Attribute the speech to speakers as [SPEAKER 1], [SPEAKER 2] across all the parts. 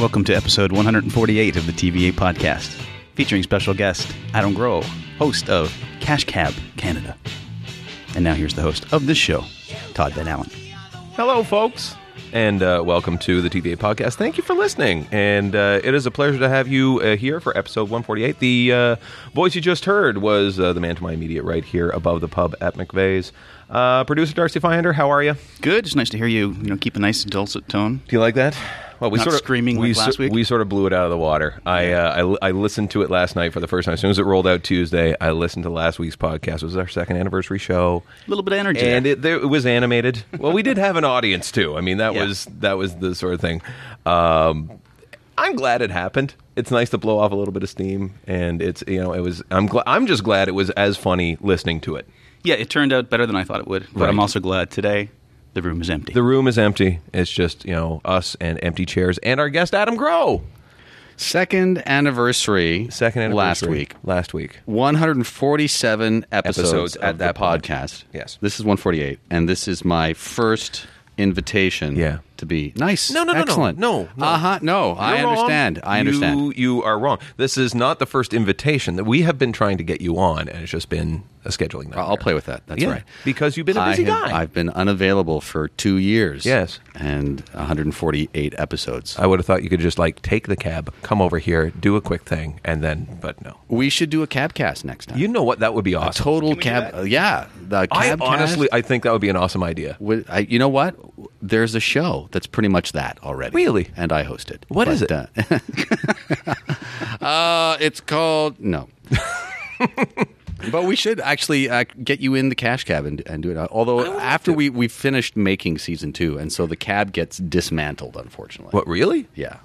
[SPEAKER 1] Welcome to episode 148 of the TVA podcast, featuring special guest Adam Grohl, host of Cash Cab Canada. And now here's the host of this show, Todd Ben Allen.
[SPEAKER 2] Hello, folks, and uh, welcome to the TVA podcast. Thank you for listening, and uh, it is a pleasure to have you uh, here for episode 148. The uh, voice you just heard was uh, the man to my immediate right here above the pub at McVeigh's. Uh, producer Darcy Finder, how are you?
[SPEAKER 1] Good. It's nice to hear you. You know, keep a nice dulcet tone.
[SPEAKER 2] Do you like that? Well, we
[SPEAKER 1] Not
[SPEAKER 2] sort of
[SPEAKER 1] screaming
[SPEAKER 2] we
[SPEAKER 1] like last week?
[SPEAKER 2] We sort of blew it out of the water. I, uh, I I listened to it last night for the first time. As soon as it rolled out Tuesday, I listened to last week's podcast. It was our second anniversary show,
[SPEAKER 1] A little bit of energy.
[SPEAKER 2] and
[SPEAKER 1] there.
[SPEAKER 2] it, there, it was animated. Well, we did have an audience too. I mean, that
[SPEAKER 1] Yeah.
[SPEAKER 2] was that was the sort of thing. Um, I'm glad it happened. It's nice to blow off a little bit of steam, and it's you know it was. I'm glad. I'm just glad it was as funny listening to it.
[SPEAKER 1] yeah, it turned out better than I thought it would. But
[SPEAKER 2] Right.
[SPEAKER 1] I'm also glad today the room is empty.
[SPEAKER 2] The room is empty. It's just you know us and empty chairs and our guest Adam Grow.
[SPEAKER 3] Second anniversary.
[SPEAKER 2] Second anniversary
[SPEAKER 3] Last week.
[SPEAKER 2] Last week.
[SPEAKER 3] 147 episodes,
[SPEAKER 2] Episodes
[SPEAKER 3] at
[SPEAKER 2] of
[SPEAKER 3] that
[SPEAKER 2] the pod-
[SPEAKER 3] podcast.
[SPEAKER 2] Yes.
[SPEAKER 3] This is 148, and this is my first invitation
[SPEAKER 2] Yeah.
[SPEAKER 3] to be nice.
[SPEAKER 2] No, no, no, no,
[SPEAKER 3] Excellent.
[SPEAKER 2] no, no.
[SPEAKER 3] Uh-huh. No, I
[SPEAKER 2] You're wrong.
[SPEAKER 3] understand. I understand.
[SPEAKER 2] You, you are wrong. This is not the first invitation that we have been trying to get you on, and it's just been a scheduling nightmare.
[SPEAKER 3] I'll play with that. That's
[SPEAKER 2] Yeah,
[SPEAKER 3] right.
[SPEAKER 2] because you've been a
[SPEAKER 3] I
[SPEAKER 2] busy
[SPEAKER 3] have-
[SPEAKER 2] guy.
[SPEAKER 3] I've been unavailable for two years.
[SPEAKER 2] Yes.
[SPEAKER 3] And 148 episodes.
[SPEAKER 2] I would have thought you could just like take the cab, come over here, do a quick thing, and then. But no,
[SPEAKER 3] we should do a cabcast next time.
[SPEAKER 2] you know what? That would be awesome.
[SPEAKER 3] Total cab. uh, yeah. The
[SPEAKER 2] I
[SPEAKER 3] cabcast.
[SPEAKER 2] honestly, I think that would be an awesome idea.
[SPEAKER 3] Wi- I, you know what? There's a show that's pretty much that already.
[SPEAKER 2] Really?
[SPEAKER 3] And I host it.
[SPEAKER 2] What is
[SPEAKER 3] uh, uh, it's called no. but we should actually uh, get you in the cash cab and, and do it. Uh, Although after we we finished making season two, and so the cab gets dismantled, unfortunately.
[SPEAKER 2] What really?
[SPEAKER 3] Yeah,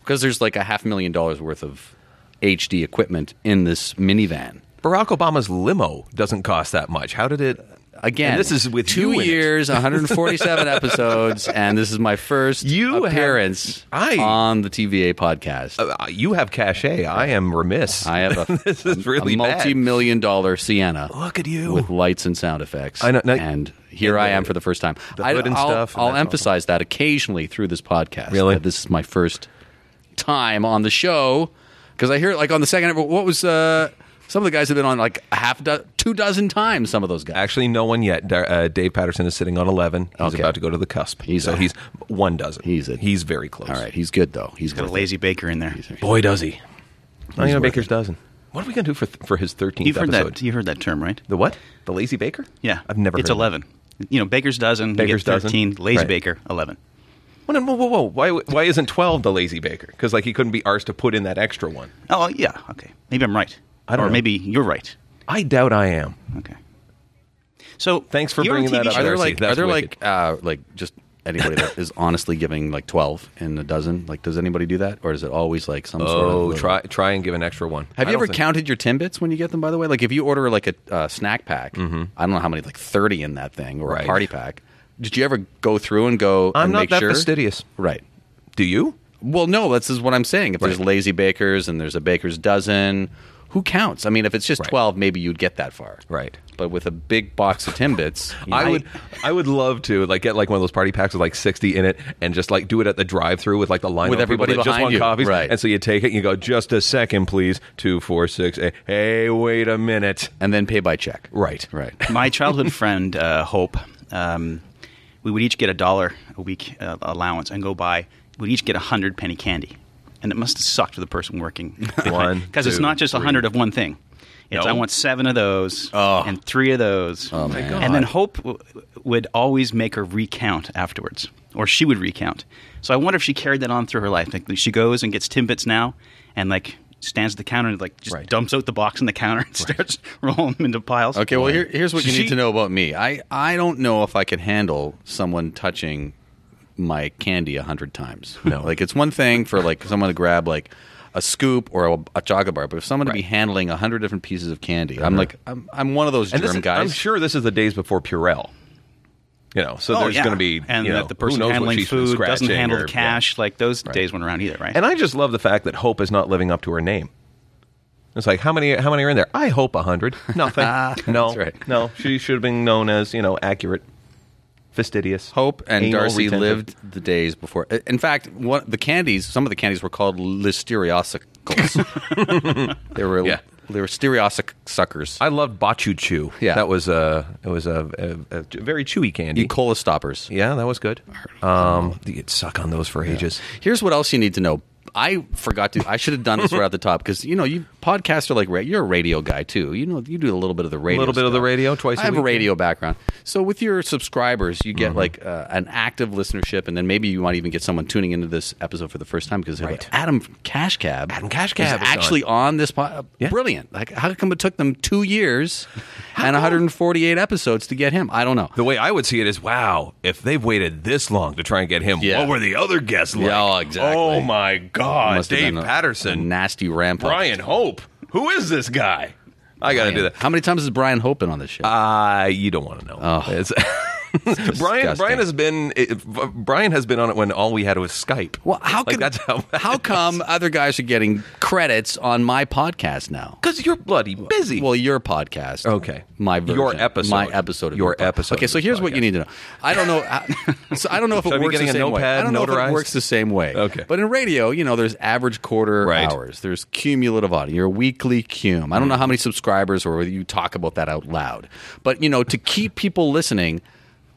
[SPEAKER 3] because there's like a half million dollars worth of HD equipment in this minivan.
[SPEAKER 2] Barack Obama's limo doesn't cost that much. How did it?
[SPEAKER 3] Again,
[SPEAKER 2] And this is with you
[SPEAKER 3] two
[SPEAKER 2] in it.
[SPEAKER 3] years, 147 episodes, and this is my first
[SPEAKER 2] You have-
[SPEAKER 3] appearance
[SPEAKER 2] I-
[SPEAKER 3] on the TVA podcast.
[SPEAKER 2] Uh, you have cachet. I am remiss.
[SPEAKER 3] I have a,
[SPEAKER 2] this is really
[SPEAKER 3] a
[SPEAKER 2] bad.
[SPEAKER 3] multi-million dollar Sienna
[SPEAKER 2] Look at you.
[SPEAKER 3] with lights and sound effects.
[SPEAKER 2] I know- now-
[SPEAKER 3] and here I am for the first time.
[SPEAKER 2] the
[SPEAKER 3] I,
[SPEAKER 2] hood and
[SPEAKER 3] I'll,
[SPEAKER 2] stuff, and
[SPEAKER 3] I'll
[SPEAKER 2] that's
[SPEAKER 3] emphasize that occasionally through this podcast.
[SPEAKER 2] Really?
[SPEAKER 3] that this is my first time on the show because I hear it like on the second. What was uh, some of the guys have been on like a half do- two dozen times. Some of those guys.
[SPEAKER 2] Actually, no one yet. Dar- Uh, Dave Patterson is sitting on eleven. He's
[SPEAKER 3] Okay.
[SPEAKER 2] about to go to the cusp.
[SPEAKER 3] He's
[SPEAKER 2] so
[SPEAKER 3] a-
[SPEAKER 2] he's one dozen.
[SPEAKER 3] he's a-
[SPEAKER 2] he's very close.
[SPEAKER 3] All right, he's good though. He's
[SPEAKER 1] Got
[SPEAKER 3] good.
[SPEAKER 1] a lazy baker in there.
[SPEAKER 2] boy does he. I'm gonna
[SPEAKER 3] worth
[SPEAKER 2] baker's dozen. What are we gonna do for th- for his thirteenth
[SPEAKER 1] You've heard
[SPEAKER 2] episode?
[SPEAKER 1] that. You heard that term, right?
[SPEAKER 2] The what? The lazy baker?
[SPEAKER 1] Yeah,
[SPEAKER 2] I've never.
[SPEAKER 1] It's
[SPEAKER 2] heard of it.
[SPEAKER 1] eleven. You know, baker's dozen. you
[SPEAKER 2] Baker's
[SPEAKER 1] get
[SPEAKER 2] dozen.
[SPEAKER 1] thirteen. Lazy
[SPEAKER 2] Right.
[SPEAKER 1] baker eleven.
[SPEAKER 2] Well, no, whoa, whoa, whoa! Why, why isn't twelve the lazy baker? Because like he couldn't be arsed to put in that extra one.
[SPEAKER 1] Oh yeah, okay. Maybe I'm right,
[SPEAKER 2] I don't
[SPEAKER 1] or
[SPEAKER 2] know.
[SPEAKER 1] maybe you're right.
[SPEAKER 2] I doubt I am.
[SPEAKER 1] Okay. So
[SPEAKER 2] Thanks for
[SPEAKER 1] you're on
[SPEAKER 2] bringing that
[SPEAKER 1] TV
[SPEAKER 2] up,
[SPEAKER 1] shows.
[SPEAKER 3] Are there
[SPEAKER 2] Darcy,
[SPEAKER 3] like
[SPEAKER 2] that's
[SPEAKER 3] are there
[SPEAKER 2] wicked.
[SPEAKER 3] like uh, like just anybody that is honestly giving like twelve in a dozen? Like, does anybody do that, or is it always like some sort of?
[SPEAKER 2] Oh,
[SPEAKER 3] little-
[SPEAKER 2] try try and give an extra one.
[SPEAKER 3] Have
[SPEAKER 2] I
[SPEAKER 3] you
[SPEAKER 2] don't
[SPEAKER 3] ever
[SPEAKER 2] think-
[SPEAKER 3] counted your timbits when you get them? By the way, like if you order like a uh, snack pack, I don't know how many like thirty in that thing or
[SPEAKER 2] Mm-hmm. Right.
[SPEAKER 3] a party pack. Did you ever go through and go?
[SPEAKER 2] I'm
[SPEAKER 3] and
[SPEAKER 2] not
[SPEAKER 3] make
[SPEAKER 2] that
[SPEAKER 3] sure?
[SPEAKER 2] fastidious.
[SPEAKER 3] right?
[SPEAKER 2] Do you?
[SPEAKER 3] Well, no, this is what I'm saying. If there's
[SPEAKER 2] Right.
[SPEAKER 3] lazy bakers and there's a baker's dozen, who counts? I mean, if it's just
[SPEAKER 2] Right.
[SPEAKER 3] twelve, maybe you'd get that far,
[SPEAKER 2] Right.
[SPEAKER 3] But with a big box of timbits, you
[SPEAKER 2] I
[SPEAKER 3] might-
[SPEAKER 2] would, I would love to like get like one of those party packs with like sixty in it, and just like do it at the drive-through with like the line
[SPEAKER 3] With
[SPEAKER 2] of people
[SPEAKER 3] everybody
[SPEAKER 2] that just
[SPEAKER 3] behind
[SPEAKER 2] want
[SPEAKER 3] you,
[SPEAKER 2] coffees,
[SPEAKER 3] right.
[SPEAKER 2] And so you take it, and you go, just a second, please, two, four, six, eight. Hey, wait a minute,
[SPEAKER 3] and then pay by check,
[SPEAKER 2] right,
[SPEAKER 3] Right.
[SPEAKER 1] My childhood friend uh, Hope, um, we would each get a dollar a week uh, allowance and go buy. We'd each get a hundred penny candy, and it must have sucked for the person working
[SPEAKER 2] One,
[SPEAKER 1] because it's
[SPEAKER 2] two,
[SPEAKER 1] not just a hundred of one thing. It's
[SPEAKER 2] No.
[SPEAKER 1] I want seven of those
[SPEAKER 3] Oh.
[SPEAKER 1] and three of those.
[SPEAKER 3] Oh, my God.
[SPEAKER 1] And then Hope w- would always make her recount afterwards, or she would recount. So I wonder if she carried that on through her life. Like she goes and gets Timbits now, and like stands at the counter and like just
[SPEAKER 2] Right.
[SPEAKER 1] dumps out the box on the counter and starts rolling them into piles.
[SPEAKER 3] Okay, well here, here's what you
[SPEAKER 1] She-
[SPEAKER 3] need to know about me. I, I don't know if I could handle someone touching my candy a hundred times.
[SPEAKER 2] No.
[SPEAKER 3] like it's one thing for like someone to grab like a scoop or a, a chocolate bar, but if someone to be handling a hundred different pieces of candy, I'm like I'm, I'm one of those
[SPEAKER 2] Uh-huh. And this
[SPEAKER 3] germ
[SPEAKER 2] is-
[SPEAKER 3] guys.
[SPEAKER 2] I'm sure this is the days before Purell. You know, so
[SPEAKER 1] Oh,
[SPEAKER 2] there's
[SPEAKER 1] yeah.
[SPEAKER 2] going to be
[SPEAKER 1] and
[SPEAKER 2] you know,
[SPEAKER 1] that the person
[SPEAKER 2] who knows what
[SPEAKER 1] handling
[SPEAKER 2] she's been
[SPEAKER 1] food doesn't
[SPEAKER 2] scratching
[SPEAKER 1] handle
[SPEAKER 2] or-
[SPEAKER 1] the cash. Like those days weren't around either, right?
[SPEAKER 2] yeah. And I just love the fact that Hope is not living up to her name. It's like how many how many are in there? I hope a hundred. Nothing. no,
[SPEAKER 3] That's right.
[SPEAKER 2] no. She should have been known as you know accurate. fastidious.
[SPEAKER 3] Hope and
[SPEAKER 2] anal
[SPEAKER 3] Darcy
[SPEAKER 2] retentive.
[SPEAKER 3] lived the days before. In fact, one, the candies, some of the candies were called listeriosicles. they were
[SPEAKER 2] Yeah.
[SPEAKER 3] they were stereosic suckers.
[SPEAKER 2] I loved Bachu Chew.
[SPEAKER 3] Yeah.
[SPEAKER 2] that was a it was a, a, a very chewy candy.
[SPEAKER 3] Cola stoppers.
[SPEAKER 2] yeah, that was good. Um, you could suck on those for ages.
[SPEAKER 3] Here's what else you need to know. I forgot to. I should have done this right at the top because you know you podcasts are like ra- you're a radio guy too. You know you do a little bit of the radio,
[SPEAKER 2] Little bit of the
[SPEAKER 3] stuff.
[SPEAKER 2] radio, twice
[SPEAKER 3] I
[SPEAKER 2] a
[SPEAKER 3] have a
[SPEAKER 2] week. Mm-hmm.
[SPEAKER 3] radio background, so with your subscribers, you get like uh, an active listenership, and then maybe you might even get someone tuning into this episode for the first time because they're like,
[SPEAKER 2] Right.
[SPEAKER 3] Adam from Cash Cab,
[SPEAKER 2] Adam Cash Cab is
[SPEAKER 3] is
[SPEAKER 2] on.
[SPEAKER 3] actually on this. Po- uh,
[SPEAKER 2] Yeah.
[SPEAKER 3] Brilliant! Like how come it took them two years and 148 episodes to get him? I don't know.
[SPEAKER 2] The way I would see it is, wow, if they've waited this long to try and get him,
[SPEAKER 3] Yeah.
[SPEAKER 2] what were the other guests like?
[SPEAKER 3] Yeah, oh, exactly.
[SPEAKER 2] Oh my God,
[SPEAKER 3] Must have
[SPEAKER 2] uh, Dave
[SPEAKER 3] been a- a
[SPEAKER 2] Patterson,
[SPEAKER 3] nasty ramp up.
[SPEAKER 2] Brian Hope. Who is this guy? I gotta do that.
[SPEAKER 3] How many times is Brian Hope been on this show?
[SPEAKER 2] Uh, you don't want to know. It's- Brian, Brian has been it- Brian has been on it when all we had was Skype.
[SPEAKER 3] Well, how
[SPEAKER 2] like
[SPEAKER 3] could,
[SPEAKER 2] that's how
[SPEAKER 3] how come other guys are getting credits on my podcast now?
[SPEAKER 2] because you're bloody busy.
[SPEAKER 3] Well, your podcast.
[SPEAKER 2] Okay.
[SPEAKER 3] my version,
[SPEAKER 2] Your episode.
[SPEAKER 3] my episode, of
[SPEAKER 2] Your
[SPEAKER 3] pod-
[SPEAKER 2] episode
[SPEAKER 3] Okay,
[SPEAKER 2] of
[SPEAKER 3] so
[SPEAKER 2] this
[SPEAKER 3] here's what
[SPEAKER 2] podcast.
[SPEAKER 3] you need to know. I don't know. so I don't know if
[SPEAKER 2] Should I
[SPEAKER 3] it
[SPEAKER 2] be
[SPEAKER 3] works the
[SPEAKER 2] getting a
[SPEAKER 3] same way.
[SPEAKER 2] notepad
[SPEAKER 3] I don't know if
[SPEAKER 2] notarized?
[SPEAKER 3] it works the same way.
[SPEAKER 2] Okay.
[SPEAKER 3] but in radio, you know, there's average quarter
[SPEAKER 2] Right. Mm.
[SPEAKER 3] hours. There's cumulative audio. Your weekly cum. I don't know how many subscribers or whether you talk about that out loud, but you know, to keep people listening.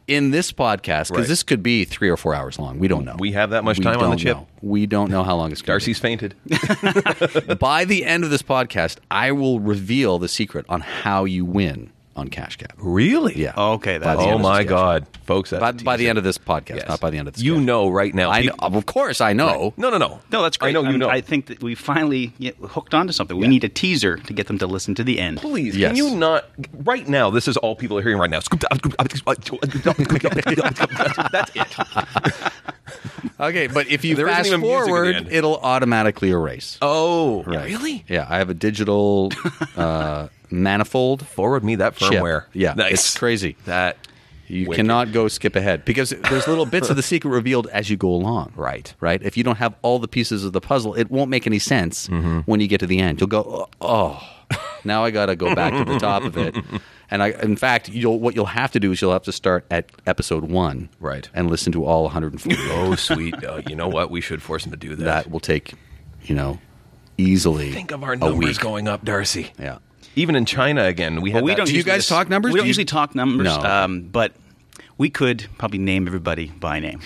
[SPEAKER 3] In this podcast, because
[SPEAKER 2] Right.
[SPEAKER 3] this could be three or four hours long, we don't know.
[SPEAKER 2] We have that much
[SPEAKER 3] We
[SPEAKER 2] time on the
[SPEAKER 3] don't
[SPEAKER 2] chip.
[SPEAKER 3] know. We don't know how long it's going to be.
[SPEAKER 2] Darcy's fainted.
[SPEAKER 3] By the end of this podcast, I will reveal the secret on how you win on Cash Cap.
[SPEAKER 2] really?
[SPEAKER 3] Yeah.
[SPEAKER 1] Okay,
[SPEAKER 3] By
[SPEAKER 1] that's
[SPEAKER 3] the end
[SPEAKER 2] Oh
[SPEAKER 3] of this
[SPEAKER 2] my
[SPEAKER 3] cash-
[SPEAKER 2] God, folks. that's
[SPEAKER 3] By,
[SPEAKER 2] a
[SPEAKER 3] by the
[SPEAKER 2] teaser.
[SPEAKER 3] end of this podcast,
[SPEAKER 2] Yes.
[SPEAKER 3] not by the end of this.
[SPEAKER 2] You
[SPEAKER 3] cash.
[SPEAKER 2] know right now.
[SPEAKER 3] I know,
[SPEAKER 2] people-
[SPEAKER 3] of course, I know.
[SPEAKER 2] No, no, no.
[SPEAKER 1] No, that's great.
[SPEAKER 2] I know you
[SPEAKER 1] I'm-
[SPEAKER 2] know.
[SPEAKER 1] I think that we finally get hooked onto something. We need a teaser to get them to listen to the end.
[SPEAKER 2] Please, can
[SPEAKER 3] Yes.
[SPEAKER 2] you not? Right now, this is all people are hearing right now. That's it.
[SPEAKER 3] Okay, but if you
[SPEAKER 2] There isn't
[SPEAKER 3] fast
[SPEAKER 2] even music at the
[SPEAKER 3] forward,
[SPEAKER 2] end.
[SPEAKER 3] it'll automatically erase.
[SPEAKER 2] Oh,
[SPEAKER 3] Right.
[SPEAKER 2] really?
[SPEAKER 3] Yeah, I have a digital uh, manifold
[SPEAKER 2] Forward me that
[SPEAKER 3] chip.
[SPEAKER 2] firmware.
[SPEAKER 3] Yeah,
[SPEAKER 2] nice.
[SPEAKER 3] it's crazy.
[SPEAKER 2] That
[SPEAKER 3] You
[SPEAKER 2] Wicked.
[SPEAKER 3] cannot go skip ahead because there's little bits of the secret revealed as you go along.
[SPEAKER 2] Right.
[SPEAKER 3] Right. If you don't have all the pieces of the puzzle, it won't make any sense
[SPEAKER 2] Mm-hmm.
[SPEAKER 3] when you get to the end. You'll go, oh, now I got to go back to the top of it. And I, in fact, you'll what you'll have to do is you'll have to start at episode one,
[SPEAKER 2] Right.
[SPEAKER 3] and listen to all 140.
[SPEAKER 2] oh sweet. Uh, you know what? We should force him to do that.
[SPEAKER 3] that will take, you know, easily.
[SPEAKER 2] Think of our
[SPEAKER 3] a
[SPEAKER 2] numbers
[SPEAKER 3] week.
[SPEAKER 2] going up, Darcy.
[SPEAKER 3] Yeah.
[SPEAKER 2] Even in China again, we
[SPEAKER 1] Well,
[SPEAKER 2] had.
[SPEAKER 1] we
[SPEAKER 2] that-
[SPEAKER 1] don't.
[SPEAKER 3] you
[SPEAKER 1] usually
[SPEAKER 3] guys
[SPEAKER 1] s-
[SPEAKER 3] talk numbers?
[SPEAKER 1] We
[SPEAKER 3] Do
[SPEAKER 1] don't
[SPEAKER 3] you-
[SPEAKER 1] usually talk numbers.
[SPEAKER 3] No.
[SPEAKER 1] Um, but we could probably name everybody by name.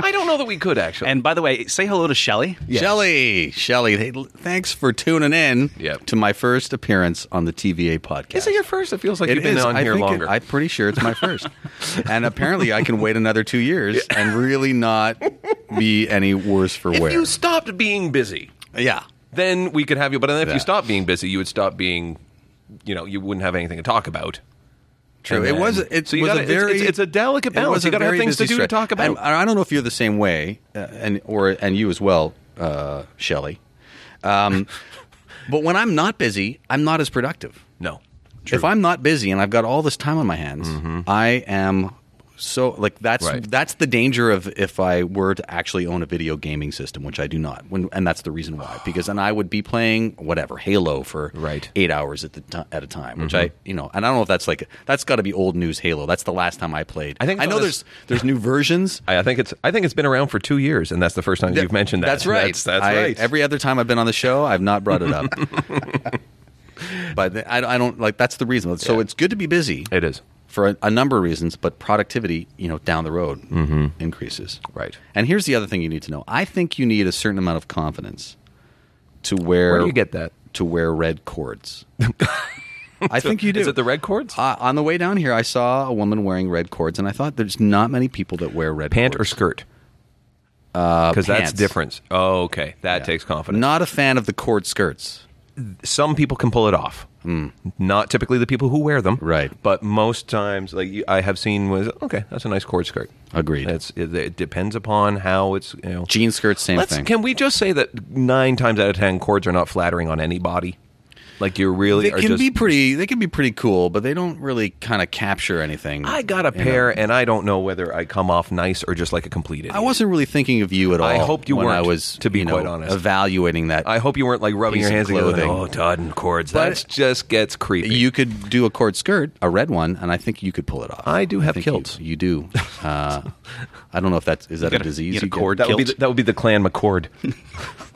[SPEAKER 2] I don't know that we could actually.
[SPEAKER 1] And by the way, say hello to Shelly.
[SPEAKER 3] Shelly, Shelly, hey, l- thanks for tuning in
[SPEAKER 2] Yep.
[SPEAKER 3] to my first appearance on the TVA podcast.
[SPEAKER 2] is it your first? It feels like
[SPEAKER 3] It
[SPEAKER 2] you've been
[SPEAKER 3] is.
[SPEAKER 2] on
[SPEAKER 3] I
[SPEAKER 2] here
[SPEAKER 3] think it-
[SPEAKER 2] longer.
[SPEAKER 3] I'm pretty sure it's my first. and apparently, I can wait another two years and really not be any worse for
[SPEAKER 2] if
[SPEAKER 3] wear.
[SPEAKER 2] you stopped being busy,
[SPEAKER 3] yeah.
[SPEAKER 2] then we could have you. But then if you
[SPEAKER 3] Yeah.
[SPEAKER 2] stopped being busy, you would stop being. You know, you wouldn't have anything to talk about.
[SPEAKER 3] True.
[SPEAKER 2] And
[SPEAKER 3] It
[SPEAKER 2] then-
[SPEAKER 3] was. It
[SPEAKER 2] so you
[SPEAKER 3] was
[SPEAKER 2] gotta-
[SPEAKER 3] a
[SPEAKER 2] it's-
[SPEAKER 3] very.
[SPEAKER 2] it's- it's a delicate
[SPEAKER 3] it
[SPEAKER 2] balance.
[SPEAKER 3] was
[SPEAKER 2] You
[SPEAKER 3] a
[SPEAKER 2] gotta have
[SPEAKER 3] very
[SPEAKER 2] things to do
[SPEAKER 3] busy
[SPEAKER 2] to
[SPEAKER 3] stretch.
[SPEAKER 2] talk about.
[SPEAKER 3] And I don't know if you're the same way, uh, and or and you as well, uh, Shelley. Um, but when I'm not busy, I'm not as productive.
[SPEAKER 2] No.
[SPEAKER 3] If I'm not busy and I've got all this time on my hands, I am so like that's
[SPEAKER 2] Mm-hmm. Right.
[SPEAKER 3] that's the danger of if I were to actually own a video gaming system, which I do not. When and that's the reason why because then I would be playing whatever Halo for
[SPEAKER 2] Right. Mm-hmm.
[SPEAKER 3] 8 hours at the ti at a time, which I, you know, and I don't know if that's like that's got to be old news Halo. That's the last time I played.
[SPEAKER 2] I think
[SPEAKER 3] I
[SPEAKER 2] it's
[SPEAKER 3] know
[SPEAKER 2] on this-
[SPEAKER 3] there's there's new versions.
[SPEAKER 2] I, I think it's I think it's been around for two years, and that's the first time you've mentioned that.
[SPEAKER 3] That's right.
[SPEAKER 2] That's, that's
[SPEAKER 3] I-
[SPEAKER 2] right.
[SPEAKER 3] Every other time I've been on the show, I've not brought it up. but I, I don't like that's the reason. So
[SPEAKER 2] Yeah.
[SPEAKER 3] it's good to be busy
[SPEAKER 2] it is
[SPEAKER 3] for a, a number of reasons, but productivity, you know, down the road increases.
[SPEAKER 2] Mm-hmm. right.
[SPEAKER 3] And here's the other thing you need to know. I think you need a certain amount of confidence to wear
[SPEAKER 2] Where do you get that?
[SPEAKER 3] to wear red cords. I think you do.
[SPEAKER 2] Is it the red cords?
[SPEAKER 3] Uh, on the way down here, I saw a woman wearing red cords, and I thought there's not many people that wear red
[SPEAKER 2] Pant or
[SPEAKER 3] cords.
[SPEAKER 2] skirt? Because that's
[SPEAKER 3] Uh, pants.
[SPEAKER 2] difference. Oh, okay, that takes confidence.
[SPEAKER 3] Not a fan of the cord skirts.
[SPEAKER 2] Some people can pull it off. Not typically the people who wear them,
[SPEAKER 3] Hmm. Right.
[SPEAKER 2] But most times, like you, I have seen, was okay. That's a nice cord skirt.
[SPEAKER 3] Agreed.
[SPEAKER 2] That's it, it depends upon how it's you know.
[SPEAKER 3] Jean skirts, same
[SPEAKER 2] Let's,
[SPEAKER 3] thing.
[SPEAKER 2] can we just say that nine times out of ten, cords are not flattering on anybody? Like you really
[SPEAKER 3] They
[SPEAKER 2] are
[SPEAKER 3] can
[SPEAKER 2] just
[SPEAKER 3] be pretty. They can be pretty cool, but they don't really kind of capture anything.
[SPEAKER 2] I got a
[SPEAKER 3] you know.
[SPEAKER 2] pair, and I don't know whether I come off nice or just like a complete idiot.
[SPEAKER 3] I wasn't really thinking of you at all.
[SPEAKER 2] I hoped you
[SPEAKER 3] when I
[SPEAKER 2] weren't,
[SPEAKER 3] was,
[SPEAKER 2] to be
[SPEAKER 3] you know,
[SPEAKER 2] quite honest.
[SPEAKER 3] evaluating that.
[SPEAKER 2] I hope you weren't like rubbing
[SPEAKER 3] Piece
[SPEAKER 2] your hands
[SPEAKER 3] of
[SPEAKER 2] together. Like,
[SPEAKER 3] clothing.
[SPEAKER 2] oh, Todd and cords.
[SPEAKER 3] But-
[SPEAKER 2] That just gets creepy.
[SPEAKER 3] you could do a cord skirt, a red one, and I think you could pull it off.
[SPEAKER 2] I do have
[SPEAKER 3] think
[SPEAKER 2] kilts.
[SPEAKER 3] You, you do. Uh, I don't know if that's is that a
[SPEAKER 1] gotta
[SPEAKER 3] disease.
[SPEAKER 1] get a
[SPEAKER 3] you get?
[SPEAKER 1] cord.
[SPEAKER 2] that would be
[SPEAKER 1] kilt.
[SPEAKER 2] the, that would be the Clan McCord.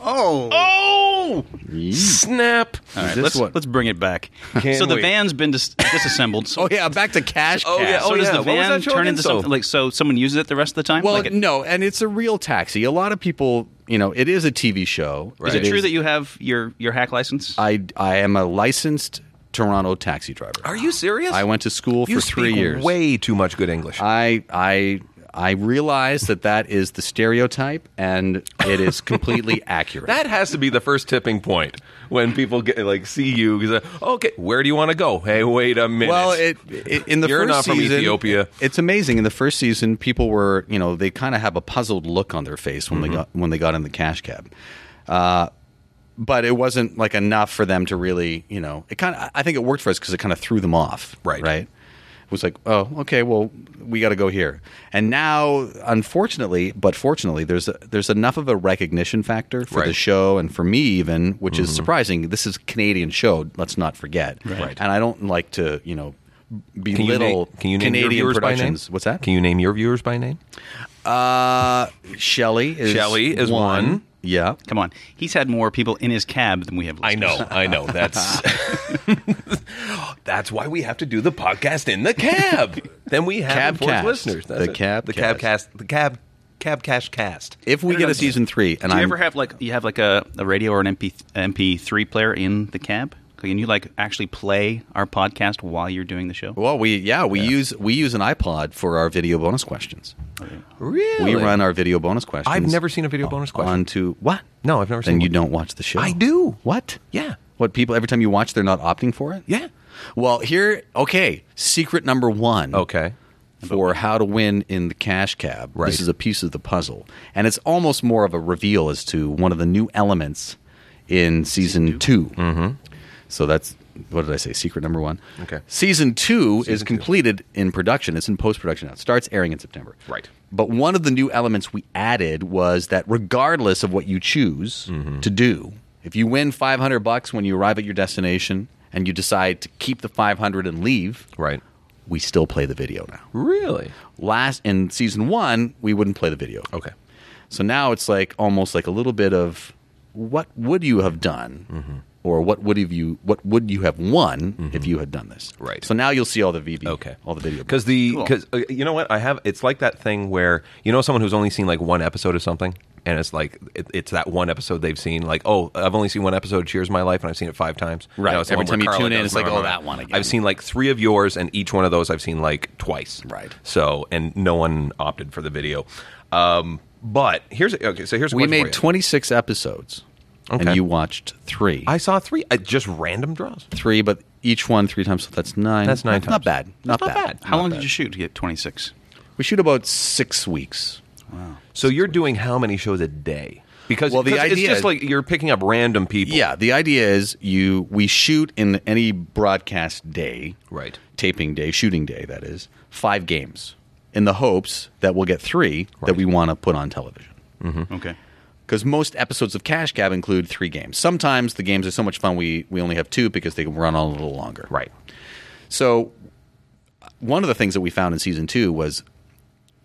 [SPEAKER 1] Oh.
[SPEAKER 2] oh, snap!
[SPEAKER 1] All right,
[SPEAKER 3] this
[SPEAKER 1] let's,
[SPEAKER 3] what-
[SPEAKER 1] let's bring it back.
[SPEAKER 2] Can
[SPEAKER 1] so the
[SPEAKER 2] we?
[SPEAKER 1] van's been dis- disassembled. So,
[SPEAKER 3] Oh yeah, back to cash.
[SPEAKER 2] Oh,
[SPEAKER 3] Cab.
[SPEAKER 2] yeah.
[SPEAKER 1] so does
[SPEAKER 2] What
[SPEAKER 1] the
[SPEAKER 2] was
[SPEAKER 1] van
[SPEAKER 2] that show
[SPEAKER 1] turn
[SPEAKER 2] again?
[SPEAKER 1] into
[SPEAKER 2] So-
[SPEAKER 1] something like so? Someone uses it the rest of the time.
[SPEAKER 3] Well,
[SPEAKER 1] Like it-
[SPEAKER 3] no, and it's a real taxi. A lot of people, you know, it is a TV show.
[SPEAKER 1] is it true that you have your your hack license?
[SPEAKER 3] I I am a licensed Toronto taxi driver.
[SPEAKER 2] Are you serious?
[SPEAKER 3] I went to school
[SPEAKER 2] you
[SPEAKER 3] for three
[SPEAKER 2] speak
[SPEAKER 3] years.
[SPEAKER 2] Way too much good English.
[SPEAKER 3] I I I realize that that is the stereotype, and it is completely accurate.
[SPEAKER 2] that has to be the first tipping point when people get like see you. 'cause, uh, okay, where do you want to go? Hey, wait a minute.
[SPEAKER 3] Well, it, it in the
[SPEAKER 2] You're
[SPEAKER 3] first
[SPEAKER 2] not from
[SPEAKER 3] season,
[SPEAKER 2] Ethiopia.
[SPEAKER 3] It's amazing. In the first season, people were you know they kind of have a puzzled look on their face when
[SPEAKER 2] Mm-hmm.
[SPEAKER 3] they got when they got in the cash cab. Uh, but it wasn't like enough for them to really, you know. It kind of, I think it worked for us because it kind of threw them off,
[SPEAKER 2] Right.
[SPEAKER 3] Right. It was like, oh, okay, well, we got to go here. And now, unfortunately, but fortunately, there's a, there's enough of a recognition factor for the
[SPEAKER 2] Right. Mm-hmm.
[SPEAKER 3] show and for me even, which is surprising. This is a Canadian show. Let's not forget,
[SPEAKER 1] Right.
[SPEAKER 3] And I don't like to, you know, be
[SPEAKER 2] can you,
[SPEAKER 3] little
[SPEAKER 2] name, can you name your
[SPEAKER 3] Canadian
[SPEAKER 2] viewers
[SPEAKER 3] productions.
[SPEAKER 2] by name?
[SPEAKER 3] What's that?
[SPEAKER 2] Can you name your viewers by name?
[SPEAKER 3] Uh, Shelley is
[SPEAKER 2] Shelley is one.
[SPEAKER 3] Yeah.
[SPEAKER 1] Come on, he's had more people in his cab than we have.
[SPEAKER 2] I
[SPEAKER 1] listeners.
[SPEAKER 2] know, I know. That's that's why we have to do the podcast in the cab. then we have
[SPEAKER 3] Cab
[SPEAKER 2] informed
[SPEAKER 3] cast.
[SPEAKER 2] listeners. That's
[SPEAKER 3] The
[SPEAKER 2] it.
[SPEAKER 3] cab
[SPEAKER 2] the cab
[SPEAKER 3] cast.
[SPEAKER 2] cast, the cab cab cash cast.
[SPEAKER 3] If we
[SPEAKER 1] I don't
[SPEAKER 3] get
[SPEAKER 1] know.
[SPEAKER 3] a season three, and
[SPEAKER 1] Do you
[SPEAKER 3] I'm,
[SPEAKER 1] ever have like you have like a, a radio or an MP MP3 player in the cab? Can you like actually play our podcast while you're doing the show?
[SPEAKER 3] well, we yeah, we use we use an iPod for our video bonus questions.
[SPEAKER 2] Really,
[SPEAKER 3] We run our video bonus questions.
[SPEAKER 2] I've never seen a video bonus question.
[SPEAKER 3] Onto what?
[SPEAKER 2] No, I've never
[SPEAKER 3] Then
[SPEAKER 2] seen
[SPEAKER 3] you
[SPEAKER 2] one.
[SPEAKER 3] don't watch the show.
[SPEAKER 2] I do.
[SPEAKER 3] What?
[SPEAKER 2] Yeah.
[SPEAKER 3] What people every time you watch, they're not opting for it.
[SPEAKER 2] Yeah.
[SPEAKER 3] Well, here, okay. Secret number one.
[SPEAKER 2] Okay.
[SPEAKER 3] For how to win in the cash cab.
[SPEAKER 2] Right.
[SPEAKER 3] This is a piece of the puzzle, and it's almost more of a reveal as to one of the new elements in season 2 Mm-hmm. So that's what did I say? Secret number one.
[SPEAKER 2] Okay.
[SPEAKER 3] Season two is
[SPEAKER 2] two.
[SPEAKER 3] completed in production. It's in post production now. It starts airing in September.
[SPEAKER 2] Right.
[SPEAKER 3] But one of the new elements we added was that regardless of what you choose to do, if you win 500 bucks when you arrive at your destination and you decide to keep the 500 and leave,
[SPEAKER 2] Right.
[SPEAKER 3] we still play the video now.
[SPEAKER 2] Really.
[SPEAKER 3] Last in season 1, we wouldn't play the video.
[SPEAKER 2] Okay.
[SPEAKER 3] So now it's like almost like a little bit of what would you have done,
[SPEAKER 2] Mm-hmm.
[SPEAKER 3] or what would have you what would you have won if you had done this?
[SPEAKER 2] Right.
[SPEAKER 3] So now you'll see all the VB,
[SPEAKER 2] Okay.
[SPEAKER 3] all the video
[SPEAKER 2] Because the
[SPEAKER 1] Cool.
[SPEAKER 2] because uh, you know what I have it's like that thing where you know someone who's only seen like one episode of something and it's like it, it's that one episode they've seen like oh I've only seen one episode of Cheers my life and I've seen it five times
[SPEAKER 3] Right.
[SPEAKER 2] know, it's the
[SPEAKER 3] Every
[SPEAKER 2] one where
[SPEAKER 3] time you
[SPEAKER 2] Carla
[SPEAKER 3] tune in,
[SPEAKER 2] does
[SPEAKER 3] it's like,
[SPEAKER 2] my-
[SPEAKER 3] oh, that one again.
[SPEAKER 2] I've seen like three of yours and each one of those I've seen like twice
[SPEAKER 3] Right.
[SPEAKER 2] so and no one opted for the video um, but here's a- okay so here's a
[SPEAKER 3] we
[SPEAKER 2] question for
[SPEAKER 3] made
[SPEAKER 2] you.
[SPEAKER 3] 26 episodes,
[SPEAKER 2] Okay.
[SPEAKER 3] and you watched three,
[SPEAKER 2] I saw three uh, just random draws
[SPEAKER 3] three, but each one three times, so that's nine.
[SPEAKER 2] That's nine times.
[SPEAKER 3] Not bad.
[SPEAKER 2] not
[SPEAKER 3] Not, bad.
[SPEAKER 2] bad.
[SPEAKER 1] How long did you shoot to get 26?
[SPEAKER 3] We shoot about six weeks.
[SPEAKER 2] so you're doing how many shows a day because
[SPEAKER 3] Well, the
[SPEAKER 2] because it's
[SPEAKER 3] idea
[SPEAKER 2] just
[SPEAKER 3] is-
[SPEAKER 2] like you're picking up random people
[SPEAKER 3] Yeah, the idea is you we shoot in any broadcast day,
[SPEAKER 2] Right.
[SPEAKER 3] Taping day, shooting day, that is five games, in the hopes that we'll get three that
[SPEAKER 2] Right.
[SPEAKER 3] we want to put on television. Hmm.
[SPEAKER 1] Okay.
[SPEAKER 3] Because most episodes of Cash Cab include three games. Sometimes the games are so much fun we we only have two because they can run on a little longer.
[SPEAKER 2] right
[SPEAKER 3] So, one of the things that we found in season two was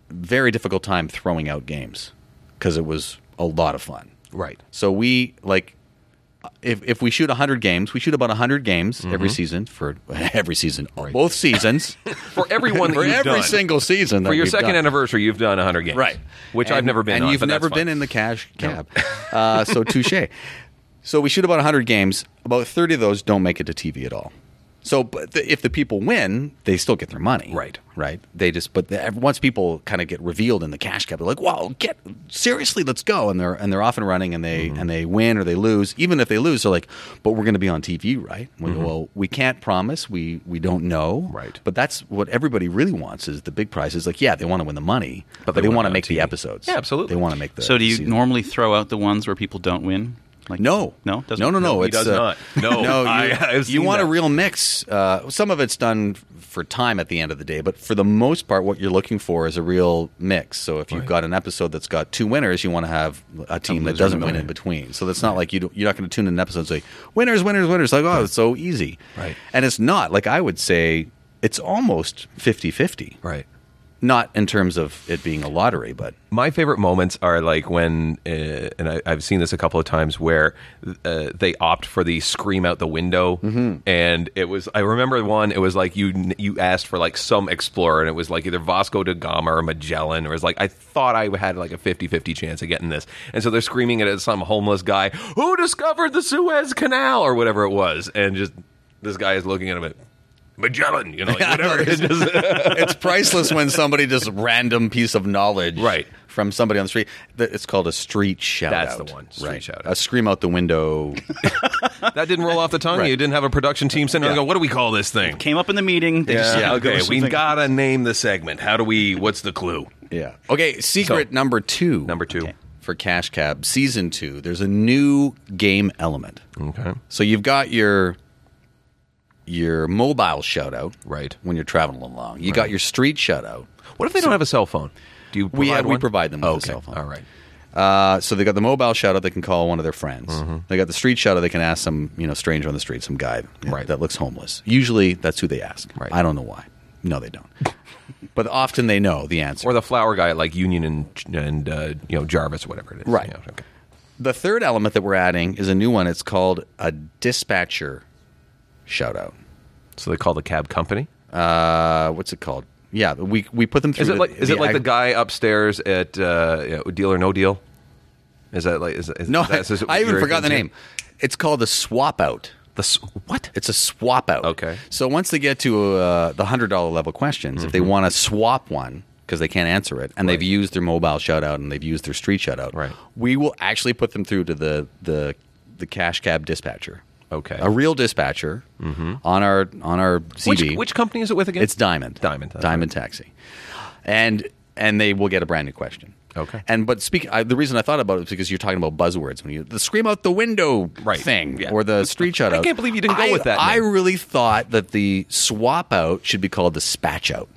[SPEAKER 3] very difficult time throwing out games because it was a lot of fun.
[SPEAKER 2] right
[SPEAKER 3] So we like if if we shoot 100 games, we shoot about 100 games
[SPEAKER 2] Mm-hmm.
[SPEAKER 3] every season for every season, both seasons,
[SPEAKER 2] for everyone
[SPEAKER 3] for
[SPEAKER 2] that you've
[SPEAKER 3] every
[SPEAKER 2] done.
[SPEAKER 3] single season.
[SPEAKER 2] for your second anniversary, you've done 100 games,
[SPEAKER 3] right?
[SPEAKER 2] Which
[SPEAKER 3] And-
[SPEAKER 2] I've never been
[SPEAKER 3] and
[SPEAKER 2] on,
[SPEAKER 3] you've
[SPEAKER 2] but that's
[SPEAKER 3] never
[SPEAKER 2] fine.
[SPEAKER 3] been in the cash cab. uh, so touche. So we shoot about 100 games. About 30 of those don't make it to TV at all. So, but the, if the people win, they still get their money,
[SPEAKER 2] Right.
[SPEAKER 3] Right. They just, but the, once people kind of get revealed in the cash cab, they're like, "Wow, get seriously, let's go!" And they're and they're off and running, and they
[SPEAKER 2] Mm-hmm.
[SPEAKER 3] and they win or they lose. Even if they lose, they're like, "But we're going to be on TV, right?" And we go, "Well, we can't promise. We we don't know,
[SPEAKER 2] Mm-hmm. Right.
[SPEAKER 3] But that's what everybody really wants is the big prize. Is like, yeah, they want to win the money, but,
[SPEAKER 2] they
[SPEAKER 3] they,
[SPEAKER 2] want
[SPEAKER 3] want
[SPEAKER 2] it
[SPEAKER 3] to
[SPEAKER 2] on
[SPEAKER 3] make
[SPEAKER 2] TV.
[SPEAKER 3] the episodes.
[SPEAKER 2] Yeah, absolutely.
[SPEAKER 3] They want to make the.
[SPEAKER 1] So do you
[SPEAKER 3] season.
[SPEAKER 1] normally throw out the ones where people don't win? Like
[SPEAKER 3] No,
[SPEAKER 1] no, doesn't-
[SPEAKER 3] no, no, no.
[SPEAKER 2] he
[SPEAKER 3] it's,
[SPEAKER 2] does
[SPEAKER 3] uh,
[SPEAKER 2] not. No,
[SPEAKER 3] no. You,
[SPEAKER 2] I- I've
[SPEAKER 3] you
[SPEAKER 2] seen
[SPEAKER 3] want a
[SPEAKER 2] that.
[SPEAKER 3] real mix. Uh, some of it's done for time at the end of the day, but for the most part, what you're looking for is a real mix. So if you've got an episode that's got two winners, you want to have a team
[SPEAKER 1] loser
[SPEAKER 3] that
[SPEAKER 1] and
[SPEAKER 3] doesn't
[SPEAKER 1] a
[SPEAKER 3] win
[SPEAKER 1] winner.
[SPEAKER 3] in between. So that's not like you. Don't, you're not going to tune in an episode and say winners, winners, winners. Like oh, it's so easy.
[SPEAKER 2] Right.
[SPEAKER 3] And it's not. Like I would say, it's almost 50-50.
[SPEAKER 2] Right.
[SPEAKER 3] Not in terms of it being a lottery, but
[SPEAKER 2] my favorite moments are like when, uh, and I, I've seen this a couple of times where uh, they opt for the scream out the window, and it was. I remember one. It was like you you asked for like some explorer, and it was like either Vasco da Gama or Magellan, or it was like I thought I had like a 50-50 chance of getting this, and so they're screaming it at some homeless guy who discovered the Suez Canal or whatever it was, and just this guy is looking at him. At, Magellan, you know, like whatever. It's just-
[SPEAKER 3] it's priceless when somebody just random piece of knowledge
[SPEAKER 2] Right.
[SPEAKER 3] from somebody on the street. Th- It's called a street shout
[SPEAKER 2] That's
[SPEAKER 3] out.
[SPEAKER 2] the one, street
[SPEAKER 3] right.
[SPEAKER 2] shout-out.
[SPEAKER 3] A scream out the window.
[SPEAKER 2] that didn't roll off the tongue.
[SPEAKER 3] Right.
[SPEAKER 2] You didn't have a production team sitting there and go, "What do we call this thing?"
[SPEAKER 1] Came up in the meeting. They just
[SPEAKER 2] Yeah,
[SPEAKER 1] had to go
[SPEAKER 2] okay.
[SPEAKER 1] with
[SPEAKER 2] We
[SPEAKER 1] something.
[SPEAKER 2] gotta name the segment. How do we? What's the clue?
[SPEAKER 3] yeah. Okay, secret number 2.
[SPEAKER 2] Number two.
[SPEAKER 1] Okay.
[SPEAKER 3] for Cash Cab season 2. There's a new game element.
[SPEAKER 2] Okay.
[SPEAKER 3] So you've got your your mobile shout out
[SPEAKER 2] Right.
[SPEAKER 3] when you're traveling along. You got your street shout out.
[SPEAKER 2] What if they don't have a cell phone? Do you? Provide
[SPEAKER 3] We have- we
[SPEAKER 2] one? Oh,
[SPEAKER 3] provide them with a
[SPEAKER 2] okay.
[SPEAKER 3] cell phone.
[SPEAKER 2] All right.
[SPEAKER 3] Uh, so they got the mobile shout out they can call one of their friends.
[SPEAKER 2] Mm-hmm.
[SPEAKER 3] They got the street shout out they can ask some you know stranger on the street, some guy you know,
[SPEAKER 2] Right.
[SPEAKER 3] that looks homeless. Usually that's who they ask.
[SPEAKER 2] Right.
[SPEAKER 3] I don't know why. No, they don't. but often they know the answer.
[SPEAKER 2] Or the flower guy at like Union and and uh, you know Jarvis, whatever it is.
[SPEAKER 3] Right.
[SPEAKER 2] Yeah, okay.
[SPEAKER 3] the third element that we're adding is a new one. It's called a dispatcher shout out.
[SPEAKER 2] So they call the cab company.
[SPEAKER 3] Uh, what's it called? Yeah, we we put them through.
[SPEAKER 2] Is it
[SPEAKER 3] the-
[SPEAKER 2] like is it like
[SPEAKER 3] ag-
[SPEAKER 2] the guy upstairs at uh, you know, Deal or No Deal? Is that like is, is
[SPEAKER 3] No,
[SPEAKER 2] That, is it
[SPEAKER 3] I even
[SPEAKER 2] your
[SPEAKER 3] forgot the
[SPEAKER 2] agency?
[SPEAKER 3] name. It's called a swap out.
[SPEAKER 2] The s- what?
[SPEAKER 3] It's a swap out.
[SPEAKER 2] Okay.
[SPEAKER 3] So once they get to uh, the hundred dollar level questions, if
[SPEAKER 2] Mm-hmm.
[SPEAKER 3] they want to swap one because they can't answer it, and they've used their mobile shutout and they've used their street shutout,
[SPEAKER 2] Right.
[SPEAKER 3] We will actually put them through to the the the cash cab dispatcher.
[SPEAKER 2] Okay. Mm-hmm.
[SPEAKER 3] A real dispatcher on our on our
[SPEAKER 2] Which,
[SPEAKER 3] CB.
[SPEAKER 2] which company is it with again?
[SPEAKER 3] It's Diamond.
[SPEAKER 2] Diamond, that's
[SPEAKER 3] Diamond Taxi. And and they will get a brand new question.
[SPEAKER 2] Okay.
[SPEAKER 3] And but speak. I, the reason I thought about it is because you're talking about buzzwords when you the scream out the window
[SPEAKER 2] Right.
[SPEAKER 3] thing
[SPEAKER 2] Yeah.
[SPEAKER 3] or the street shut
[SPEAKER 2] I
[SPEAKER 3] out.
[SPEAKER 2] can't believe you didn't go
[SPEAKER 3] I-
[SPEAKER 2] with that
[SPEAKER 3] I
[SPEAKER 2] name.
[SPEAKER 3] really thought that the swap out should be called the spatch out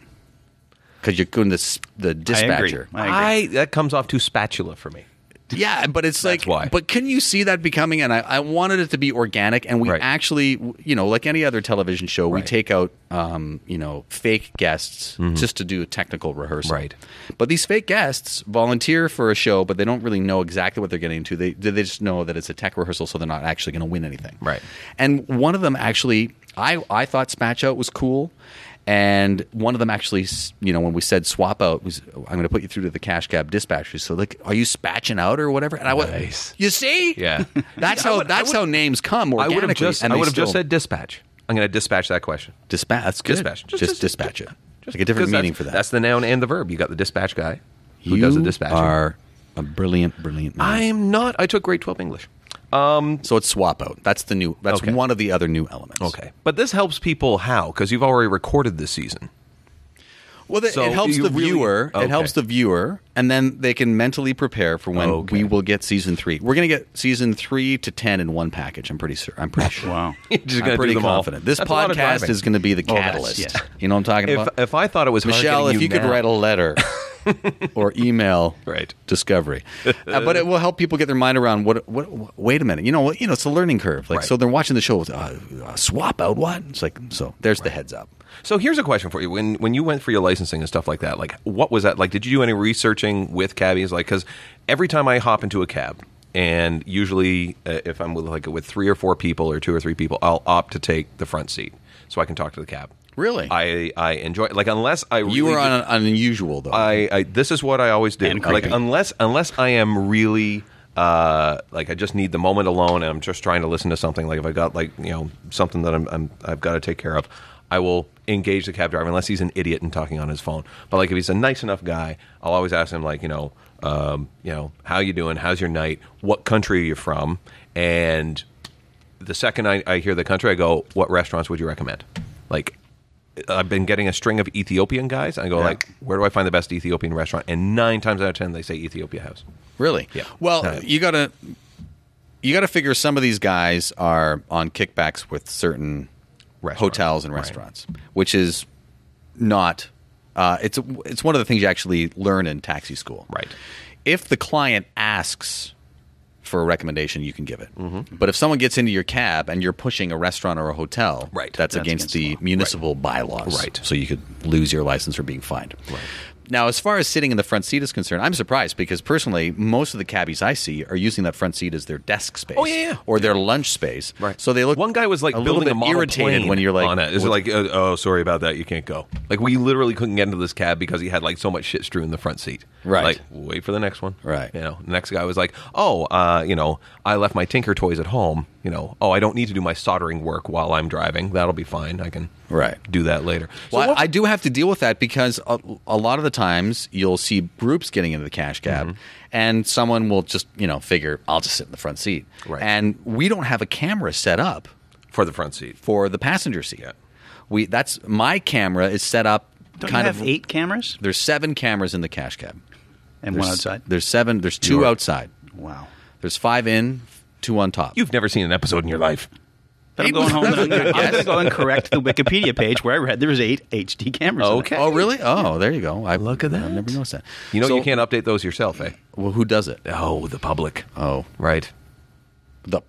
[SPEAKER 3] because you're going to s- the
[SPEAKER 1] I agree.
[SPEAKER 3] dispatcher.
[SPEAKER 1] I agree.
[SPEAKER 2] I that comes off too spatula for me.
[SPEAKER 3] Yeah, but it's like,
[SPEAKER 2] why.
[SPEAKER 3] but can you see that becoming? And I, I wanted it to be organic, and we
[SPEAKER 2] Right.
[SPEAKER 3] actually, you know, like any other television show, we
[SPEAKER 2] Right. Mm-hmm.
[SPEAKER 3] take out, um, you know, fake guests just to do a technical rehearsal.
[SPEAKER 2] Right.
[SPEAKER 3] But these fake guests volunteer for a show, but they don't really know exactly what they're getting into. They they just know that it's a tech rehearsal, so they're not actually going to win anything.
[SPEAKER 2] Right.
[SPEAKER 3] And one of them actually, I I thought Spatch Out was cool. And one of them actually, s- you know, when we said swap out, was I'm going to put you through to the cash cab dispatchers. So like, are you spatching out or whatever? And I was,
[SPEAKER 2] Nice.
[SPEAKER 3] you see,
[SPEAKER 2] Yeah.
[SPEAKER 3] that's how that's how names come
[SPEAKER 2] I
[SPEAKER 3] organically.
[SPEAKER 2] would have just
[SPEAKER 3] and
[SPEAKER 2] I
[SPEAKER 3] they
[SPEAKER 2] would have just
[SPEAKER 3] still-
[SPEAKER 2] said dispatch. I'm going to dispatch that question.
[SPEAKER 3] dispatch. That's good.
[SPEAKER 2] dispatch.
[SPEAKER 3] Just,
[SPEAKER 2] Just- just-
[SPEAKER 3] dispatch it.
[SPEAKER 2] Just
[SPEAKER 3] like a different
[SPEAKER 2] 'cause that's-
[SPEAKER 3] meaning for that.
[SPEAKER 2] That's the noun and the verb. You got the dispatch guy who
[SPEAKER 3] you
[SPEAKER 2] does the dispatching.
[SPEAKER 3] Are a brilliant, brilliant. Man.
[SPEAKER 2] I'm not. I took grade 12 English.
[SPEAKER 3] So it's swap out. That's the new. That's
[SPEAKER 2] Okay.
[SPEAKER 3] one of the other new elements.
[SPEAKER 2] Okay. But this helps people how? Because you've already recorded this season.
[SPEAKER 3] Well, the,
[SPEAKER 2] So
[SPEAKER 3] it helps
[SPEAKER 2] you
[SPEAKER 3] the
[SPEAKER 2] really-
[SPEAKER 3] viewer.
[SPEAKER 2] okay.
[SPEAKER 3] It helps the viewer, and then they can mentally prepare for when
[SPEAKER 2] Okay.
[SPEAKER 3] we will get season three. We're going to get season three to ten in one package. I'm pretty sure. I'm pretty sure.
[SPEAKER 1] Wow.
[SPEAKER 2] Just
[SPEAKER 3] I'm
[SPEAKER 2] gonna
[SPEAKER 3] pretty
[SPEAKER 2] do them all.
[SPEAKER 3] confident. This
[SPEAKER 2] That's a lot of
[SPEAKER 3] podcast
[SPEAKER 2] driving. Oh,
[SPEAKER 3] is going to be the
[SPEAKER 1] that's-
[SPEAKER 3] catalyst.
[SPEAKER 1] yes.
[SPEAKER 3] You know what I'm talking
[SPEAKER 2] If,
[SPEAKER 3] about?
[SPEAKER 2] if I thought it was hard
[SPEAKER 3] Michelle,
[SPEAKER 2] getting
[SPEAKER 3] if you could
[SPEAKER 2] now-
[SPEAKER 3] write a letter or email,
[SPEAKER 2] Right.
[SPEAKER 3] Discovery, Uh, but it will help people get their mind around what. What? what- wait a minute, you know what? You know, it's a learning curve. Like
[SPEAKER 2] Right.
[SPEAKER 3] so, they're watching the show. With, uh, uh, swap out what? It's like so. There's the heads up.
[SPEAKER 2] So here's a question for you: When when you went for your licensing and stuff like that, like what was that like? Did you do any researching with cabbies? Like, because every time I hop into a cab, and usually uh, if I'm with like with three or four people or two or three people, I'll opt to take the front seat so I can talk to the cab.
[SPEAKER 3] Really?
[SPEAKER 2] I I enjoy like unless I
[SPEAKER 3] You
[SPEAKER 2] really
[SPEAKER 3] were on
[SPEAKER 2] do-
[SPEAKER 3] an unusual though.
[SPEAKER 2] I, I this is what I always do.
[SPEAKER 1] And
[SPEAKER 2] Like
[SPEAKER 1] creepy.
[SPEAKER 2] unless unless I am really uh, like I just need the moment alone and I'm just trying to listen to something. Like if I got like you know something that I'm, I'm I've got to take care of, I will engage the cab driver unless he's an idiot and talking on his phone. But like if he's a nice enough guy, I'll always ask him like you know um, you know how you doing, how's your night, what country are you from, and the second I, I hear the country, I go, "What restaurants would you recommend?" Like, I've been getting a string of Ethiopian guys. I go, "Like, where do I find the best Ethiopian restaurant?" And nine times out of ten, they say Ethiopia House.
[SPEAKER 3] Really?
[SPEAKER 2] Yeah.
[SPEAKER 3] Well,
[SPEAKER 2] Yeah.
[SPEAKER 3] you gotta you got to figure some of these guys are on kickbacks with certain
[SPEAKER 2] Restaurants,
[SPEAKER 3] hotels and
[SPEAKER 2] right.
[SPEAKER 3] restaurants, which is not. Uh, it's it's one of the things you actually learn in taxi school.
[SPEAKER 2] Right.
[SPEAKER 3] If the client asks for a recommendation, you can give it. But if someone gets into your cab and you're pushing a restaurant or a hotel,
[SPEAKER 2] Right.
[SPEAKER 3] that's,
[SPEAKER 2] That's
[SPEAKER 1] against
[SPEAKER 3] against, the
[SPEAKER 1] the law.
[SPEAKER 3] municipal bylaws.
[SPEAKER 2] Right.
[SPEAKER 3] So you could lose your license or being fined. Right. Now, as far as sitting in the front seat is concerned, I'm surprised because personally, most of the cabbies I see are using that front seat as their desk space
[SPEAKER 2] Oh, yeah, yeah.
[SPEAKER 3] or their lunch space. So they look.
[SPEAKER 2] One guy was like
[SPEAKER 3] a little
[SPEAKER 2] building
[SPEAKER 3] bit
[SPEAKER 2] a model
[SPEAKER 3] irritated
[SPEAKER 2] plane
[SPEAKER 3] when you're like,
[SPEAKER 2] on it. Is it like, uh, oh, sorry about that, you can't go. Like we literally couldn't get into this cab because he had like so much shit strewn in the front seat.
[SPEAKER 3] Right.
[SPEAKER 2] Like wait for the next one.
[SPEAKER 3] Right.
[SPEAKER 2] You know, the next guy was like, oh, uh, you know, I left my Tinker toys at home. You know, oh, I don't need to do my soldering work while I'm driving. That'll be fine. I can
[SPEAKER 3] Right.
[SPEAKER 2] do that later. So
[SPEAKER 3] Well,
[SPEAKER 2] what-
[SPEAKER 3] I do have to deal with that because a, a lot of the times you'll see groups getting into the cash cab,
[SPEAKER 2] Mm-hmm.
[SPEAKER 3] and someone will just you know figure I'll just sit in the front seat,
[SPEAKER 2] Right.
[SPEAKER 3] and we don't have a camera set up
[SPEAKER 2] for the front seat.
[SPEAKER 3] for the passenger seat.
[SPEAKER 2] Yeah.
[SPEAKER 3] We that's my camera is set up
[SPEAKER 1] Don't
[SPEAKER 3] kind
[SPEAKER 1] you
[SPEAKER 3] of
[SPEAKER 1] have eight cameras
[SPEAKER 3] There's seven cameras in the cash cab.
[SPEAKER 1] and
[SPEAKER 3] There's,
[SPEAKER 1] one outside?
[SPEAKER 3] There's seven. There's two
[SPEAKER 2] You're-
[SPEAKER 3] outside.
[SPEAKER 1] Wow.
[SPEAKER 3] There's five in, two on top.
[SPEAKER 2] You've never seen an episode in your life.
[SPEAKER 1] But I'm going home. And I'm going to go and correct the Wikipedia page where I read there was eight HD cameras. in it.
[SPEAKER 2] Okay.
[SPEAKER 3] oh really? Oh, there you go. I
[SPEAKER 2] Look at
[SPEAKER 3] I
[SPEAKER 2] that.
[SPEAKER 3] never noticed that.
[SPEAKER 2] You know
[SPEAKER 3] So-
[SPEAKER 2] you can't update those yourself, eh?
[SPEAKER 3] Well, who does it?
[SPEAKER 2] Oh, the public.
[SPEAKER 3] Oh,
[SPEAKER 2] Right.
[SPEAKER 3] the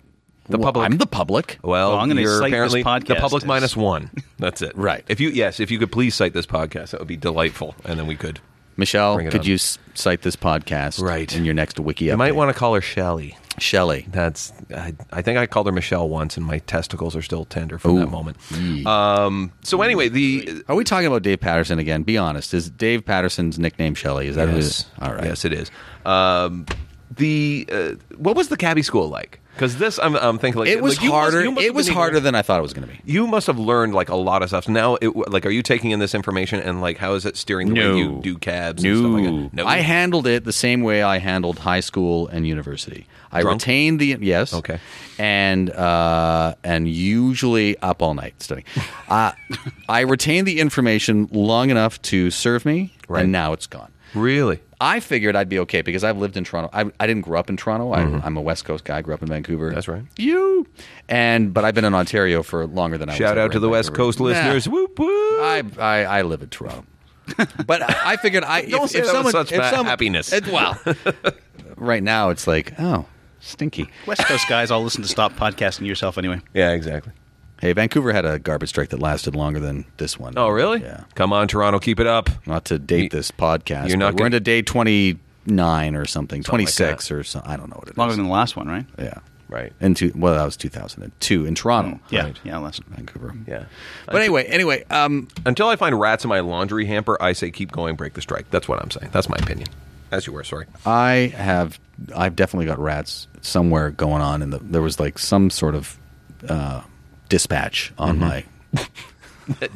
[SPEAKER 2] The
[SPEAKER 3] well,
[SPEAKER 2] public. Oh,
[SPEAKER 3] I'm the public.
[SPEAKER 2] Well,
[SPEAKER 1] Well, I'm gonna
[SPEAKER 2] you're
[SPEAKER 1] cite this
[SPEAKER 2] apparently the
[SPEAKER 1] podcast
[SPEAKER 2] public
[SPEAKER 1] as-
[SPEAKER 2] minus one. That's it.
[SPEAKER 3] Right.
[SPEAKER 2] If you yes, if you could please cite this podcast, that would be delightful, and then we could.
[SPEAKER 3] Michelle,
[SPEAKER 2] Bring it
[SPEAKER 3] could
[SPEAKER 2] on.
[SPEAKER 3] you s- cite this podcast
[SPEAKER 2] Right.
[SPEAKER 3] in your next wiki?
[SPEAKER 2] You might want to call her Shelly.
[SPEAKER 3] to Shelley.
[SPEAKER 2] That's I, I think I called her Michelle once, and my testicles are still tender from that moment. Um. So anyway, the
[SPEAKER 3] Are we talking about Dave Patterson again? Be honest. Is Dave Patterson's nickname Shelley? Is that who it
[SPEAKER 2] yes,
[SPEAKER 3] is? All right.
[SPEAKER 2] yes, it is. Um, the uh, what was the cabbie school like? Because this, I'm, I'm thinking like
[SPEAKER 3] It was
[SPEAKER 2] like, you must-
[SPEAKER 3] harder.
[SPEAKER 2] you must have
[SPEAKER 3] it
[SPEAKER 2] been
[SPEAKER 3] was
[SPEAKER 2] able-
[SPEAKER 3] harder than I thought it was going to be.
[SPEAKER 2] You must have learned like a lot of stuff. Now, it, like, are you taking in this information and like how is it steering the way you do cabs? and stuff like that? no,
[SPEAKER 3] I handled it the same way I handled high school and university. I
[SPEAKER 2] Drunk?
[SPEAKER 3] retained the yes,
[SPEAKER 2] Okay.
[SPEAKER 3] and uh, and usually up all night studying. Uh, I retained the information long enough to serve me,
[SPEAKER 2] Right.
[SPEAKER 3] and now it's gone.
[SPEAKER 2] Really?
[SPEAKER 3] I figured I'd be okay because I've lived in Toronto. I, I didn't grow up in Toronto. I, I'm a West Coast guy. Grew up in Vancouver.
[SPEAKER 2] Mm-hmm. That's right.
[SPEAKER 3] You and but I've been in Ontario for longer than I. was
[SPEAKER 2] Shout
[SPEAKER 3] ever
[SPEAKER 2] out to
[SPEAKER 3] in
[SPEAKER 2] the West
[SPEAKER 3] Vancouver.
[SPEAKER 2] Coast
[SPEAKER 3] Nah.
[SPEAKER 2] listeners. Whoop whoop.
[SPEAKER 3] I, I I live in Toronto. But I I figured I
[SPEAKER 2] Don't
[SPEAKER 3] if,
[SPEAKER 2] say
[SPEAKER 3] if
[SPEAKER 2] that with
[SPEAKER 3] someone
[SPEAKER 2] such
[SPEAKER 3] if
[SPEAKER 2] bad
[SPEAKER 3] some-
[SPEAKER 2] happiness.
[SPEAKER 3] it- well, right now it's like oh stinky.
[SPEAKER 1] West Coast guys, I'll listen to Stop Podcasting Yourself anyway.
[SPEAKER 2] yeah, exactly.
[SPEAKER 3] Hey, Vancouver had a garbage strike that lasted longer than this one.
[SPEAKER 2] Oh, really?
[SPEAKER 3] Yeah.
[SPEAKER 2] Come on, Toronto, keep it up.
[SPEAKER 3] Not to date this podcast.
[SPEAKER 2] you're not
[SPEAKER 3] but we're
[SPEAKER 2] gonna-
[SPEAKER 3] into day twenty nine or something, twenty
[SPEAKER 2] like that.
[SPEAKER 3] six or something. I don't know what it is.
[SPEAKER 1] Longer than the last one, right?
[SPEAKER 3] yeah.
[SPEAKER 2] Right. Oh,
[SPEAKER 3] Into well, that was two thousand and two in Toronto.
[SPEAKER 1] Yeah.
[SPEAKER 2] Right.
[SPEAKER 1] Yeah, last.
[SPEAKER 3] Vancouver.
[SPEAKER 2] Yeah.
[SPEAKER 3] But anyway, anyway, um,
[SPEAKER 2] Until I find rats in my laundry hamper, I say keep going, break the strike. That's what I'm saying. That's my opinion. As you were, sorry.
[SPEAKER 3] I have I've definitely got rats somewhere going on, and the, there was like some sort of uh, dispatch on my
[SPEAKER 2] Mm-hmm.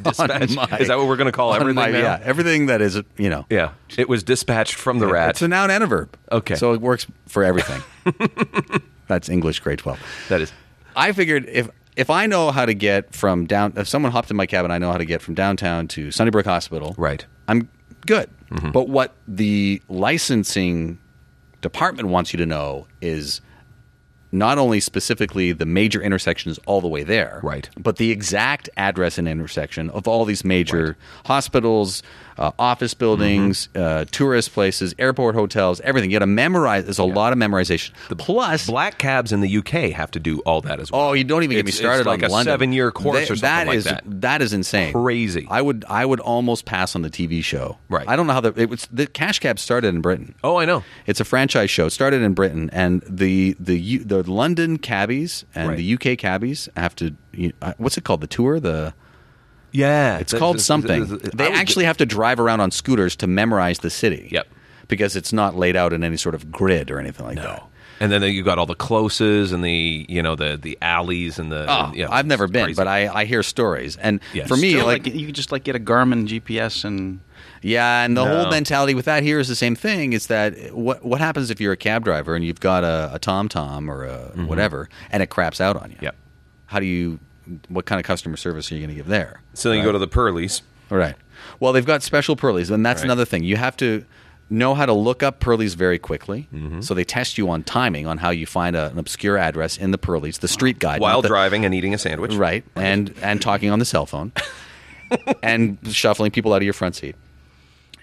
[SPEAKER 2] Dispatch.
[SPEAKER 3] my-
[SPEAKER 2] is that what we're going to call
[SPEAKER 3] on
[SPEAKER 2] everything?
[SPEAKER 3] my-
[SPEAKER 2] now?
[SPEAKER 3] yeah everything that is you know
[SPEAKER 2] Yeah. It was dispatched from the rat.
[SPEAKER 3] it's a noun and a verb
[SPEAKER 2] Okay.
[SPEAKER 3] so it works for everything. That's English grade twelve.
[SPEAKER 2] that is.
[SPEAKER 3] I figured if if I know how to get from down if someone hopped in my cab and I know how to get from downtown to Sunnybrook Hospital,
[SPEAKER 2] Right. Mm-hmm.
[SPEAKER 3] I'm good. But what the licensing department wants you to know is not only specifically the major intersections all the way there,
[SPEAKER 2] Right.
[SPEAKER 3] but the exact address and intersection of all these major hospitals, uh, office buildings,
[SPEAKER 2] Mm-hmm.
[SPEAKER 3] uh, tourist places, airport hotels, everything. You got to memorize. There's a lot of memorization. Plus,
[SPEAKER 2] Black cabs in the UK have to do all that as well.
[SPEAKER 3] Oh, you don't even get me
[SPEAKER 2] It's-
[SPEAKER 3] started
[SPEAKER 2] it's like
[SPEAKER 3] on
[SPEAKER 2] a
[SPEAKER 3] London.
[SPEAKER 2] seven-year course
[SPEAKER 3] They-
[SPEAKER 2] or something
[SPEAKER 3] that
[SPEAKER 2] like
[SPEAKER 3] is-
[SPEAKER 2] that.
[SPEAKER 3] That is insane.
[SPEAKER 2] Crazy.
[SPEAKER 3] I would I would almost pass on the TV show.
[SPEAKER 2] Right.
[SPEAKER 3] I don't know how the it was the Cash Cab started in Britain.
[SPEAKER 2] Oh, I know.
[SPEAKER 3] It's a franchise show. It started in Britain, and the the U- the London cabbies and
[SPEAKER 2] Right.
[SPEAKER 3] the UK cabbies have to. You, uh, what's it called? The tour. The
[SPEAKER 2] Yeah.
[SPEAKER 3] it's called something. they actually have to drive around on scooters to memorize the city.
[SPEAKER 2] Yep.
[SPEAKER 3] Because it's not laid out in any sort of grid or anything like that.
[SPEAKER 2] No. And then you got all the closes and the you know the the alleys and the
[SPEAKER 3] Oh,
[SPEAKER 2] and, yeah,
[SPEAKER 3] I've never
[SPEAKER 2] it's
[SPEAKER 3] been,
[SPEAKER 2] crazy.
[SPEAKER 3] but I, I hear stories, and
[SPEAKER 2] Yes.
[SPEAKER 3] for me,
[SPEAKER 1] Still,
[SPEAKER 3] like
[SPEAKER 1] like, you could just like get a Garmin GPS and
[SPEAKER 3] Yeah, and the
[SPEAKER 2] No.
[SPEAKER 3] whole mentality with that here is the same thing. Is that what what happens if you're a cab driver and you've got a, a Tom Tom or a whatever, and it craps out on you?
[SPEAKER 2] Mm-hmm. Yep.
[SPEAKER 3] How do you? What kind of customer service are you going to give there?
[SPEAKER 2] so then you go to the Pearlies.
[SPEAKER 3] All right. Well, they've got special pearlies, and that's
[SPEAKER 2] Right.
[SPEAKER 3] another thing. You have to know how to look up Pearlies very quickly.
[SPEAKER 2] Mm-hmm.
[SPEAKER 3] So they test you on timing on how you find a- an obscure address in the Pearlies, the street guide. not
[SPEAKER 2] while
[SPEAKER 3] the-
[SPEAKER 2] driving and eating a sandwich.
[SPEAKER 3] Right. And and talking on the cell phone and shuffling people out of your front seat.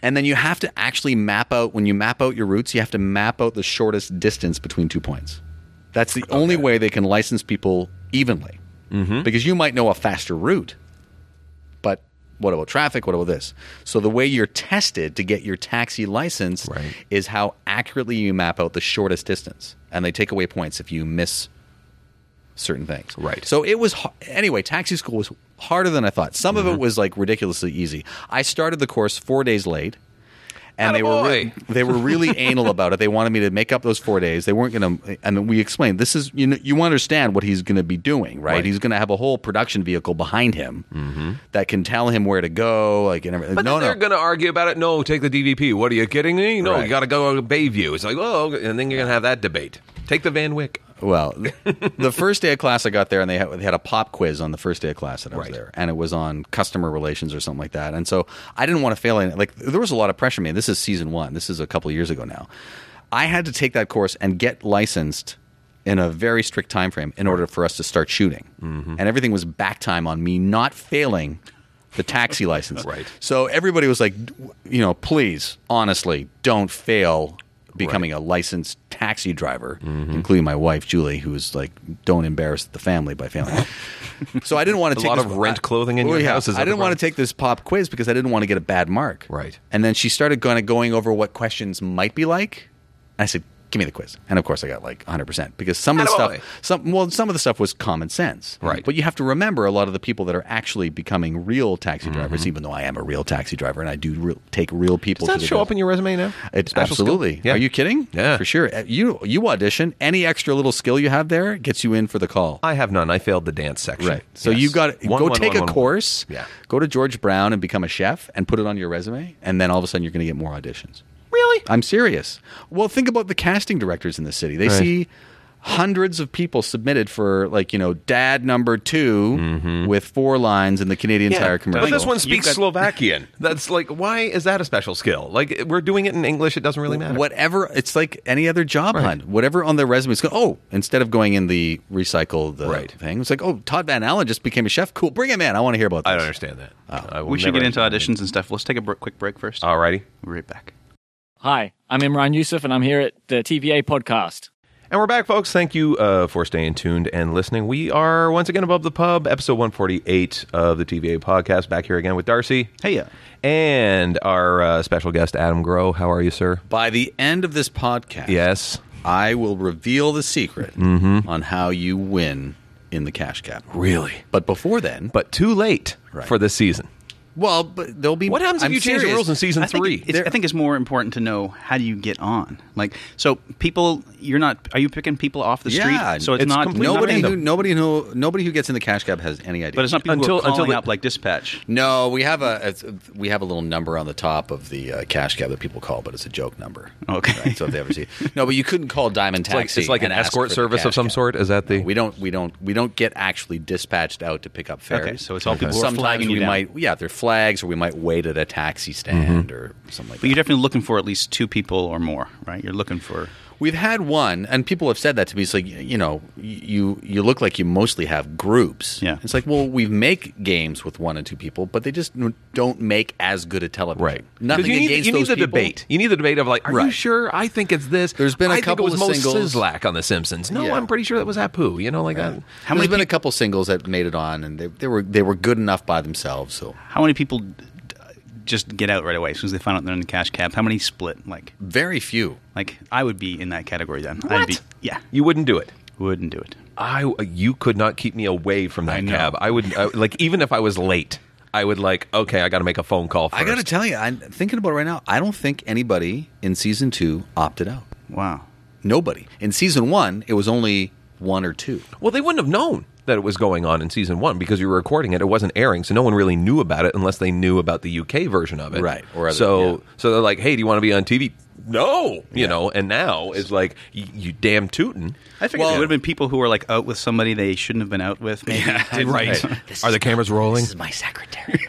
[SPEAKER 3] And then you have to actually map out when you map out your routes, you have to map out the shortest distance between two points. That's the only way they can license people evenly. Because you might know a faster route, but what about traffic? What about this? So the way you're tested to get your taxi license
[SPEAKER 2] Right.
[SPEAKER 3] is how accurately you map out the shortest distance, and they take away points if you miss certain things.
[SPEAKER 2] Right.
[SPEAKER 3] So it was har- anyway. Taxi school was harder than I thought. Some of
[SPEAKER 2] Mm-hmm.
[SPEAKER 3] it was like ridiculously easy. I started the course four days late, and they were
[SPEAKER 2] Attaboy.
[SPEAKER 3] re- they were really anal about it. They wanted me to make up those four days. They weren't going to. And then we explained this is you know you understand what he's going to be doing, right?
[SPEAKER 2] Right. Mm-hmm.
[SPEAKER 3] He's going to have a whole production vehicle behind him that can tell him where to go, like and everything.
[SPEAKER 2] But
[SPEAKER 3] no,
[SPEAKER 2] then
[SPEAKER 3] no,
[SPEAKER 2] they're going to argue about it. No, take the DVP. What are you kidding me? No,
[SPEAKER 3] Right.
[SPEAKER 2] you got to go to Bayview. It's like, oh, and then you're going to have that debate. Take the Van Wyck.
[SPEAKER 3] Well, th- the first day of class I got there, and they had, they had a pop quiz on the first day of class that I was
[SPEAKER 2] Right.
[SPEAKER 3] there, and it was on customer relations or something like that. And so I didn't want to fail. Any, like there was a lot of pressure. on Me, this is season one. This is a couple years ago now. I had to take that course and get licensed in a very strict time frame in order for us to start shooting.
[SPEAKER 2] Mm-hmm.
[SPEAKER 3] And everything was back time on me not failing the taxi license.
[SPEAKER 2] Right.
[SPEAKER 3] So everybody was like, d- you know, please, honestly, don't fail becoming a licensed taxi driver,
[SPEAKER 2] Mm-hmm.
[SPEAKER 3] including my wife Julie, who was like, don't embarrass the family by failing. so I didn't want to
[SPEAKER 2] A
[SPEAKER 3] take
[SPEAKER 2] lot
[SPEAKER 3] this-
[SPEAKER 2] of rent
[SPEAKER 3] I-
[SPEAKER 2] clothing in
[SPEAKER 3] Oh,
[SPEAKER 2] your
[SPEAKER 3] yeah.
[SPEAKER 2] house, is that
[SPEAKER 3] I
[SPEAKER 2] the
[SPEAKER 3] didn't want
[SPEAKER 2] problem?
[SPEAKER 3] to take this pop quiz because I didn't want to get a bad mark.
[SPEAKER 2] Right.
[SPEAKER 3] And then she started kind of going over what questions might be like. I said, "Give me the quiz," and of course I got like 100 percent because some of the
[SPEAKER 2] Attaboy.
[SPEAKER 3] stuff, some well, some of the stuff was common sense.
[SPEAKER 2] Right.
[SPEAKER 3] But you have to remember a lot of the people that are actually becoming real taxi drivers, even though I am a real taxi driver and I do real, take real people.
[SPEAKER 2] Mm-hmm. Does
[SPEAKER 3] to
[SPEAKER 2] that
[SPEAKER 3] the
[SPEAKER 2] show
[SPEAKER 3] job.
[SPEAKER 2] up in your resume now?
[SPEAKER 3] It,
[SPEAKER 2] Special skill?
[SPEAKER 3] absolutely.
[SPEAKER 2] Yeah.
[SPEAKER 3] Are you kidding?
[SPEAKER 2] Yeah.
[SPEAKER 3] For sure. Uh, You you audition any extra little skill you have there gets you in for the call.
[SPEAKER 2] I have none. I failed the dance section.
[SPEAKER 3] Right. So
[SPEAKER 2] Yes.
[SPEAKER 3] you got
[SPEAKER 2] One,
[SPEAKER 3] go
[SPEAKER 2] one,
[SPEAKER 3] take
[SPEAKER 2] one,
[SPEAKER 3] a
[SPEAKER 2] one, one.
[SPEAKER 3] course.
[SPEAKER 2] Yeah.
[SPEAKER 3] Go to George Brown and become a chef and put it on your resume, and then all of a sudden you're going to get more auditions.
[SPEAKER 2] Really?
[SPEAKER 3] I'm serious. Well, think about the casting directors in the city. They see hundreds of people submitted for like you know dad number 2
[SPEAKER 2] Mm-hmm.
[SPEAKER 3] with four lines in the Canadian Tire commercial.
[SPEAKER 2] But this one
[SPEAKER 3] You've
[SPEAKER 2] speaks
[SPEAKER 3] got-
[SPEAKER 2] Slovakian. That's like, why is that a special skill? Like, we're doing it in English. It doesn't really matter.
[SPEAKER 3] Whatever, it's like any other job hunt. Whatever on their resume, it's go, oh, instead of going in the recycle the
[SPEAKER 2] Right.
[SPEAKER 3] thing, it's like, oh, Todd Van Allen just became a chef. Cool, bring him in. I want to hear about this.
[SPEAKER 2] I don't understand that. I will
[SPEAKER 1] We should
[SPEAKER 2] never Uh,
[SPEAKER 1] get into
[SPEAKER 2] understand
[SPEAKER 1] auditions and stuff. Let's take a br- quick break first.
[SPEAKER 2] it. Alrighty.
[SPEAKER 1] We'll be right back.
[SPEAKER 4] Hi, I'm Imran Yusuf, and I'm here at the TVA podcast.
[SPEAKER 2] And we're back, folks. Thank you uh, for staying tuned and listening. We are once again above the pub, episode 148 of the TVA podcast. Back here again with Darcy
[SPEAKER 1] Hey, yeah.
[SPEAKER 2] and our uh, special guest, Adam Groh. How are you, sir?
[SPEAKER 3] By the end of this podcast,
[SPEAKER 2] Yes.
[SPEAKER 3] I will reveal the secret
[SPEAKER 2] Mm-hmm.
[SPEAKER 3] on how you win in the cash cap.
[SPEAKER 2] Really?
[SPEAKER 3] But before then,
[SPEAKER 2] But too late
[SPEAKER 3] Right.
[SPEAKER 2] for this season.
[SPEAKER 3] well, but there'll be
[SPEAKER 2] What happens if
[SPEAKER 3] I'm
[SPEAKER 2] you change the
[SPEAKER 3] serious.
[SPEAKER 2] rules in season
[SPEAKER 1] I think,
[SPEAKER 2] three?
[SPEAKER 1] it's, I think it's more important to know how do you get on. Like, so people, you're not. Are you picking people off the
[SPEAKER 3] Yeah,
[SPEAKER 1] street? So it's,
[SPEAKER 2] it's
[SPEAKER 1] not
[SPEAKER 2] completely
[SPEAKER 1] nobody.
[SPEAKER 3] Nobody
[SPEAKER 2] random.
[SPEAKER 3] who nobody who nobody who gets in the cash cab has any idea.
[SPEAKER 1] but it's not people who
[SPEAKER 2] Until-
[SPEAKER 1] are calling
[SPEAKER 2] until the-
[SPEAKER 1] up like dispatch.
[SPEAKER 3] No, we have a it's- we have a little number on the top of the uh, cash cab that people call, but it's a joke number.
[SPEAKER 1] Okay.
[SPEAKER 3] Right? So if they ever see no, but you couldn't call Diamond
[SPEAKER 2] It's
[SPEAKER 3] Taxi.
[SPEAKER 2] like, it's like an
[SPEAKER 3] and ask
[SPEAKER 2] escort
[SPEAKER 3] for the
[SPEAKER 2] service of
[SPEAKER 3] cash
[SPEAKER 2] some
[SPEAKER 3] cab.
[SPEAKER 2] sort. Is that the.
[SPEAKER 3] We don't we don't we don't get actually dispatched out to pick up fares.
[SPEAKER 1] Okay, so it's all people who are
[SPEAKER 3] Sometimes
[SPEAKER 1] flagging you
[SPEAKER 3] we
[SPEAKER 1] down.
[SPEAKER 3] might yeah, they're flags or we might wait at a taxi
[SPEAKER 2] Mm-hmm.
[SPEAKER 3] stand or something like
[SPEAKER 1] But
[SPEAKER 3] that.
[SPEAKER 1] you're definitely looking for at least two people or more, right? You're looking for.
[SPEAKER 3] We've had one and people have said that to me it's like you know, you you look like you mostly have groups.
[SPEAKER 1] Yeah.
[SPEAKER 3] It's like well, we make games with one and two people, but they just n- don't make as good a television.
[SPEAKER 2] Right.
[SPEAKER 3] Nothing
[SPEAKER 2] you need,
[SPEAKER 3] against
[SPEAKER 2] you need
[SPEAKER 3] those
[SPEAKER 2] the
[SPEAKER 3] people.
[SPEAKER 2] debate. You need the debate of like, are you
[SPEAKER 3] Right.
[SPEAKER 2] sure? I think it's this.
[SPEAKER 3] There's been a
[SPEAKER 2] I
[SPEAKER 3] couple
[SPEAKER 2] think it was
[SPEAKER 3] of
[SPEAKER 2] Mo
[SPEAKER 3] singles.
[SPEAKER 2] Sizlak on The Simpsons. No,
[SPEAKER 3] Yeah.
[SPEAKER 2] I'm pretty sure that was Apu. You know, like that.
[SPEAKER 1] How many?
[SPEAKER 3] There's been
[SPEAKER 1] peop-
[SPEAKER 3] a couple singles that made it on, and they, they were they were good enough by themselves. So
[SPEAKER 1] how many people d- just get out right away as soon as they find out they're in the cash cab? How many split? Like,
[SPEAKER 3] very few.
[SPEAKER 1] like I would be in that category then. I'd
[SPEAKER 2] What?
[SPEAKER 1] be yeah.
[SPEAKER 2] You wouldn't do it.
[SPEAKER 1] Wouldn't do it.
[SPEAKER 2] I you could not keep me away from that
[SPEAKER 1] I know.
[SPEAKER 2] cab. I would I, like even if I was late, I would like okay, I got to make a phone call first.
[SPEAKER 3] I got to tell you, I'm thinking about it right now. I don't think anybody in season two opted out.
[SPEAKER 1] Wow.
[SPEAKER 3] Nobody in season one. It was only one or two.
[SPEAKER 2] well, they wouldn't have known that it was going on in season 1 because you were recording it. It wasn't airing, so no one really knew about it unless they knew about the UK version of it.
[SPEAKER 3] Right, or other-
[SPEAKER 2] so
[SPEAKER 3] yeah.
[SPEAKER 2] so they're like, "Hey, do you want to be on TV?" no, you know, and now it's like you, you damn tootin'.
[SPEAKER 1] I figured
[SPEAKER 3] Well-
[SPEAKER 1] it would have been people who were like out with somebody they shouldn't have been out with. Maybe.
[SPEAKER 2] Right. Are the cameras rolling?
[SPEAKER 5] my secretary.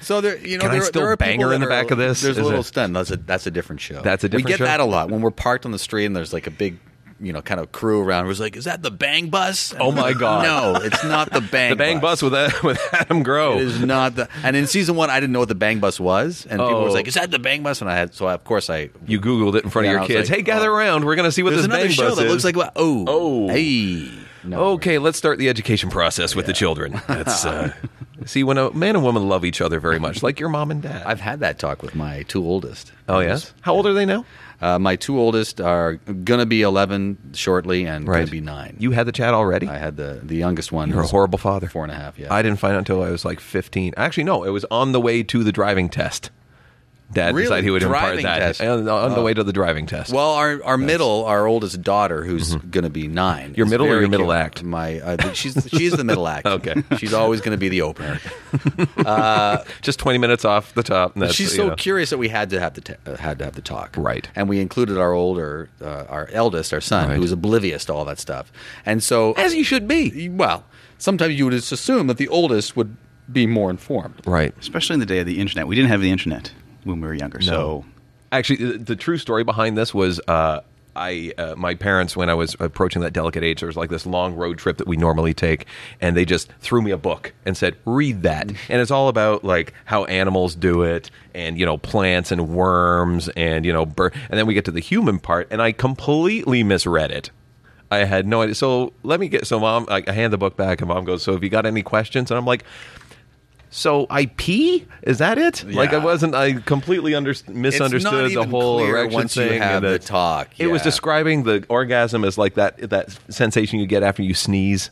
[SPEAKER 3] So there, you know,
[SPEAKER 2] Can I
[SPEAKER 3] there,
[SPEAKER 2] still
[SPEAKER 3] there are
[SPEAKER 2] bang
[SPEAKER 3] people
[SPEAKER 2] her in
[SPEAKER 3] that
[SPEAKER 2] the back
[SPEAKER 3] are-
[SPEAKER 2] of this?
[SPEAKER 3] There's a
[SPEAKER 2] Is
[SPEAKER 3] little
[SPEAKER 2] it-
[SPEAKER 3] stunt. That's a that's a different show.
[SPEAKER 2] That's a different
[SPEAKER 3] We get
[SPEAKER 2] show?
[SPEAKER 3] that a lot when we're parked on the street and there's like a big, you know, kind of crew around. Who's like, is that the Bang Bus? And
[SPEAKER 2] Oh
[SPEAKER 3] I'm
[SPEAKER 2] my
[SPEAKER 3] like,
[SPEAKER 2] God.
[SPEAKER 3] No, it's not the Bang.
[SPEAKER 2] The bang bus, with with with Adam Grow.
[SPEAKER 3] It is not the. And in season one, I didn't know what the Bang Bus was, and people were
[SPEAKER 2] Oh.
[SPEAKER 3] like, is that the Bang Bus? And I had so I, of course I.
[SPEAKER 2] You Googled it in front
[SPEAKER 3] Yeah,
[SPEAKER 2] of
[SPEAKER 3] I
[SPEAKER 2] your
[SPEAKER 3] was
[SPEAKER 2] kids.
[SPEAKER 3] like,
[SPEAKER 2] hey, gather
[SPEAKER 3] oh.
[SPEAKER 2] around. We're going to see what
[SPEAKER 3] There's
[SPEAKER 2] this
[SPEAKER 3] another
[SPEAKER 2] bang
[SPEAKER 3] show
[SPEAKER 2] bus
[SPEAKER 3] that
[SPEAKER 2] is.
[SPEAKER 3] looks like oh
[SPEAKER 2] Oh.
[SPEAKER 3] hey no,
[SPEAKER 2] okay, let's start the education process with the children. That's uh, see when a man and woman love each other very much, like your mom and dad.
[SPEAKER 3] I've had that talk with my two oldest.
[SPEAKER 2] oh yes. How old are they now?
[SPEAKER 3] Uh, my two oldest are gonna be 11 shortly and gonna be nine.
[SPEAKER 2] You had the chat already.
[SPEAKER 3] I had the the youngest one.
[SPEAKER 2] You're a
[SPEAKER 3] was
[SPEAKER 2] horrible father.
[SPEAKER 3] Four and a half. Yeah.
[SPEAKER 2] I didn't find out until I was like 15. Actually, no, it was on the way to the driving test. Dad
[SPEAKER 3] Really?
[SPEAKER 2] decided he would impart
[SPEAKER 3] Driving
[SPEAKER 2] that
[SPEAKER 3] test.
[SPEAKER 2] And on the way to the driving test.
[SPEAKER 3] well, our our middle, our oldest daughter, who's going to be nine.
[SPEAKER 2] Mm-hmm. Your
[SPEAKER 3] is
[SPEAKER 2] middle or
[SPEAKER 3] very
[SPEAKER 2] your middle
[SPEAKER 3] cute.
[SPEAKER 2] act?
[SPEAKER 3] My uh, she's she's the middle act.
[SPEAKER 2] Okay.
[SPEAKER 3] she's always going to be the opener.
[SPEAKER 2] just 20 minutes off the top. and that's,
[SPEAKER 3] she's
[SPEAKER 2] you
[SPEAKER 3] so
[SPEAKER 2] know.
[SPEAKER 3] curious that we had to have the t- uh, had to have the talk.
[SPEAKER 2] Right.
[SPEAKER 3] and we included our older, uh, our eldest, our son,
[SPEAKER 2] Right.
[SPEAKER 3] who was oblivious to all that stuff, and so
[SPEAKER 2] As you should be.
[SPEAKER 3] well, sometimes you would just assume that the oldest would be more informed.
[SPEAKER 2] Right.
[SPEAKER 1] Especially in the day of the internet. We didn't have the internet when we were younger. So
[SPEAKER 2] Actually, the, the true story behind this was uh, I uh, my parents when I was approaching that delicate age, there was like this long road trip that we normally take, and they just threw me a book and said, "Read that," and it's all about like how animals do it, and you know plants and worms, and you know, bir- and then we get to the human part, and I completely misread it. I had no idea. So let me get. So mom, I I hand the book back, and mom goes, "So have you got any questions?" And I'm like, "So I pee? Is that it?" Like I
[SPEAKER 3] Yeah.
[SPEAKER 2] wasn't. I completely under, misunderstood
[SPEAKER 3] even
[SPEAKER 2] the whole
[SPEAKER 3] clear
[SPEAKER 2] erection
[SPEAKER 3] once you
[SPEAKER 2] thing.
[SPEAKER 3] have
[SPEAKER 2] and
[SPEAKER 3] the
[SPEAKER 2] it's-
[SPEAKER 3] talk,
[SPEAKER 2] It was
[SPEAKER 3] yeah.
[SPEAKER 2] describing the orgasm as like that that sensation you get after you sneeze.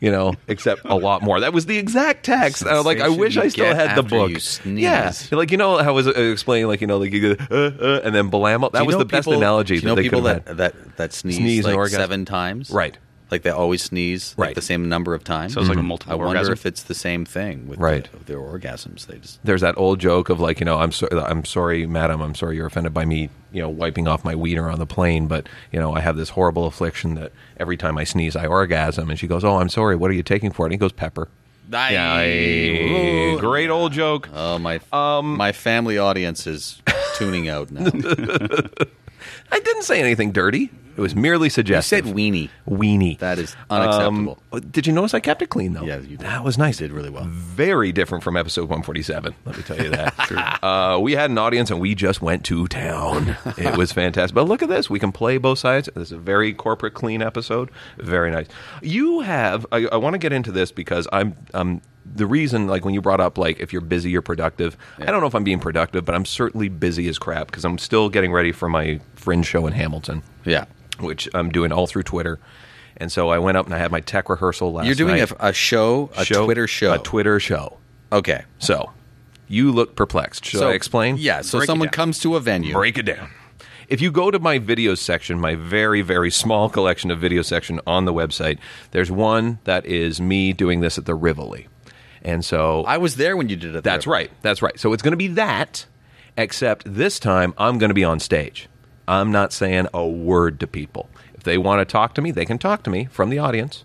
[SPEAKER 2] You know, except a lot more. That was the exact text. I was like, I
[SPEAKER 3] Sensation
[SPEAKER 2] wish
[SPEAKER 3] you
[SPEAKER 2] I still
[SPEAKER 3] get
[SPEAKER 2] had the
[SPEAKER 3] after
[SPEAKER 2] book.
[SPEAKER 3] you sneeze.
[SPEAKER 2] Yeah, like you know how I was uh, explaining, like you know, like you go, uh, uh, and then blammo. That
[SPEAKER 3] Do you
[SPEAKER 2] was
[SPEAKER 3] know
[SPEAKER 2] the best
[SPEAKER 3] people-
[SPEAKER 2] analogy
[SPEAKER 3] Do you know
[SPEAKER 2] that they
[SPEAKER 3] people
[SPEAKER 2] could have
[SPEAKER 3] that,
[SPEAKER 2] had.
[SPEAKER 3] that that sneeze,
[SPEAKER 2] Sneeze and
[SPEAKER 3] like
[SPEAKER 2] orgasm.
[SPEAKER 3] seven times,
[SPEAKER 2] Right.
[SPEAKER 3] Like they always sneeze,
[SPEAKER 2] Right. Mm-hmm.
[SPEAKER 3] like the same number of times.
[SPEAKER 1] So it's like a Mhm. multiple
[SPEAKER 3] I wonder
[SPEAKER 1] orgasm?
[SPEAKER 3] if it's the same thing with
[SPEAKER 2] Right.
[SPEAKER 3] the, their orgasms. They just
[SPEAKER 2] there's that old joke of like you know I'm so, I'm sorry madam I'm sorry you're offended by me you know wiping off my wiener on the plane but you know I have this horrible affliction that every time I sneeze I orgasm and she goes oh I'm sorry what are you taking for it and he goes pepper
[SPEAKER 3] Aye.
[SPEAKER 2] Aye. great old joke
[SPEAKER 3] Oh my!
[SPEAKER 2] Um,
[SPEAKER 3] my family audience is tuning out now. you
[SPEAKER 2] I didn't say anything dirty it was merely
[SPEAKER 3] said
[SPEAKER 2] suggestive
[SPEAKER 3] weenie.
[SPEAKER 2] weenie
[SPEAKER 3] That is
[SPEAKER 2] Um,
[SPEAKER 3] unacceptable.
[SPEAKER 2] did you notice I kept it clean though
[SPEAKER 3] Yeah, you did.
[SPEAKER 2] that was nice
[SPEAKER 3] You did really well.
[SPEAKER 2] very different from episode 147. Let me tell you that. uh, we had an audience and we just went to town. It was fantastic. But look at this. We can play both sides. This is a very corporate clean episode. Very nice. You have, I, I want to get into this because I'm, um, the reason, like when you brought up, like if you're busy, you're productive. I don't know if I'm being productive, but I'm certainly busy as crap because I'm still getting ready for my fringe show in Hamilton,
[SPEAKER 3] Yeah,
[SPEAKER 2] which I'm doing all through Twitter. And so I went up and I had my tech rehearsal last.
[SPEAKER 3] you're doing a,
[SPEAKER 2] night.
[SPEAKER 3] a show, a Twitter show.
[SPEAKER 2] a Twitter show.
[SPEAKER 3] okay,
[SPEAKER 2] So, you look perplexed. Should I explain?
[SPEAKER 3] Yeah, so
[SPEAKER 1] Break it
[SPEAKER 3] someone
[SPEAKER 1] down.
[SPEAKER 3] comes to a venue.
[SPEAKER 2] Break it down. If you go to my video section, my very, very small collection of video section on the website, there's one that is me doing this at the Rivoli. And so
[SPEAKER 3] I was there when you did it.
[SPEAKER 2] that's
[SPEAKER 3] there.
[SPEAKER 2] right. That's right. So it's going to be that, except this time I'm going to be on stage. I'm not saying a word to people. If they want to talk to me, they can talk to me from the audience,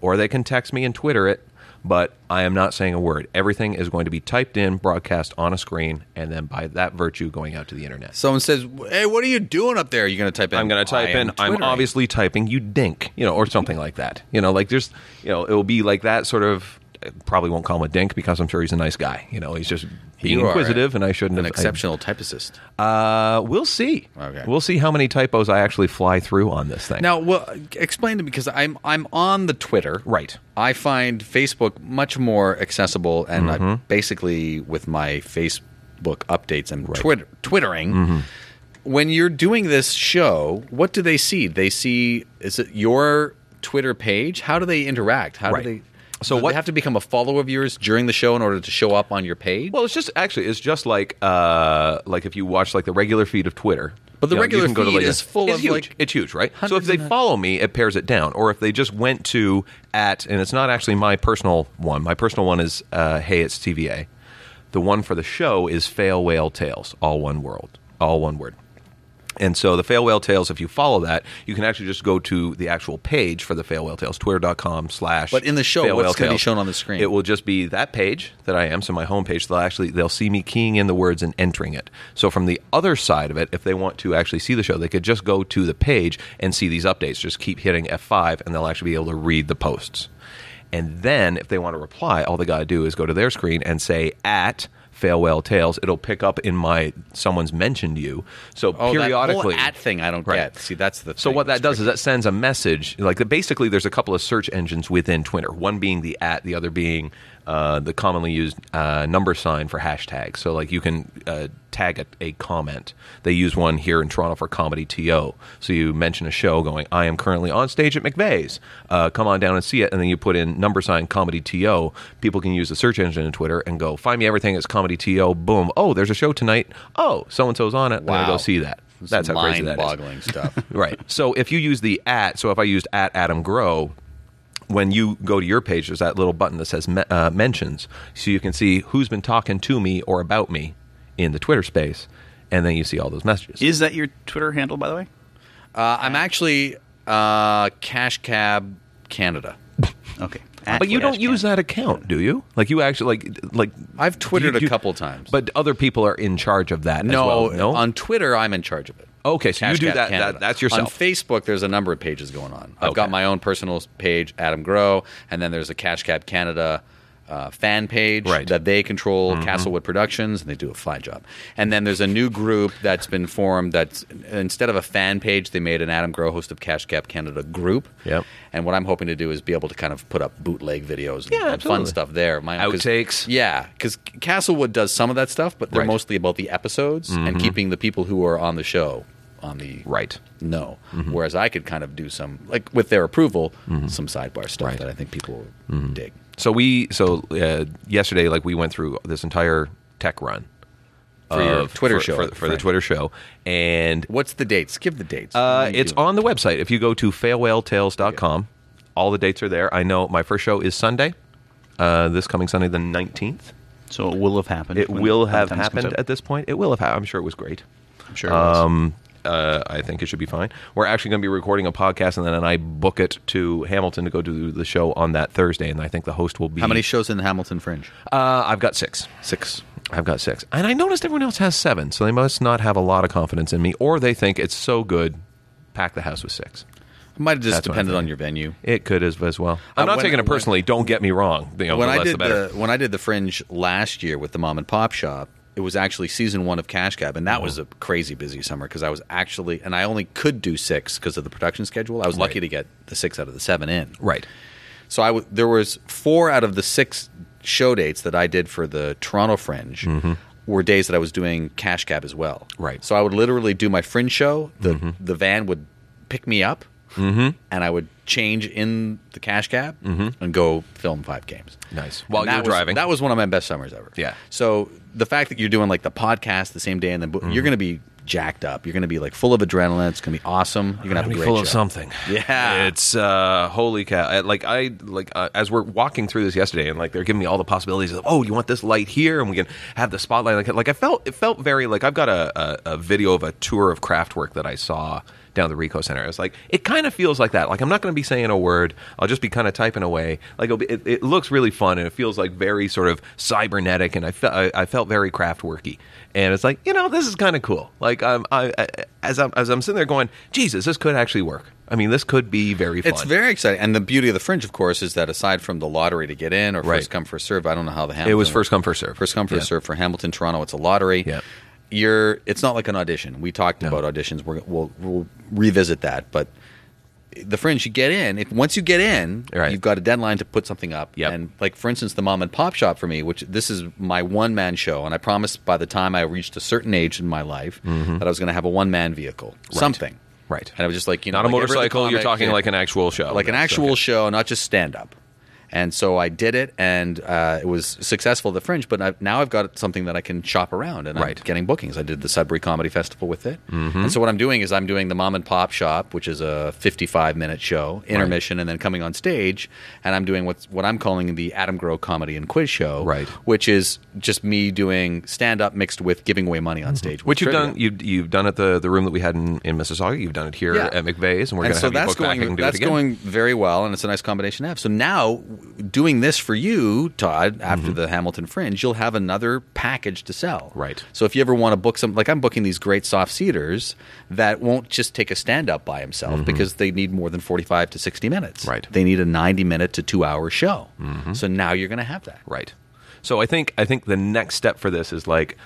[SPEAKER 2] or they can text me and Twitter it. But I am not saying a word. Everything is going to be typed in, broadcast on a screen, and then by that virtue, going out to the internet.
[SPEAKER 3] Someone says, "Hey, what are you doing up there?" You're going to type in.
[SPEAKER 2] I'm going to type
[SPEAKER 3] "I am
[SPEAKER 2] in. I'm
[SPEAKER 3] twittering."
[SPEAKER 2] obviously typing. You dink, you know, or something like that. You know, like there's, you know, it will be like that sort of. I Probably won't call him a dink because I'm sure he's a nice guy. You know, he's just being
[SPEAKER 3] You are
[SPEAKER 2] inquisitive,
[SPEAKER 3] a-
[SPEAKER 2] and I shouldn't
[SPEAKER 3] an
[SPEAKER 2] have. I-
[SPEAKER 3] exceptional typist.
[SPEAKER 2] Uh, we'll see.
[SPEAKER 3] Okay.
[SPEAKER 2] We'll see how many typos I actually fly through on this thing.
[SPEAKER 3] Now, well, explain to me because I'm I'm on the Twitter.
[SPEAKER 2] Right.
[SPEAKER 3] I find Facebook much more accessible, and I
[SPEAKER 2] Mm-hmm.
[SPEAKER 3] basically with my Facebook updates and Twitter twittering.
[SPEAKER 2] Mm-hmm.
[SPEAKER 3] When you're doing this show, what do they see? They see is it your Twitter page? How do they interact? How
[SPEAKER 2] Right.
[SPEAKER 3] do they?
[SPEAKER 2] So
[SPEAKER 3] do
[SPEAKER 2] what-
[SPEAKER 3] they have to become a follower of yours during the show in order to show up on your page?
[SPEAKER 2] well, it's just actually it's just like uh like if you watch like the regular feed of Twitter.
[SPEAKER 3] But the
[SPEAKER 2] you know, you
[SPEAKER 3] regular
[SPEAKER 2] can go to,
[SPEAKER 3] feed
[SPEAKER 2] like,
[SPEAKER 3] is full
[SPEAKER 2] it's
[SPEAKER 3] of,
[SPEAKER 2] huge.
[SPEAKER 3] like,
[SPEAKER 2] it's huge, right? So if
[SPEAKER 3] hundreds
[SPEAKER 2] they
[SPEAKER 3] and-
[SPEAKER 2] follow me, it pairs it down. Or if they just went to at and it's not actually my personal one. My personal one is uh, hey, it's TVA. The one for the show is fail whale tales, all one world, all one word. And so the Fail Whale Tales, if you follow that, you can actually just go to the actual page for the Fail Whale Tales, twitter.com slash.
[SPEAKER 3] But in the show,
[SPEAKER 2] Fail
[SPEAKER 3] what's
[SPEAKER 2] Whale
[SPEAKER 3] gonna be
[SPEAKER 2] Tales.
[SPEAKER 3] shown on the screen?
[SPEAKER 2] It will just be that page that I am, so my homepage. They'll actually they'll see me keying in the words and entering it. So from the other side of it, if they want to actually see the show, they could just go to the page and see these updates. Just keep hitting F5, and they'll actually be able to read the posts. And then if they want to reply, all they got to do is go to their screen and say at Failwell Tales. It'll pick up in my someone's mentioned you. So
[SPEAKER 3] Oh, that whole
[SPEAKER 2] periodically.
[SPEAKER 3] at thing I don't
[SPEAKER 2] Right.
[SPEAKER 3] get. See, that's the.
[SPEAKER 2] so
[SPEAKER 3] thing
[SPEAKER 2] what that
[SPEAKER 3] that's
[SPEAKER 2] does
[SPEAKER 3] tricky.
[SPEAKER 2] is that sends a message. Like the, basically, there's a couple of search engines within Twitter. One being the at, the other being uh, the commonly used uh, number sign for hashtags. So like you can uh, tag a, a comment. They use one here in Toronto for comedy to. So you mention a show going, I am currently on stage at McVeigh's. Uh, come on down and see it. And then you put in number sign comedy to. People can use the search engine in Twitter and go find me everything as comedy to. Boom. Oh, there's a show tonight. Oh, so and so's on it. I'm gonna go
[SPEAKER 3] Wow.
[SPEAKER 2] see that.
[SPEAKER 3] It's
[SPEAKER 2] That's how crazy that is.
[SPEAKER 3] mind-boggling stuff.
[SPEAKER 2] Right. So if you use the at, so if I used at Adam Grow, when you go to your page, there's that little button that says me- uh, mentions, so you can see who's been talking to me or about me in the Twitter space, and then you see all those messages.
[SPEAKER 1] Is that your Twitter handle, by the way?
[SPEAKER 3] Uh, I'm actually uh, Cash Cab Canada.
[SPEAKER 1] Okay.
[SPEAKER 2] but you don't use that account, do you? Like you actually like like
[SPEAKER 3] I've twittered
[SPEAKER 2] you- you-
[SPEAKER 3] a couple times.
[SPEAKER 2] but other people are in charge of that.
[SPEAKER 3] no,
[SPEAKER 2] as well. no.
[SPEAKER 3] on Twitter I'm in charge of it.
[SPEAKER 2] okay, so you
[SPEAKER 3] Cash
[SPEAKER 2] do
[SPEAKER 3] Cab
[SPEAKER 2] that,
[SPEAKER 3] Canada.
[SPEAKER 2] that. That's
[SPEAKER 3] On
[SPEAKER 2] yourself.
[SPEAKER 3] Facebook, there's a number of pages going on. I've
[SPEAKER 2] Okay.
[SPEAKER 3] got my own personal page, Adam Grow, and then there's a Cash Cab Canada uh, fan page
[SPEAKER 2] Right. Mm-hmm.
[SPEAKER 3] that they control, Castlewood Productions, and they do a fly job. And then there's a new group that's been formed. That's instead of a fan page, they made an Adam Grow host of Cash Cab Canada group.
[SPEAKER 2] Yep.
[SPEAKER 3] And what I'm hoping to do is be able to kind of put up bootleg videos and,
[SPEAKER 2] Yeah,
[SPEAKER 3] and
[SPEAKER 2] absolutely.
[SPEAKER 3] fun stuff there. My, 'cause-
[SPEAKER 2] Outtakes.
[SPEAKER 3] yeah, because Castlewood does some of that stuff, but they're
[SPEAKER 2] Right.
[SPEAKER 3] mostly about the episodes and keeping the people who are on the show on the
[SPEAKER 2] Mm-hmm. right. Mm-hmm.
[SPEAKER 3] no. Whereas I could kind of do some, like with their approval, some sidebar stuff that I think people
[SPEAKER 2] Mm-hmm.
[SPEAKER 3] dig.
[SPEAKER 2] So we so uh, yesterday, like we went through this entire tech run
[SPEAKER 3] For your
[SPEAKER 2] of-
[SPEAKER 3] Twitter
[SPEAKER 2] for,
[SPEAKER 3] show,
[SPEAKER 2] for, for the
[SPEAKER 3] right.
[SPEAKER 2] Twitter show, and
[SPEAKER 3] What's the dates? Give the dates.
[SPEAKER 2] uh,
[SPEAKER 3] What are you
[SPEAKER 2] it's
[SPEAKER 3] doing?
[SPEAKER 2] on the website. If you go to failwhaletales.com, all the dates are there. I know my first show is Sunday, uh, this coming Sunday, the nineteenth.
[SPEAKER 1] So it will have happened.
[SPEAKER 2] It
[SPEAKER 1] when-
[SPEAKER 2] will
[SPEAKER 1] by the
[SPEAKER 2] have
[SPEAKER 1] time this comes
[SPEAKER 2] happened
[SPEAKER 1] out.
[SPEAKER 2] at this point. It will have. happened. I'm sure it was great.
[SPEAKER 1] I'm sure.
[SPEAKER 2] Um, uh, I think it should be fine. We're actually going to be recording a podcast, and then I book it to Hamilton to go do the show on that Thursday. And I think the host will be
[SPEAKER 3] How many shows in the Hamilton Fringe?
[SPEAKER 2] Uh, I've got six.
[SPEAKER 3] Six.
[SPEAKER 2] I've got six. And I noticed everyone else has seven, so they must not have a lot of confidence in me, or they think it's so good, pack the house with six.
[SPEAKER 3] It might have just
[SPEAKER 2] That's what I
[SPEAKER 3] depended on
[SPEAKER 2] think.
[SPEAKER 3] your venue.
[SPEAKER 2] It could as, as well. I'm
[SPEAKER 3] Uh,
[SPEAKER 2] not
[SPEAKER 3] when-
[SPEAKER 2] taking it
[SPEAKER 3] when-
[SPEAKER 2] personally. don't get me wrong. You know,
[SPEAKER 3] when
[SPEAKER 2] the
[SPEAKER 3] I
[SPEAKER 2] less the
[SPEAKER 3] did
[SPEAKER 2] better.
[SPEAKER 3] the, when I did the Fringe last year with the mom and pop shop, it was actually season one of Cash Cab, and that
[SPEAKER 2] Oh.
[SPEAKER 3] was a crazy busy summer because I was actually and I only could do six because of the production schedule. I was lucky
[SPEAKER 2] Right.
[SPEAKER 3] to get the six out of the seven in.
[SPEAKER 2] right.
[SPEAKER 3] So I w- there was four out of the six show dates that I did for the Toronto Fringe were days that I was doing Cash Cab as well.
[SPEAKER 2] Mm-hmm. Right. Mm-hmm.
[SPEAKER 3] So I would literally do my Fringe show. The the van would pick me up, and I would change in the Cash Cab and go film five games.
[SPEAKER 2] Mm-hmm. Nice. While
[SPEAKER 3] And that
[SPEAKER 2] you're
[SPEAKER 3] was-
[SPEAKER 2] driving.
[SPEAKER 3] that was one of my best summers ever.
[SPEAKER 2] Yeah.
[SPEAKER 3] So the fact that you're doing like the podcast the same day and then
[SPEAKER 2] Mm-hmm.
[SPEAKER 3] bo- you're going to be jacked up. You're going to be like full of adrenaline. It's going to be awesome. You're going to have a
[SPEAKER 2] Be
[SPEAKER 3] great
[SPEAKER 2] full
[SPEAKER 3] show.
[SPEAKER 2] of something.
[SPEAKER 3] Yeah.
[SPEAKER 2] it's uh, holy cow. I- Like I like uh, as we're walking through this yesterday, and like they're giving me all the possibilities of oh, you want this light here, and we can have the spotlight. Like like I felt it felt very like I've got a, a, a video of a tour of Kraftwerk that I saw down at the Rico Center. It's like it kind of feels like that. Like I'm not going to be saying a word. I'll just be kind of typing away. Like it'll be, it, it looks really fun, and it feels like very sort of cybernetic, and I felt I, I felt very Kraftwerky. And it's like you know this is kind of cool. Like I'm I, I as I'm as I'm sitting there going, Jesus, this could actually work. I mean, this could be very fun.
[SPEAKER 3] It's very exciting. And the beauty of the fringe, of course, is that aside from the lottery to get in or
[SPEAKER 2] Right.
[SPEAKER 3] first come, first serve, I don't know how the Hamilton
[SPEAKER 2] it was first come first serve.
[SPEAKER 3] First come, first
[SPEAKER 2] Yeah.
[SPEAKER 3] serve for Hamilton, Toronto. It's a lottery.
[SPEAKER 2] Yeah.
[SPEAKER 3] You're. It's not like an audition. We talked about auditions. We're, we'll we'll revisit that. But the fringe, you get in. If once you get in,
[SPEAKER 2] Right.
[SPEAKER 3] you've got a deadline to put something up.
[SPEAKER 2] Yep.
[SPEAKER 3] And like for instance, the mom and pop shop for me, which this is my one man show, and I promised by the time I reached a certain age in my life that I was going to have a one man vehicle, something.
[SPEAKER 2] Mm-hmm. Right.
[SPEAKER 3] And I was just like, you know,
[SPEAKER 2] Not a
[SPEAKER 3] like every other
[SPEAKER 2] motorcycle. You're
[SPEAKER 3] comic-
[SPEAKER 2] talking
[SPEAKER 3] yeah
[SPEAKER 2] like an actual show.
[SPEAKER 3] like an
[SPEAKER 2] That's
[SPEAKER 3] actual
[SPEAKER 2] okay.
[SPEAKER 3] show, not just stand up. And so I did it, and uh, it was successful at the Fringe. But I've, now I've got something that I can shop around, and
[SPEAKER 2] Right. Mm-hmm.
[SPEAKER 3] I'm getting bookings. I did the Sudbury Comedy Festival with it, and so what I'm doing is I'm doing the Mom and Pop Shop, which is a 55 minute show, intermission, and then coming on stage, and I'm doing what's what I'm calling the Adam Grow Comedy and Quiz Show,
[SPEAKER 2] Right.
[SPEAKER 3] Which is just me doing stand up mixed with giving away money on stage, with
[SPEAKER 2] Mm-hmm. Which you've
[SPEAKER 3] trivia.
[SPEAKER 2] done, you've, you've done at the, the room that we had in, in Mississauga. You've done it here
[SPEAKER 3] Yeah.
[SPEAKER 2] at McVeigh's, and we're going
[SPEAKER 3] and
[SPEAKER 2] to
[SPEAKER 3] so
[SPEAKER 2] have you
[SPEAKER 3] that's
[SPEAKER 2] book
[SPEAKER 3] going
[SPEAKER 2] back and do
[SPEAKER 3] that's
[SPEAKER 2] it again.
[SPEAKER 3] going very well, and it's a nice combination to have. So now, doing this for you, Todd,
[SPEAKER 2] Mm-hmm.
[SPEAKER 3] after the Hamilton Fringe, you'll have another package to sell.
[SPEAKER 2] Right.
[SPEAKER 3] So if you ever want to book some, like I'm booking these great soft cedars that won't just take a stand up by himself because they need more than 45 to 60 minutes.
[SPEAKER 2] Mm-hmm. Right. Mm-hmm.
[SPEAKER 3] They need a 90 minute to two hour show. So now you're going to have that.
[SPEAKER 2] Right. So I think I think the next step for this is like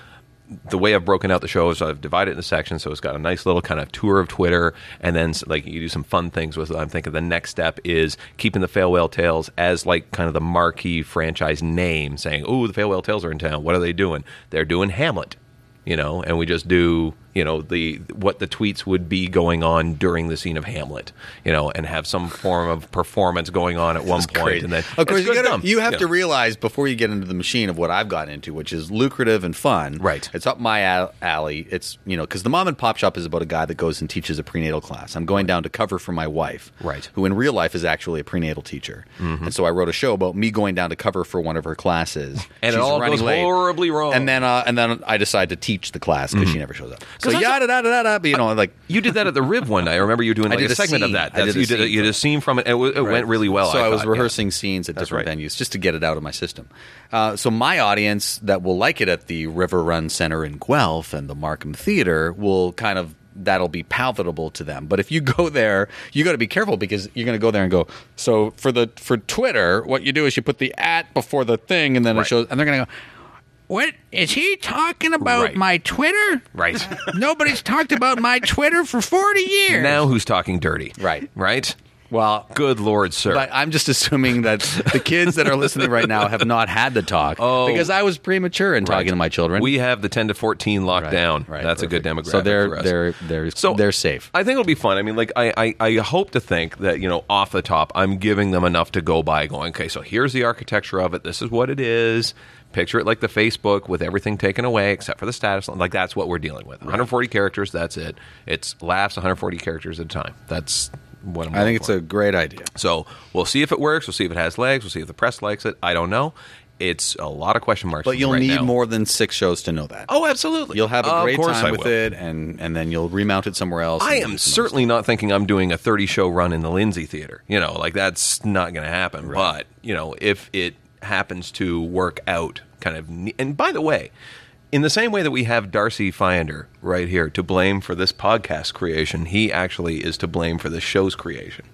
[SPEAKER 2] the way I've broken out the show is I've divided it into sections, so it's got a nice little kind of tour of Twitter, and then s- like you do some fun things with it. I'm thinking the next step is keeping the Fail Whale Tales as like kind of the marquee franchise name, saying, "Oh, the Fail Whale Tales are in town. What are they doing? They're doing Hamlet." You know, and we just do you know the what the tweets would be going on during the scene of Hamlet, you know, and have some form of performance going on at one point, and then
[SPEAKER 3] of course,
[SPEAKER 2] It's
[SPEAKER 3] you,
[SPEAKER 2] good
[SPEAKER 3] gotta-
[SPEAKER 2] dumb.
[SPEAKER 3] you have
[SPEAKER 2] Yeah.
[SPEAKER 3] to realize before you get into the machine of what I've gotten into, which is lucrative and fun.
[SPEAKER 2] Right.
[SPEAKER 3] It's up my al- alley. It's you know because the mom and pop shop is about a guy that goes and teaches a prenatal class. I'm going down to cover for my wife,
[SPEAKER 2] Right. Mm-hmm.
[SPEAKER 3] Who in real life is actually a prenatal teacher, and so I wrote a show about me going down to cover for one of her classes,
[SPEAKER 2] And it all
[SPEAKER 3] running
[SPEAKER 2] goes horribly wrong. Mm-hmm.
[SPEAKER 3] And then uh, and then I decide to teach the class because she never shows up. So
[SPEAKER 2] 'Cause I saw-
[SPEAKER 3] yada da da da da. But you know, like
[SPEAKER 2] You did that at the Riv one night. I remember you doing
[SPEAKER 3] I
[SPEAKER 2] like
[SPEAKER 3] did
[SPEAKER 2] a
[SPEAKER 3] a
[SPEAKER 2] segment of
[SPEAKER 3] scene.
[SPEAKER 2] that.
[SPEAKER 3] I did
[SPEAKER 2] That's-
[SPEAKER 3] a
[SPEAKER 2] you did a,
[SPEAKER 3] scene
[SPEAKER 2] you did a scene from it. It, wa- it went really well.
[SPEAKER 3] So I, was
[SPEAKER 2] thought, yeah.
[SPEAKER 3] rehearsing scenes at different
[SPEAKER 2] right.
[SPEAKER 3] venues just to get it out of my system. Uh, so my audience that will like it at the River Run Center in Guelph and the Markham Theater will kind of that'll be palatable to them. But if you go there, you got to be careful because you're going to go there and go. So for the for Twitter, what you do is you put the at before the thing, and then
[SPEAKER 2] Right.
[SPEAKER 3] it shows, and they're going to go. What is he talking about?
[SPEAKER 2] Right.
[SPEAKER 3] My Twitter?
[SPEAKER 2] Right.
[SPEAKER 3] Nobody's talked about my Twitter for forty years.
[SPEAKER 2] Now who's talking dirty?
[SPEAKER 3] Right.
[SPEAKER 2] Right?
[SPEAKER 3] well,
[SPEAKER 2] Good Lord, sir.
[SPEAKER 3] but I'm just assuming that the kids that are listening right now have not had the talk. Oh, because I was premature in talking to my children.
[SPEAKER 2] we have the 10 to 14 locked
[SPEAKER 3] Right,
[SPEAKER 2] down.
[SPEAKER 3] right,
[SPEAKER 2] That's a good
[SPEAKER 3] perfect.
[SPEAKER 2] demographic.
[SPEAKER 3] So they're-
[SPEAKER 2] for us.
[SPEAKER 3] they're- they're- they're safe.
[SPEAKER 2] I think it'll be fun. I mean, like, I, I, I hope to think that, you know, off the top, I'm giving them enough to go by going, okay, so here's the architecture of it. This is what it is. Picture it like the Facebook with everything taken away except for the status. line. Like, that's what we're dealing with. 140 characters, that's it. It's laughs 140 characters at a time. That's what I'm
[SPEAKER 3] I think
[SPEAKER 2] going
[SPEAKER 3] it's
[SPEAKER 2] for.
[SPEAKER 3] a great idea.
[SPEAKER 2] So we'll see if it works. We'll see if it has legs. We'll see if the press likes it. I don't know. It's a lot of question marks. for
[SPEAKER 3] But
[SPEAKER 2] me
[SPEAKER 3] you'll
[SPEAKER 2] right
[SPEAKER 3] need
[SPEAKER 2] now.
[SPEAKER 3] more than six shows to know that.
[SPEAKER 2] Oh, absolutely.
[SPEAKER 3] You'll have a
[SPEAKER 2] Of
[SPEAKER 3] great
[SPEAKER 2] course
[SPEAKER 3] time
[SPEAKER 2] I
[SPEAKER 3] with
[SPEAKER 2] will.
[SPEAKER 3] it, and, and then you'll remount it somewhere else.
[SPEAKER 2] I
[SPEAKER 3] and
[SPEAKER 2] am
[SPEAKER 3] do some
[SPEAKER 2] certainly not thinking I'm doing a 30 show run in the Lindsay Theater. You know, like that's not going to happen. But, you know, if it happens to work out kind of. ne- And by the way, in the same way that we have Darcy Finder right here to blame for this podcast creation, he actually is to blame for this show's creation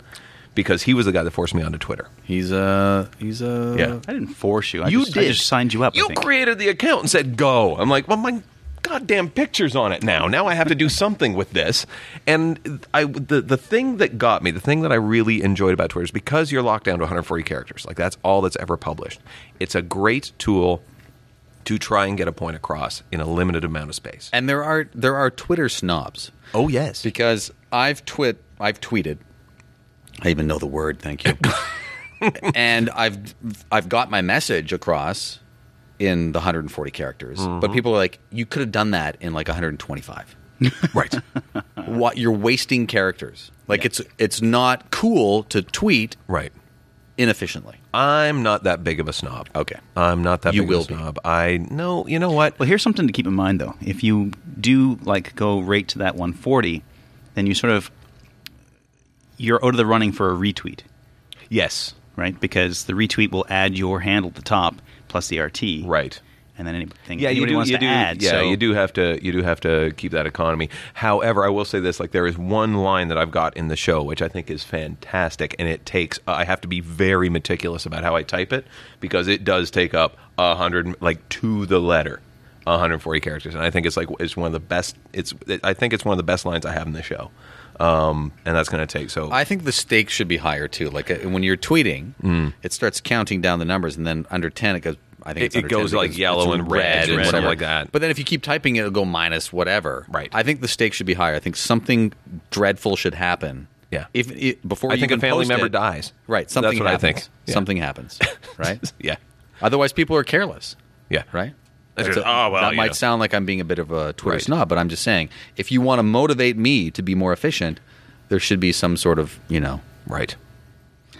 [SPEAKER 2] because he was the guy that forced me onto Twitter.
[SPEAKER 3] other- He's a he's a
[SPEAKER 2] Yeah.
[SPEAKER 1] I didn't force you. I
[SPEAKER 2] you
[SPEAKER 1] just,
[SPEAKER 2] did.
[SPEAKER 1] I just signed you up. I
[SPEAKER 2] You
[SPEAKER 1] think.
[SPEAKER 2] created the account and said go. I'm like, well, my goddamn picture's on it now. Now I have to do something with this. And I, the the thing that got me, the thing that I really enjoyed about Twitter is because you're locked down to 140 characters. Like that's all that's ever published. It's a great tool to try and get a point across in a limited amount of space.
[SPEAKER 3] And there are there are Twitter snobs.
[SPEAKER 2] Oh yes,
[SPEAKER 3] because I've twit I've tweeted. I even know the word. Thank you. and I've I've got my message across in the 140 characters, but people are like, you could have done that in like 125.
[SPEAKER 2] right.
[SPEAKER 3] what you're wasting characters. Like it's it's not cool to tweet
[SPEAKER 2] Right.
[SPEAKER 3] inefficiently.
[SPEAKER 2] I'm not that big of a snob.
[SPEAKER 3] Okay.
[SPEAKER 2] I'm not that
[SPEAKER 3] You
[SPEAKER 2] big
[SPEAKER 3] will
[SPEAKER 2] of a
[SPEAKER 3] be.
[SPEAKER 2] snob. I no, you know what?
[SPEAKER 1] Well, here's something to keep in mind, though. If you do like go rate to that 140, then you sort of you're out of the running for a retweet,
[SPEAKER 2] Yes.
[SPEAKER 1] right? Because the retweet will add your handle at the top plus the RT,
[SPEAKER 2] Right.
[SPEAKER 1] And then anything
[SPEAKER 2] yeah, you
[SPEAKER 1] anybody
[SPEAKER 2] do,
[SPEAKER 1] wants
[SPEAKER 2] you
[SPEAKER 1] to
[SPEAKER 2] do,
[SPEAKER 1] add.
[SPEAKER 2] Yeah,
[SPEAKER 1] so
[SPEAKER 2] you do have to you do have to keep that economy. However, I will say this: like there is one line that I've got in the show which I think is fantastic, and it takes I have to be very meticulous about how I type it because it does take up a hundred like to the letter. 140 characters, and I think it's like it's one of the best. It's I think it's one of the best lines I have in the show, um, and that's going to take. So
[SPEAKER 3] I think the stakes should be higher too. Like uh, when you're tweeting,
[SPEAKER 2] Mm.
[SPEAKER 3] it starts counting down the numbers, and then under ten it goes. I think
[SPEAKER 2] It-
[SPEAKER 3] it's under
[SPEAKER 2] it goes
[SPEAKER 3] 10
[SPEAKER 2] like
[SPEAKER 3] because
[SPEAKER 2] yellow
[SPEAKER 3] it's
[SPEAKER 2] and red
[SPEAKER 1] and
[SPEAKER 3] whatever.
[SPEAKER 1] something
[SPEAKER 2] like that.
[SPEAKER 3] But then if you keep typing it, it'll go minus whatever.
[SPEAKER 2] Right.
[SPEAKER 3] I think the stakes should be higher. I think something dreadful should happen
[SPEAKER 2] Yeah.
[SPEAKER 3] If it, before
[SPEAKER 2] I
[SPEAKER 3] you
[SPEAKER 2] think a
[SPEAKER 3] even
[SPEAKER 2] family
[SPEAKER 3] post
[SPEAKER 2] member
[SPEAKER 3] it-
[SPEAKER 2] dies.
[SPEAKER 3] Right. Something
[SPEAKER 2] That's what
[SPEAKER 3] happens.
[SPEAKER 2] I think. Yeah.
[SPEAKER 3] Something happens. Right.
[SPEAKER 2] Yeah.
[SPEAKER 3] Otherwise, people are careless.
[SPEAKER 2] Yeah.
[SPEAKER 3] Right.
[SPEAKER 2] That's
[SPEAKER 3] That's
[SPEAKER 2] it. Oh, well,
[SPEAKER 3] that
[SPEAKER 2] you know.
[SPEAKER 3] might sound like I'm being a bit of a Twitter
[SPEAKER 2] Right.
[SPEAKER 3] snob, but I'm just saying if you want to motivate me to be more efficient, there should be some sort of you know
[SPEAKER 2] Right.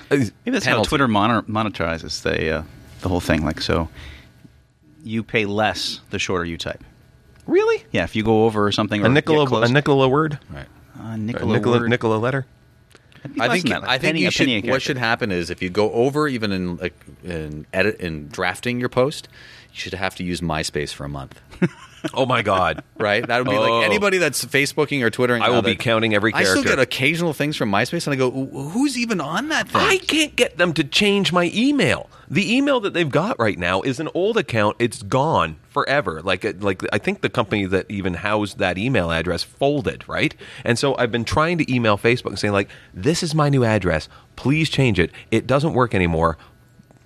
[SPEAKER 1] Maybe that's
[SPEAKER 3] penalty.
[SPEAKER 1] how Twitter moner- monetizes the uh, the whole thing. Like so, you pay less the shorter you type.
[SPEAKER 2] Really?
[SPEAKER 1] Yeah, if you go over or something, or
[SPEAKER 2] A nickel
[SPEAKER 1] get
[SPEAKER 2] a,
[SPEAKER 1] close,
[SPEAKER 2] a nickel a word?
[SPEAKER 3] right.
[SPEAKER 1] a
[SPEAKER 2] A
[SPEAKER 1] nickel, a
[SPEAKER 2] nickel a,
[SPEAKER 1] word.
[SPEAKER 2] nickel a letter?
[SPEAKER 1] That'd be
[SPEAKER 3] I
[SPEAKER 1] less
[SPEAKER 3] think
[SPEAKER 1] than that, like
[SPEAKER 3] I
[SPEAKER 1] a penny,
[SPEAKER 3] think
[SPEAKER 1] a penny
[SPEAKER 3] you
[SPEAKER 1] a
[SPEAKER 3] should, what
[SPEAKER 1] character.
[SPEAKER 3] should happen is if you go over even in like in edit in drafting your post, you should have to use MySpace for a month.
[SPEAKER 2] Oh my god.
[SPEAKER 3] Right? That would be
[SPEAKER 2] Oh.
[SPEAKER 3] like anybody that's Facebooking or Twittering.
[SPEAKER 2] I will
[SPEAKER 3] now
[SPEAKER 2] be
[SPEAKER 3] that-
[SPEAKER 2] counting every
[SPEAKER 3] I still
[SPEAKER 2] character.
[SPEAKER 3] get occasional things from MySpace, and I go, "Wh- "Who's even on that thing?"
[SPEAKER 2] I can't get them to change my email. The email that they've got right now is an old account. It's gone forever. Like uh, like I think the company that even housed that email address folded, right? And so I've been trying to email Facebook saying like, "This is my new address. Please change it. It doesn't work anymore.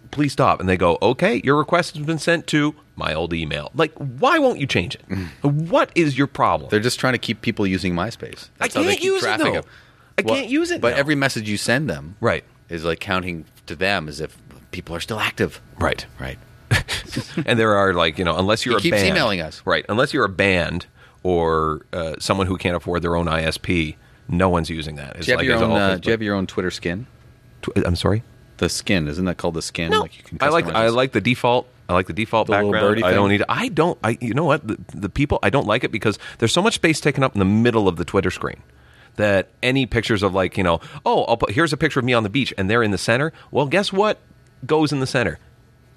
[SPEAKER 2] Please stop." And they go, "Okay, your request has been sent to my old email." Like, why won't you change it? What is your problem?
[SPEAKER 3] They're just trying to keep people using MySpace.
[SPEAKER 2] I
[SPEAKER 3] That's how they
[SPEAKER 2] can't
[SPEAKER 3] keep
[SPEAKER 2] use it,
[SPEAKER 3] traffic
[SPEAKER 2] though.
[SPEAKER 3] up.
[SPEAKER 2] I can't use it
[SPEAKER 3] But
[SPEAKER 2] now.
[SPEAKER 3] every message you send them,
[SPEAKER 2] Right.
[SPEAKER 3] is like counting to them as if people are still active.
[SPEAKER 2] right.
[SPEAKER 3] Right.
[SPEAKER 2] and there are like you know unless you're
[SPEAKER 3] He
[SPEAKER 2] a
[SPEAKER 3] keeps
[SPEAKER 2] band,
[SPEAKER 3] emailing us.
[SPEAKER 2] right unless you're a band or uh, someone who can't afford their own isp no one's using that it's
[SPEAKER 3] Do you have
[SPEAKER 2] like
[SPEAKER 3] your
[SPEAKER 2] it's
[SPEAKER 3] own?
[SPEAKER 2] all
[SPEAKER 3] Uh,
[SPEAKER 2] Facebook-
[SPEAKER 3] do you have your own Twitter skin?
[SPEAKER 2] Tw- i'm sorry
[SPEAKER 3] The skin isn't that called the skin?
[SPEAKER 2] no i like
[SPEAKER 3] customize
[SPEAKER 2] i
[SPEAKER 3] this?
[SPEAKER 2] like the default i like the default
[SPEAKER 3] The little
[SPEAKER 2] background
[SPEAKER 3] birdie
[SPEAKER 2] i don't
[SPEAKER 3] thing?
[SPEAKER 2] need i don't i you know what the, the people i don't like it because there's so much space taken up in the middle of the twitter screen that any pictures of like you know oh i'll put here's a picture of me on the beach and they're in the center well guess what goes in the center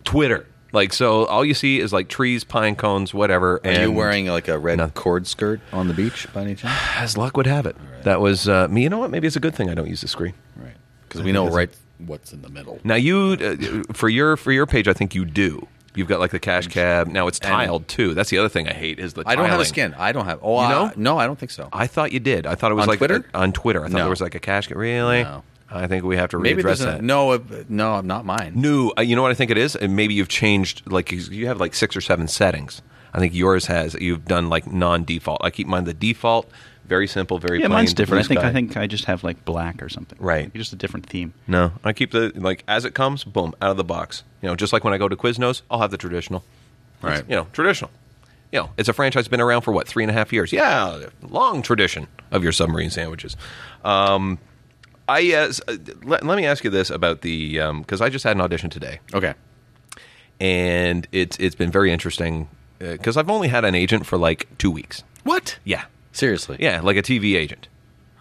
[SPEAKER 2] twitter like so all you see is like trees pine cones whatever
[SPEAKER 3] Are
[SPEAKER 2] and
[SPEAKER 3] you wearing like a red
[SPEAKER 2] No.
[SPEAKER 3] cord skirt on the beach by any chance?
[SPEAKER 2] As luck would have it, that was uh, me. You know what? Maybe it's a good thing I don't use the screen.
[SPEAKER 3] Right. Because we know right what's in the middle.
[SPEAKER 2] Now you, uh, for your for your page, I think you do. You've got like the cash cab. Now it's tiled too. That's the other thing I hate is the.
[SPEAKER 3] I don't have a
[SPEAKER 2] tiling.
[SPEAKER 3] skin. I don't have. Oh,
[SPEAKER 2] You
[SPEAKER 3] I-
[SPEAKER 2] know?
[SPEAKER 3] no, I don't think so.
[SPEAKER 2] I thought you did. I thought it was
[SPEAKER 3] On
[SPEAKER 2] like
[SPEAKER 3] Twitter?
[SPEAKER 2] on Twitter. I thought
[SPEAKER 3] No.
[SPEAKER 2] there was like a cash cab. Really?
[SPEAKER 3] No.
[SPEAKER 2] I think we have to
[SPEAKER 3] Maybe
[SPEAKER 2] readdress
[SPEAKER 3] there's
[SPEAKER 2] that.
[SPEAKER 3] a, no, uh, no, I'm not mine.
[SPEAKER 2] No, uh, you know what I think it is, and maybe you've changed. Like you- you have like six or seven settings. I think yours has. You've done like non-default. I keep mine the default. Very simple. Very
[SPEAKER 1] Yeah,
[SPEAKER 2] plain.
[SPEAKER 1] mine's different. I
[SPEAKER 2] blue
[SPEAKER 1] think I
[SPEAKER 2] sky.
[SPEAKER 1] think I just have like black or something.
[SPEAKER 2] Right.
[SPEAKER 1] just a different theme.
[SPEAKER 2] No, I keep the like as it comes, boom, out of the box. You know, just like when I go to Quiznos, I'll have the traditional.
[SPEAKER 3] Right.
[SPEAKER 2] It's, you know, traditional. You know, it's a franchise been around for what three and a half years. Yeah, long tradition of your submarine sandwiches. Um, I uh, s- uh, let, let me ask you this about the because I just had an audition today
[SPEAKER 3] Okay.
[SPEAKER 2] and it's it's been very interesting because I've only had an agent for like two weeks.
[SPEAKER 3] What?
[SPEAKER 2] Yeah,
[SPEAKER 3] Seriously?
[SPEAKER 2] yeah, like a TV agent.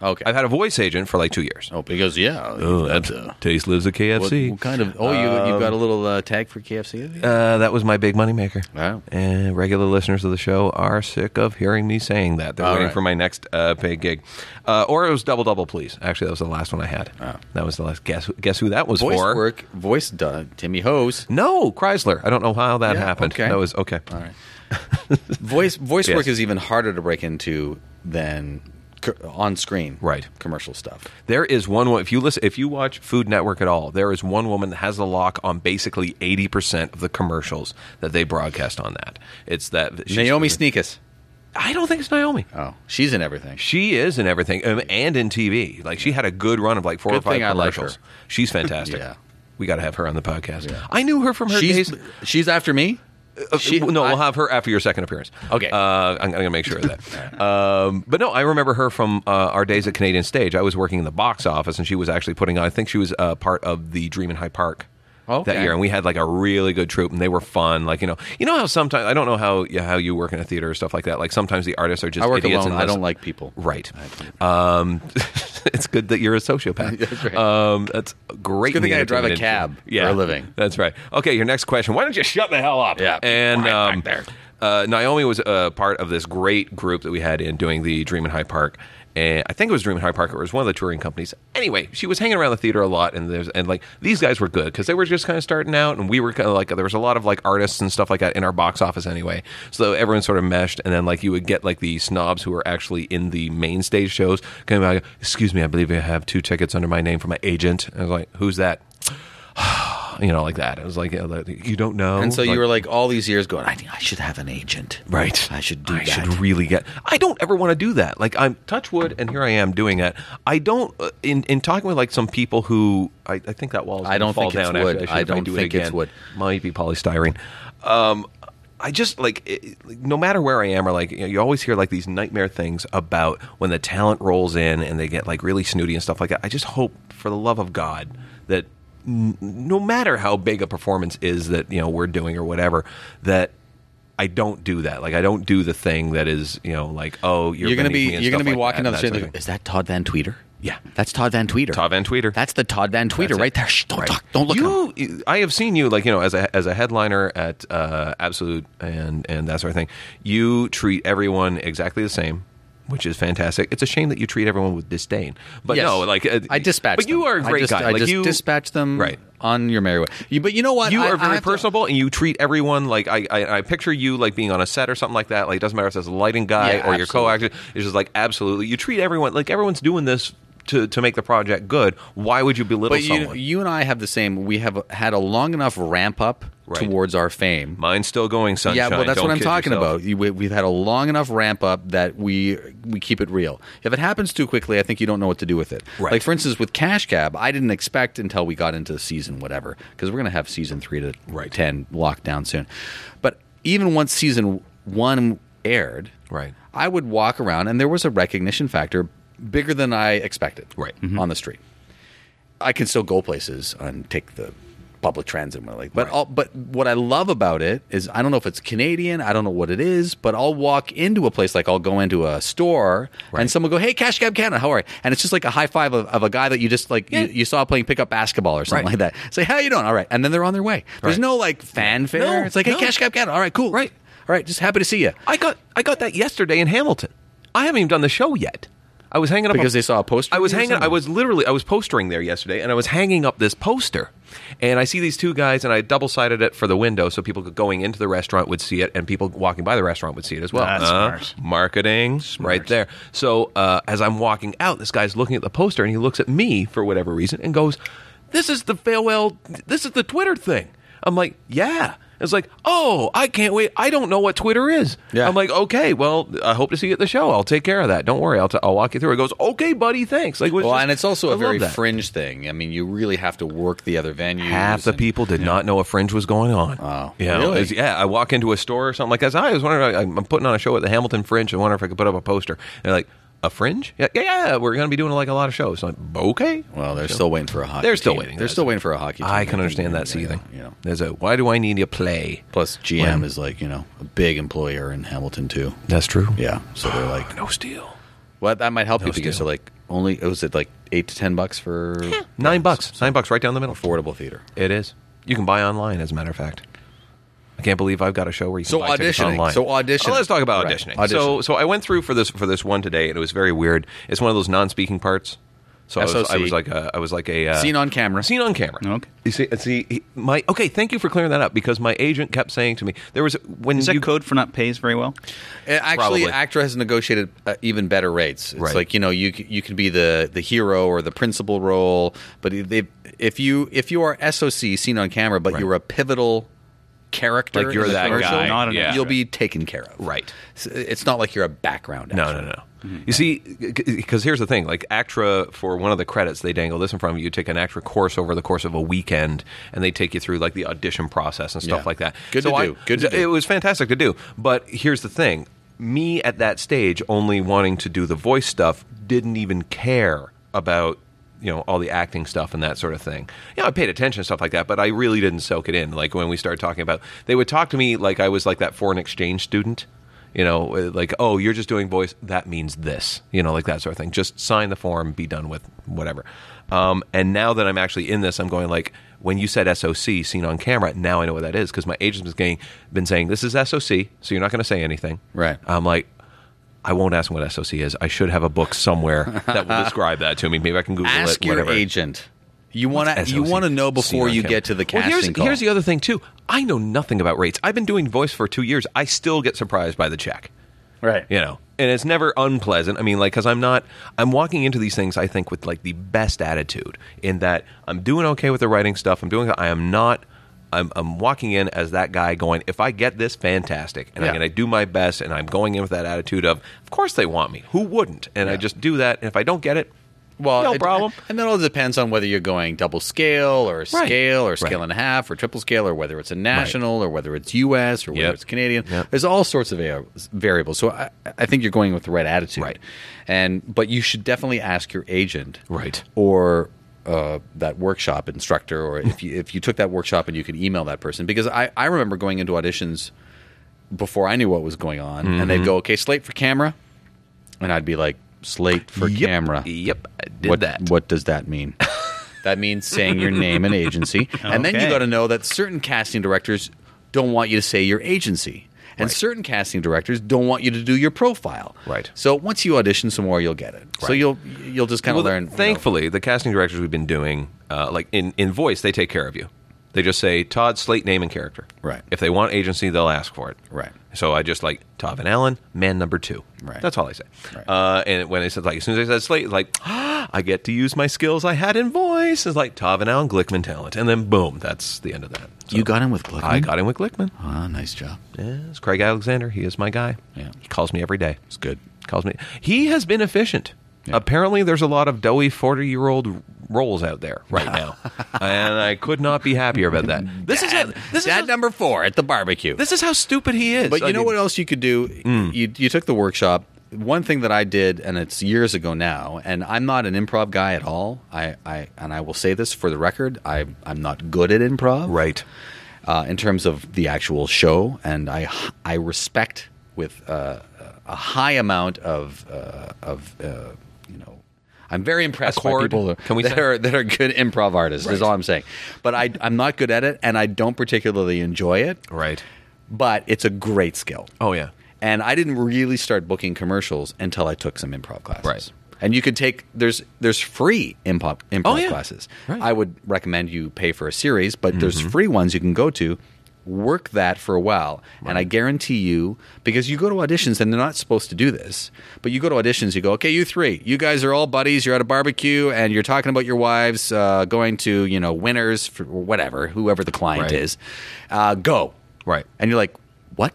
[SPEAKER 3] Okay.
[SPEAKER 2] I've had a voice agent for like two years.
[SPEAKER 3] oh, because yeah. uh,
[SPEAKER 2] that's taste lives at
[SPEAKER 3] what,
[SPEAKER 2] KFC.
[SPEAKER 3] what kind of? Oh, you you got a little uh, tag for KFC?
[SPEAKER 2] Uh, that was my big moneymaker.
[SPEAKER 3] Wow.
[SPEAKER 2] And regular listeners of the show are sick of hearing me saying that. They're
[SPEAKER 3] All
[SPEAKER 2] waiting
[SPEAKER 3] right.
[SPEAKER 2] for my next uh, paid gig. Uh, or it was double double, please. Actually, that was the last one I had. That was the last. Guess guess who that was
[SPEAKER 3] Oh. voice
[SPEAKER 2] for?
[SPEAKER 3] work, voice done. Timmy Hose.
[SPEAKER 2] No, Chrysler. I don't know how that
[SPEAKER 3] Yeah,
[SPEAKER 2] happened.
[SPEAKER 3] okay.
[SPEAKER 2] That was okay.
[SPEAKER 3] All right. voice voice
[SPEAKER 2] Yes.
[SPEAKER 3] work is even harder to break into than on screen
[SPEAKER 2] Right.
[SPEAKER 3] commercial stuff.
[SPEAKER 2] There is one. wo- If you listen, if you watch Food Network at all, there is one woman that has the lock on basically eighty percent of the commercials that they broadcast on that. It's that she's-
[SPEAKER 3] Naomi Sneakus.
[SPEAKER 2] I don't think it's Naomi.
[SPEAKER 3] Oh, she's in everything.
[SPEAKER 2] She is in everything um, and in TV. Like she had a good run of like four or
[SPEAKER 3] Good
[SPEAKER 2] five
[SPEAKER 3] thing I like
[SPEAKER 2] commercials.
[SPEAKER 3] her.
[SPEAKER 2] She's fantastic.
[SPEAKER 3] Yeah.
[SPEAKER 2] We got to have her on the podcast.
[SPEAKER 3] Yeah.
[SPEAKER 2] I knew her from her
[SPEAKER 3] she's
[SPEAKER 2] days.
[SPEAKER 3] she's after me.
[SPEAKER 2] Uh,
[SPEAKER 3] she-
[SPEAKER 2] no,
[SPEAKER 3] I-
[SPEAKER 2] we'll have her after your second appearance.
[SPEAKER 3] Okay.
[SPEAKER 2] Uh, I'm, I'm going to make sure of that. um, but no, I remember her from uh, our days at Canadian Stage. I was working in the box office, and she was actually putting on. I think she was uh, part of the Dream in High Park. That
[SPEAKER 3] Okay.
[SPEAKER 2] year, and we had like a really good troupe, and they were fun. Like you know, you know how sometimes I don't know how how you work in a theater or stuff like that. Like sometimes the artists are just
[SPEAKER 3] I work
[SPEAKER 2] idiots
[SPEAKER 3] alone.
[SPEAKER 2] and
[SPEAKER 3] I
[SPEAKER 2] listen-
[SPEAKER 3] don't like people.
[SPEAKER 2] Right. Um, it's good that you're a sociopath.
[SPEAKER 3] That's right.
[SPEAKER 2] Um, that's great.
[SPEAKER 3] It's a good
[SPEAKER 2] in the
[SPEAKER 3] thing I drive a
[SPEAKER 2] entertainment
[SPEAKER 3] cab
[SPEAKER 2] industry.
[SPEAKER 3] for a living.
[SPEAKER 2] That's right. Okay, your next question. Why don't you shut the hell up?
[SPEAKER 3] Yeah,
[SPEAKER 2] And
[SPEAKER 3] right back
[SPEAKER 2] um,
[SPEAKER 3] there.
[SPEAKER 2] Uh, Naomi was a part of this great group that we had in doing the Dream in High Park. And I think it was Dream in High Park. Or it was one of the touring companies. Anyway, she was hanging around the theater a lot, and there's and like these guys were good because they were just kind of starting out, and we were kind of like there was a lot of like artists and stuff like that in our box office anyway. So everyone sort of meshed, and then like you would get like the snobs who were actually in the main stage shows coming out. Excuse me, I believe I have two tickets under my name for my agent. And I was like, who's that? you know, like that. It was like, you know, like, you don't know.
[SPEAKER 5] And so you were like all these years going, I, I should have an agent.
[SPEAKER 2] Right.
[SPEAKER 5] I should do
[SPEAKER 2] I
[SPEAKER 5] that.
[SPEAKER 2] should really get. I don't ever want to do that. Like I'm touch wood, and here I am doing it. I don't uh, in in talking with like some people who I, I think that wall.
[SPEAKER 5] I don't
[SPEAKER 2] fall
[SPEAKER 5] think it's
[SPEAKER 2] down after
[SPEAKER 5] wood.
[SPEAKER 2] should,
[SPEAKER 5] I
[SPEAKER 2] if
[SPEAKER 5] don't
[SPEAKER 2] do
[SPEAKER 5] think
[SPEAKER 2] it
[SPEAKER 5] it's
[SPEAKER 2] again.
[SPEAKER 5] wood.
[SPEAKER 2] Might be polystyrene. Um, I just like, it, like no matter where I am, or like you, know, you always hear like these nightmare things about when the talent rolls in and they get like really snooty and stuff like that. I just hope for the love of God that n- no matter how big a performance is that you know we're doing or whatever that I don't do that. Like I don't do the thing that is, you know, like oh, you're,
[SPEAKER 3] You're, gonna
[SPEAKER 2] beneath
[SPEAKER 3] be
[SPEAKER 2] me and
[SPEAKER 3] you're gonna
[SPEAKER 2] stuff
[SPEAKER 3] be
[SPEAKER 2] like
[SPEAKER 3] walking
[SPEAKER 2] that,
[SPEAKER 3] down the
[SPEAKER 2] that
[SPEAKER 3] street.
[SPEAKER 2] sort of
[SPEAKER 3] and
[SPEAKER 2] thing.
[SPEAKER 3] Is that Todd Van Tweeter?
[SPEAKER 2] Yeah.
[SPEAKER 3] that's Todd Van Tweeter.
[SPEAKER 2] Todd Van Tweeter.
[SPEAKER 3] That's the Todd Van Tweeter
[SPEAKER 2] it.
[SPEAKER 3] right there. Shh, don't
[SPEAKER 2] Right.
[SPEAKER 3] talk. Don't look. at him.
[SPEAKER 2] You, I have seen you like you know as a as a headliner at uh, Absolute and and that sort of thing. You treat everyone exactly the same. Which is fantastic. It's a shame that you treat everyone with disdain, but
[SPEAKER 3] Yes.
[SPEAKER 2] no, like uh,
[SPEAKER 3] I dispatch.
[SPEAKER 2] But you
[SPEAKER 3] them.
[SPEAKER 2] are a
[SPEAKER 3] I
[SPEAKER 2] great
[SPEAKER 3] just,
[SPEAKER 2] guy.
[SPEAKER 3] I
[SPEAKER 2] like
[SPEAKER 3] just
[SPEAKER 2] you
[SPEAKER 3] dispatch them
[SPEAKER 2] right?
[SPEAKER 3] on your merry way. You, but you know what?
[SPEAKER 2] You
[SPEAKER 3] I-
[SPEAKER 2] are
[SPEAKER 3] I
[SPEAKER 2] very
[SPEAKER 3] have to-
[SPEAKER 2] personable, and you treat everyone like I, I. I picture you like being on a set or something like that. Like it doesn't matter if it's a lighting guy
[SPEAKER 3] Yeah,
[SPEAKER 2] or your co-actor. It's just like absolutely, you treat everyone like everyone's doing this to to make the project good. Why would you belittle
[SPEAKER 3] but you,
[SPEAKER 2] someone?
[SPEAKER 3] you and I have the same. We have had a long enough ramp up
[SPEAKER 2] Right.
[SPEAKER 3] towards our fame.
[SPEAKER 2] Mine's still going, sunshine.
[SPEAKER 3] Yeah, well, that's
[SPEAKER 2] Don't
[SPEAKER 3] what I'm
[SPEAKER 2] kid
[SPEAKER 3] talking
[SPEAKER 2] yourself.
[SPEAKER 3] about. You- We, we've had a long enough ramp up that we we keep it real. If it happens too quickly, I think you don't know what to do with it.
[SPEAKER 2] Right.
[SPEAKER 3] Like for instance, with Cash Cab, I didn't expect until we got into season whatever because we're gonna have season three to
[SPEAKER 2] Right.
[SPEAKER 3] ten locked down soon. But even once season one aired,
[SPEAKER 2] Right.
[SPEAKER 3] I would walk around and there was a recognition factor bigger than I expected.
[SPEAKER 2] Right.
[SPEAKER 3] on the street. I can still go places and take the public transit and what like. But all, but what I love about it is I don't know if it's Canadian, I don't know what it is, but I'll walk into a place like I'll go into a store and someone will go, "Hey, Cash Cab Canada, how are you?" And it's just like a high five of, of a guy that you just like you, you saw playing pickup basketball or something
[SPEAKER 2] Right.
[SPEAKER 3] like that. Say, "How you doing?" All right, and then they're on their way. There's
[SPEAKER 2] Right.
[SPEAKER 3] no like fanfare.
[SPEAKER 2] No,
[SPEAKER 3] it's like, "Hey,
[SPEAKER 2] no.
[SPEAKER 3] Cash Cab Canada, all right, cool,
[SPEAKER 2] Right.
[SPEAKER 3] all right, just happy to see you."
[SPEAKER 2] I got I got that yesterday in Hamilton. I haven't even done the show yet. I was hanging up
[SPEAKER 3] Because they saw a poster
[SPEAKER 2] I was
[SPEAKER 3] of you or
[SPEAKER 2] hanging. I
[SPEAKER 3] something?
[SPEAKER 2] was literally. I was postering there yesterday, and I was hanging up this poster. And I see these two guys, and I double sided it for the window, so people going into the restaurant would see it, and people walking by the restaurant would see it as well. Uh-huh.
[SPEAKER 1] That's smart.
[SPEAKER 2] Marketing, right there. So uh, as I'm walking out, this guy's looking at the poster, and he looks at me for whatever reason, and goes, "This is the farewell. This is the Twitter thing." I'm like, "Yeah." It's like, "Oh, I can't wait. I don't know what Twitter is."
[SPEAKER 3] Yeah.
[SPEAKER 2] I'm like, okay, well, I hope to see you at the show. I'll take care of that. Don't worry. I'll, t- I'll walk you through. It goes, okay, buddy, thanks. Like,
[SPEAKER 3] Well, and it's also
[SPEAKER 2] a
[SPEAKER 3] a very fringe thing. I mean, you really have to work the other venues.
[SPEAKER 2] Half the
[SPEAKER 3] and-
[SPEAKER 2] people did not know a fringe was going on.
[SPEAKER 3] Wow.
[SPEAKER 2] yeah,
[SPEAKER 3] Really?
[SPEAKER 2] it's- yeah. I walk into a store or something like that. I was wondering, I'm I'm putting on a show at the Hamilton Fringe. I wonder if I could put up a poster. And they're like, a fringe? Yeah, yeah. yeah, We're going to be doing like a lot of shows. I'm like, okay.
[SPEAKER 3] Well, they're still waiting for a hockey.
[SPEAKER 2] They're still
[SPEAKER 3] team.
[SPEAKER 2] waiting.
[SPEAKER 3] They're
[SPEAKER 2] That's
[SPEAKER 3] still
[SPEAKER 2] it.
[SPEAKER 3] waiting for a hockey. Team.
[SPEAKER 2] I can understand
[SPEAKER 3] Yeah,
[SPEAKER 2] that seething.
[SPEAKER 3] Yeah, yeah.
[SPEAKER 2] There's a why do I need to play?
[SPEAKER 3] Plus, GM
[SPEAKER 2] When-
[SPEAKER 3] is like you know a big employer in Hamilton too.
[SPEAKER 2] That's true.
[SPEAKER 3] Yeah, so they're like,
[SPEAKER 2] No steal.
[SPEAKER 3] well, that might help you
[SPEAKER 2] No
[SPEAKER 3] because
[SPEAKER 2] steal.
[SPEAKER 3] they're like only was it like eight to ten bucks for
[SPEAKER 2] Nine bucks. Nine bucks right down the middle.
[SPEAKER 3] affordable theater.
[SPEAKER 2] It is. You can buy online, as a matter of fact. I can't believe I've got a show where you can
[SPEAKER 3] So
[SPEAKER 2] buy tickets
[SPEAKER 3] auditioning.
[SPEAKER 2] online.
[SPEAKER 3] So auditioning.
[SPEAKER 2] Well, let's talk about
[SPEAKER 3] Right.
[SPEAKER 2] auditioning. So,
[SPEAKER 3] Auditioning.
[SPEAKER 2] so I went through for this for this one today, and it was very weird. It's one of those non-speaking parts. So I was, I
[SPEAKER 3] SOC.
[SPEAKER 2] was like a, I was like a uh,
[SPEAKER 3] Seen on camera. Oh,
[SPEAKER 2] Seen on camera.
[SPEAKER 1] Okay.
[SPEAKER 2] You see, see he- my okay. Thank you for clearing that up because my agent kept saying to me there was when
[SPEAKER 1] Is that
[SPEAKER 2] you
[SPEAKER 1] code for not pays very well?
[SPEAKER 3] And actually,
[SPEAKER 2] Probably.
[SPEAKER 3] actor has negotiated uh, even better rates. It's
[SPEAKER 2] Right.
[SPEAKER 3] like you know you c- you can be the the hero or the principal role, but they if you if you are SOC seen on camera, but you're a pivotal character,
[SPEAKER 2] Like you're
[SPEAKER 3] in the
[SPEAKER 2] that
[SPEAKER 3] commercial,
[SPEAKER 2] guy,
[SPEAKER 1] Not an yeah.
[SPEAKER 3] you'll be taken care of.
[SPEAKER 2] Right.
[SPEAKER 3] S- It's not like you're a background. Actor.
[SPEAKER 2] No, no, no.
[SPEAKER 3] Mm-hmm.
[SPEAKER 2] You see, because here's the thing: like ACTRA, for one of the credits, they dangle this in front of you. You take an ACTRA course over the course of a weekend, and they take you through like the audition process and stuff
[SPEAKER 3] Yeah.
[SPEAKER 2] like that.
[SPEAKER 3] Good to do. Good to do.
[SPEAKER 2] It was fantastic to do. But here's the thing: me at that stage, only wanting to do the voice stuff, didn't even care about you know all the acting stuff and that sort of thing. Yeah, I paid attention to stuff like that, but I really didn't soak it in. Like when we started talking about, they would talk to me like I was like that foreign exchange student. You know, like oh, you're just doing voice. That means this. You know, like that sort of thing. Just sign the form, be done with whatever. Um, and now that I'm actually in this, I'm going like when you said SOC seen on camera. Now I know what that is because my agent has getting been saying this is SOC, so you're not going to say anything.
[SPEAKER 3] Right.
[SPEAKER 2] I'm like. I won't ask him what SOC is. I should have a book somewhere that will describe that to me. Maybe I can Google it.
[SPEAKER 3] ask your
[SPEAKER 2] whatever.
[SPEAKER 3] agent. You want to you
[SPEAKER 2] SOC.
[SPEAKER 3] want to know before
[SPEAKER 2] See,
[SPEAKER 3] you
[SPEAKER 2] okay.
[SPEAKER 3] get to the
[SPEAKER 2] Well,
[SPEAKER 3] casting
[SPEAKER 2] here's,
[SPEAKER 3] call.
[SPEAKER 2] here's the other thing too. I know nothing about rates. I've been doing voice for two years. I still get surprised by the check.
[SPEAKER 4] Right.
[SPEAKER 2] You know, and it's never unpleasant. I mean, like, because I'm not, I'm walking into these things, I think, with like the best attitude in that I'm doing okay with the writing stuff. I'm doing, I am not, I'm, I'm walking in as that guy going, if I get this, fantastic. And I'm
[SPEAKER 3] Yeah.
[SPEAKER 2] going to do my best. And I'm going in with that attitude of, of course they want me. Who wouldn't? And I just do that. And if I don't get it,
[SPEAKER 3] Well,
[SPEAKER 2] no
[SPEAKER 3] it-
[SPEAKER 2] problem.
[SPEAKER 3] And then all depends on whether you're going double scale or scale or scale and a half or triple scale or whether it's a national or whether it's U.S. or whether
[SPEAKER 2] Yep.
[SPEAKER 3] it's Canadian.
[SPEAKER 2] Yep.
[SPEAKER 3] There's all sorts of va- variables. So I, I think you're going with the right attitude.
[SPEAKER 2] Right.
[SPEAKER 3] And but you should definitely ask your agent.
[SPEAKER 2] Right.
[SPEAKER 3] Or. Uh, that workshop instructor, or if you if you took that workshop and you could email that person, because I, I remember going into auditions before I knew what was going on, and
[SPEAKER 2] Mm-hmm.
[SPEAKER 3] they'd go, "Okay, slate for camera," and I'd be like, "Slate for
[SPEAKER 2] Yep.
[SPEAKER 3] camera."
[SPEAKER 2] Yep, I did
[SPEAKER 3] what,
[SPEAKER 2] that.
[SPEAKER 3] What does that mean? that means saying your name and agency. And then you
[SPEAKER 1] Okay.
[SPEAKER 3] got to know that certain casting directors don't want you to say your agency. And certain casting directors don't want you to do your profile.
[SPEAKER 2] Right.
[SPEAKER 3] So once you audition some more, you'll get it. So
[SPEAKER 2] Right.
[SPEAKER 3] you'll you'll just kind of
[SPEAKER 2] Well,
[SPEAKER 3] learn. you know,
[SPEAKER 2] Thankfully, the casting directors we've been doing, uh, like in, in voice, they take care of you. They just say Todd Slate name and character.
[SPEAKER 3] Right.
[SPEAKER 2] If they want agency, they'll ask for it.
[SPEAKER 3] Right.
[SPEAKER 2] So I just like Todd and Allen, man number two.
[SPEAKER 3] Right.
[SPEAKER 2] That's all I say.
[SPEAKER 3] Right.
[SPEAKER 2] Uh, and when I said like as soon as I said Slate, it's like I get to use my skills I had in voice. It's like Todd and Allen, Glickman talent, and then boom, that's the end of that. So
[SPEAKER 3] you got him with Glickman.
[SPEAKER 2] I got in with Glickman.
[SPEAKER 3] Ah, nice job.
[SPEAKER 2] Yes, Craig Alexander. He is my guy.
[SPEAKER 3] Yeah.
[SPEAKER 2] He calls me every day
[SPEAKER 3] It's good.
[SPEAKER 2] calls me. He has been efficient. Apparently, there's a lot of doughy 40 year old roles out there right now, and I could not be happier about that. This is how, this is
[SPEAKER 3] Dad
[SPEAKER 2] how,
[SPEAKER 3] number four at the barbecue.
[SPEAKER 2] this is how stupid he is.
[SPEAKER 3] But
[SPEAKER 2] I
[SPEAKER 3] you know
[SPEAKER 2] mean, Hmm.
[SPEAKER 3] what else you could do? You, you took the workshop. One thing that I did, and it's years ago now, and I'm not an improv guy at all. I, I and I will say this for the record: I I'm not good at improv,
[SPEAKER 2] Right.
[SPEAKER 3] Uh, in terms of the actual show, and I I respect with uh, a high amount of uh, of uh, you know. I'm very impressed by
[SPEAKER 2] Accord,
[SPEAKER 3] people that-
[SPEAKER 2] can we
[SPEAKER 3] that
[SPEAKER 2] say?
[SPEAKER 3] are that are good improv artists. Is all I'm saying. But I I'm not good at it, and I don't particularly enjoy it.
[SPEAKER 2] Right.
[SPEAKER 3] But it's a great skill.
[SPEAKER 2] Oh yeah.
[SPEAKER 3] And I didn't really start booking commercials until I took some improv classes.
[SPEAKER 2] Right.
[SPEAKER 3] And you could take there's there's free improv improv
[SPEAKER 2] Oh, yeah.
[SPEAKER 3] classes.
[SPEAKER 2] Right. Mm-hmm.
[SPEAKER 3] I would recommend you pay for a series, but there's free ones you can go to. Work that for a while, and I guarantee you, because you go to auditions and they're not supposed to do this, but you go to auditions, you go, okay, you three, you guys are all buddies. You're at a barbecue and you're talking about your wives uh, going to you know winners for whatever, whoever the
[SPEAKER 2] Right.
[SPEAKER 3] client is. Uh, go
[SPEAKER 2] Right.
[SPEAKER 3] and you're like, what?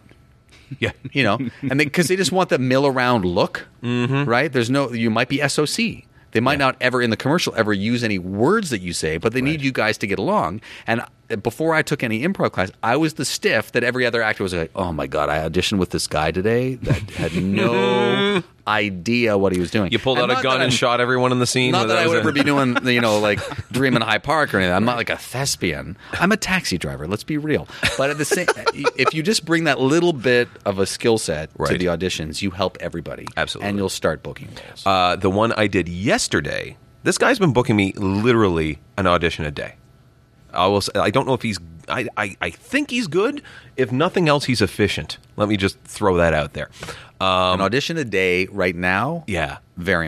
[SPEAKER 2] Yeah.
[SPEAKER 3] you know, and because they, just want the mill around look,
[SPEAKER 2] Mm-hmm.
[SPEAKER 3] right? There's no, you might be SOC. They might not ever in the commercial ever use any words that you say, but they need you guys to get along. And uh, before I took any improv class, I was the stiff that every other actor was like, "Oh my god, I auditioned with this guy today that had no idea what he was doing."
[SPEAKER 2] You pulled
[SPEAKER 3] And
[SPEAKER 2] out a
[SPEAKER 3] not
[SPEAKER 2] gun
[SPEAKER 3] that
[SPEAKER 2] and
[SPEAKER 3] I'm-
[SPEAKER 2] shot everyone in the scene.
[SPEAKER 3] Not
[SPEAKER 2] whether
[SPEAKER 3] that I
[SPEAKER 2] was
[SPEAKER 3] would
[SPEAKER 2] a-
[SPEAKER 3] ever be doing, you know, like Dream in High Park or anything. I'm not like a thespian. I'm a taxi driver. Let's be real. But at the same, if you just bring that little bit of a skill set to
[SPEAKER 2] Right.
[SPEAKER 3] the auditions, you help everybody.
[SPEAKER 2] Absolutely.
[SPEAKER 3] and you'll start booking roles.
[SPEAKER 2] Uh, the one I did yesterday. This guy's been booking me literally an audition a day. I will. Say, I don't know if he's. I, I, I think he's good. If nothing else, he's efficient. Let me just throw that out there. Um,
[SPEAKER 3] An audition a day right now.
[SPEAKER 2] Yeah,
[SPEAKER 3] Very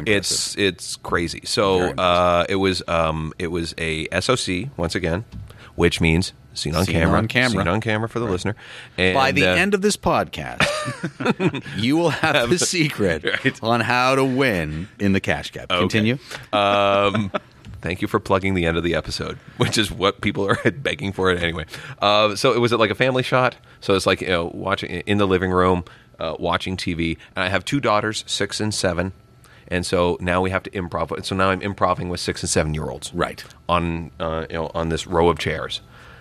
[SPEAKER 2] It's
[SPEAKER 3] impressive.
[SPEAKER 2] it's crazy. So
[SPEAKER 3] impressive.
[SPEAKER 2] uh, it was um, it was a SOC once again, which means seen on
[SPEAKER 3] Seen
[SPEAKER 2] camera,
[SPEAKER 3] on camera.
[SPEAKER 2] seen on camera for the listener. And,
[SPEAKER 3] By the
[SPEAKER 2] uh,
[SPEAKER 3] end of this podcast, you will have the secret on how to win in the cash gap. Continue.
[SPEAKER 2] um, Thank you for plugging the end of the episode, which is what people are begging for it anyway. Uh, so it was like a family shot. So it's like you know, watching in the living room, uh, watching TV, and I have two daughters, six and seven, and so now we have to improv. So now I'm improvising with six and seven year olds,
[SPEAKER 3] Right.
[SPEAKER 2] On uh, you know on this row of chairs,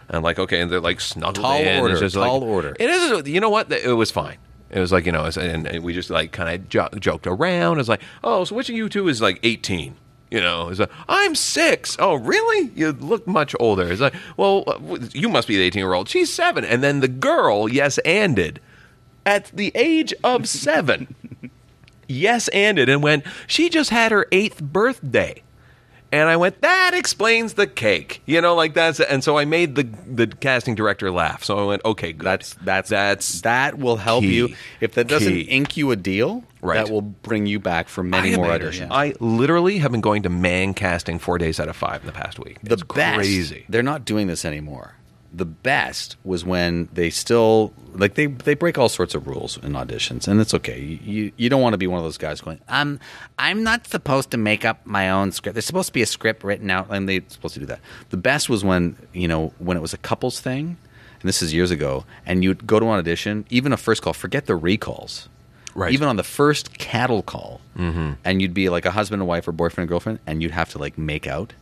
[SPEAKER 2] and like okay, and they're like snuggled
[SPEAKER 3] Tall
[SPEAKER 2] in. It's
[SPEAKER 3] order,
[SPEAKER 2] just like-
[SPEAKER 3] tall order.
[SPEAKER 2] It is. You know what? It was fine. It was like you know, it's- and and we just like kind of jo- joked around. It's like, oh, so which of you two is like eighteen? You know, it's like I'm six. Oh, really? You look much older. It's like, well, uh, w- you must be the eighteen year old. She's seven, and then the girl yes anded at the age of seven. yes anded and went. She just had her eighth birthday. And I went, that explains the cake, you know, like that's. And so I made the the casting director laugh. So I went, okay, good.
[SPEAKER 3] That's that's
[SPEAKER 2] that's
[SPEAKER 3] that will help
[SPEAKER 2] key.
[SPEAKER 3] you. If that doesn't
[SPEAKER 2] Key.
[SPEAKER 3] ink you a deal,
[SPEAKER 2] Right.
[SPEAKER 3] that will bring you back for
[SPEAKER 2] I
[SPEAKER 3] many
[SPEAKER 2] am
[SPEAKER 3] more
[SPEAKER 2] better.
[SPEAKER 3] auditions.
[SPEAKER 2] I literally have been going to man casting four days out of five in the past week.
[SPEAKER 3] The
[SPEAKER 2] it's
[SPEAKER 3] best.
[SPEAKER 2] crazy.
[SPEAKER 3] They're not doing this anymore. the best was when they still like they they break all sorts of rules in auditions, and it's okay. You you, you don't want to be one of those guys going, um, I'm not supposed to make up my own script. There's supposed to be a script written out, and they're supposed to do that. The best was when you know when it was a couples thing, and this is years ago, and you'd go to an audition, even a first call. Forget the recalls.
[SPEAKER 2] Right.
[SPEAKER 3] Even on the first cattle call, and you'd be like a husband and wife or boyfriend and girlfriend, and you'd have to like make out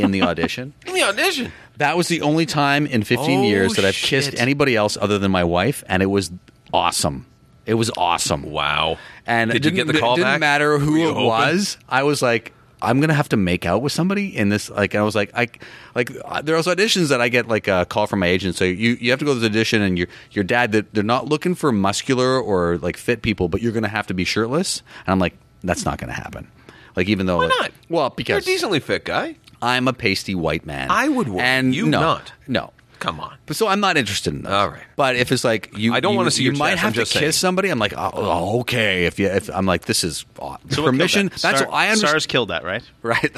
[SPEAKER 3] in the audition.
[SPEAKER 2] In the audition.
[SPEAKER 3] That was the only time in 15
[SPEAKER 2] Oh,
[SPEAKER 3] years that I've kissed
[SPEAKER 2] shit.
[SPEAKER 3] anybody else other than my wife, and it was awesome. It was awesome.
[SPEAKER 2] Wow.
[SPEAKER 3] And
[SPEAKER 2] did you
[SPEAKER 3] it didn't-
[SPEAKER 2] get the
[SPEAKER 3] it
[SPEAKER 2] call
[SPEAKER 3] Didn't
[SPEAKER 2] back?
[SPEAKER 3] matter
[SPEAKER 2] Were
[SPEAKER 3] who
[SPEAKER 2] you
[SPEAKER 3] it
[SPEAKER 2] hoping?
[SPEAKER 3] was. I was like, I'm gonna have to make out with somebody in this. Like, I was like, I like uh, there are auditions that I get like a call from my agent. So you you have to go to this audition, and your your dad that they're not looking for muscular or like fit people, but you're gonna have to be shirtless. And I'm like, that's not gonna happen. Like, even though like-
[SPEAKER 2] not?
[SPEAKER 3] Well,
[SPEAKER 2] You're a
[SPEAKER 3] because
[SPEAKER 2] decently fit guy.
[SPEAKER 3] I'm a pasty white man.
[SPEAKER 2] I would work.
[SPEAKER 3] And
[SPEAKER 2] You
[SPEAKER 3] no,
[SPEAKER 2] not.
[SPEAKER 3] No.
[SPEAKER 2] Come on.
[SPEAKER 3] But so I'm not interested in that.
[SPEAKER 2] All right.
[SPEAKER 3] But if it's like you,
[SPEAKER 2] I don't
[SPEAKER 3] you-
[SPEAKER 2] wanna see
[SPEAKER 3] you
[SPEAKER 2] your
[SPEAKER 3] might
[SPEAKER 2] chest,
[SPEAKER 3] have
[SPEAKER 2] I'm
[SPEAKER 3] to
[SPEAKER 2] just
[SPEAKER 3] kiss
[SPEAKER 2] saying.
[SPEAKER 3] somebody. I'm like, oh, oh, okay. If you, if I'm like, this is aw-
[SPEAKER 1] So what killed
[SPEAKER 3] permission.
[SPEAKER 1] that?
[SPEAKER 3] That's
[SPEAKER 1] Sar-
[SPEAKER 3] what I understand.
[SPEAKER 1] SARS killed that, right?
[SPEAKER 3] Right.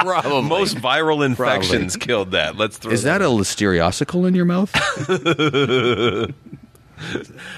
[SPEAKER 3] Probably.
[SPEAKER 2] Most viral infections killed that. Let's throw.
[SPEAKER 3] is that a listeriosicle in your mouth?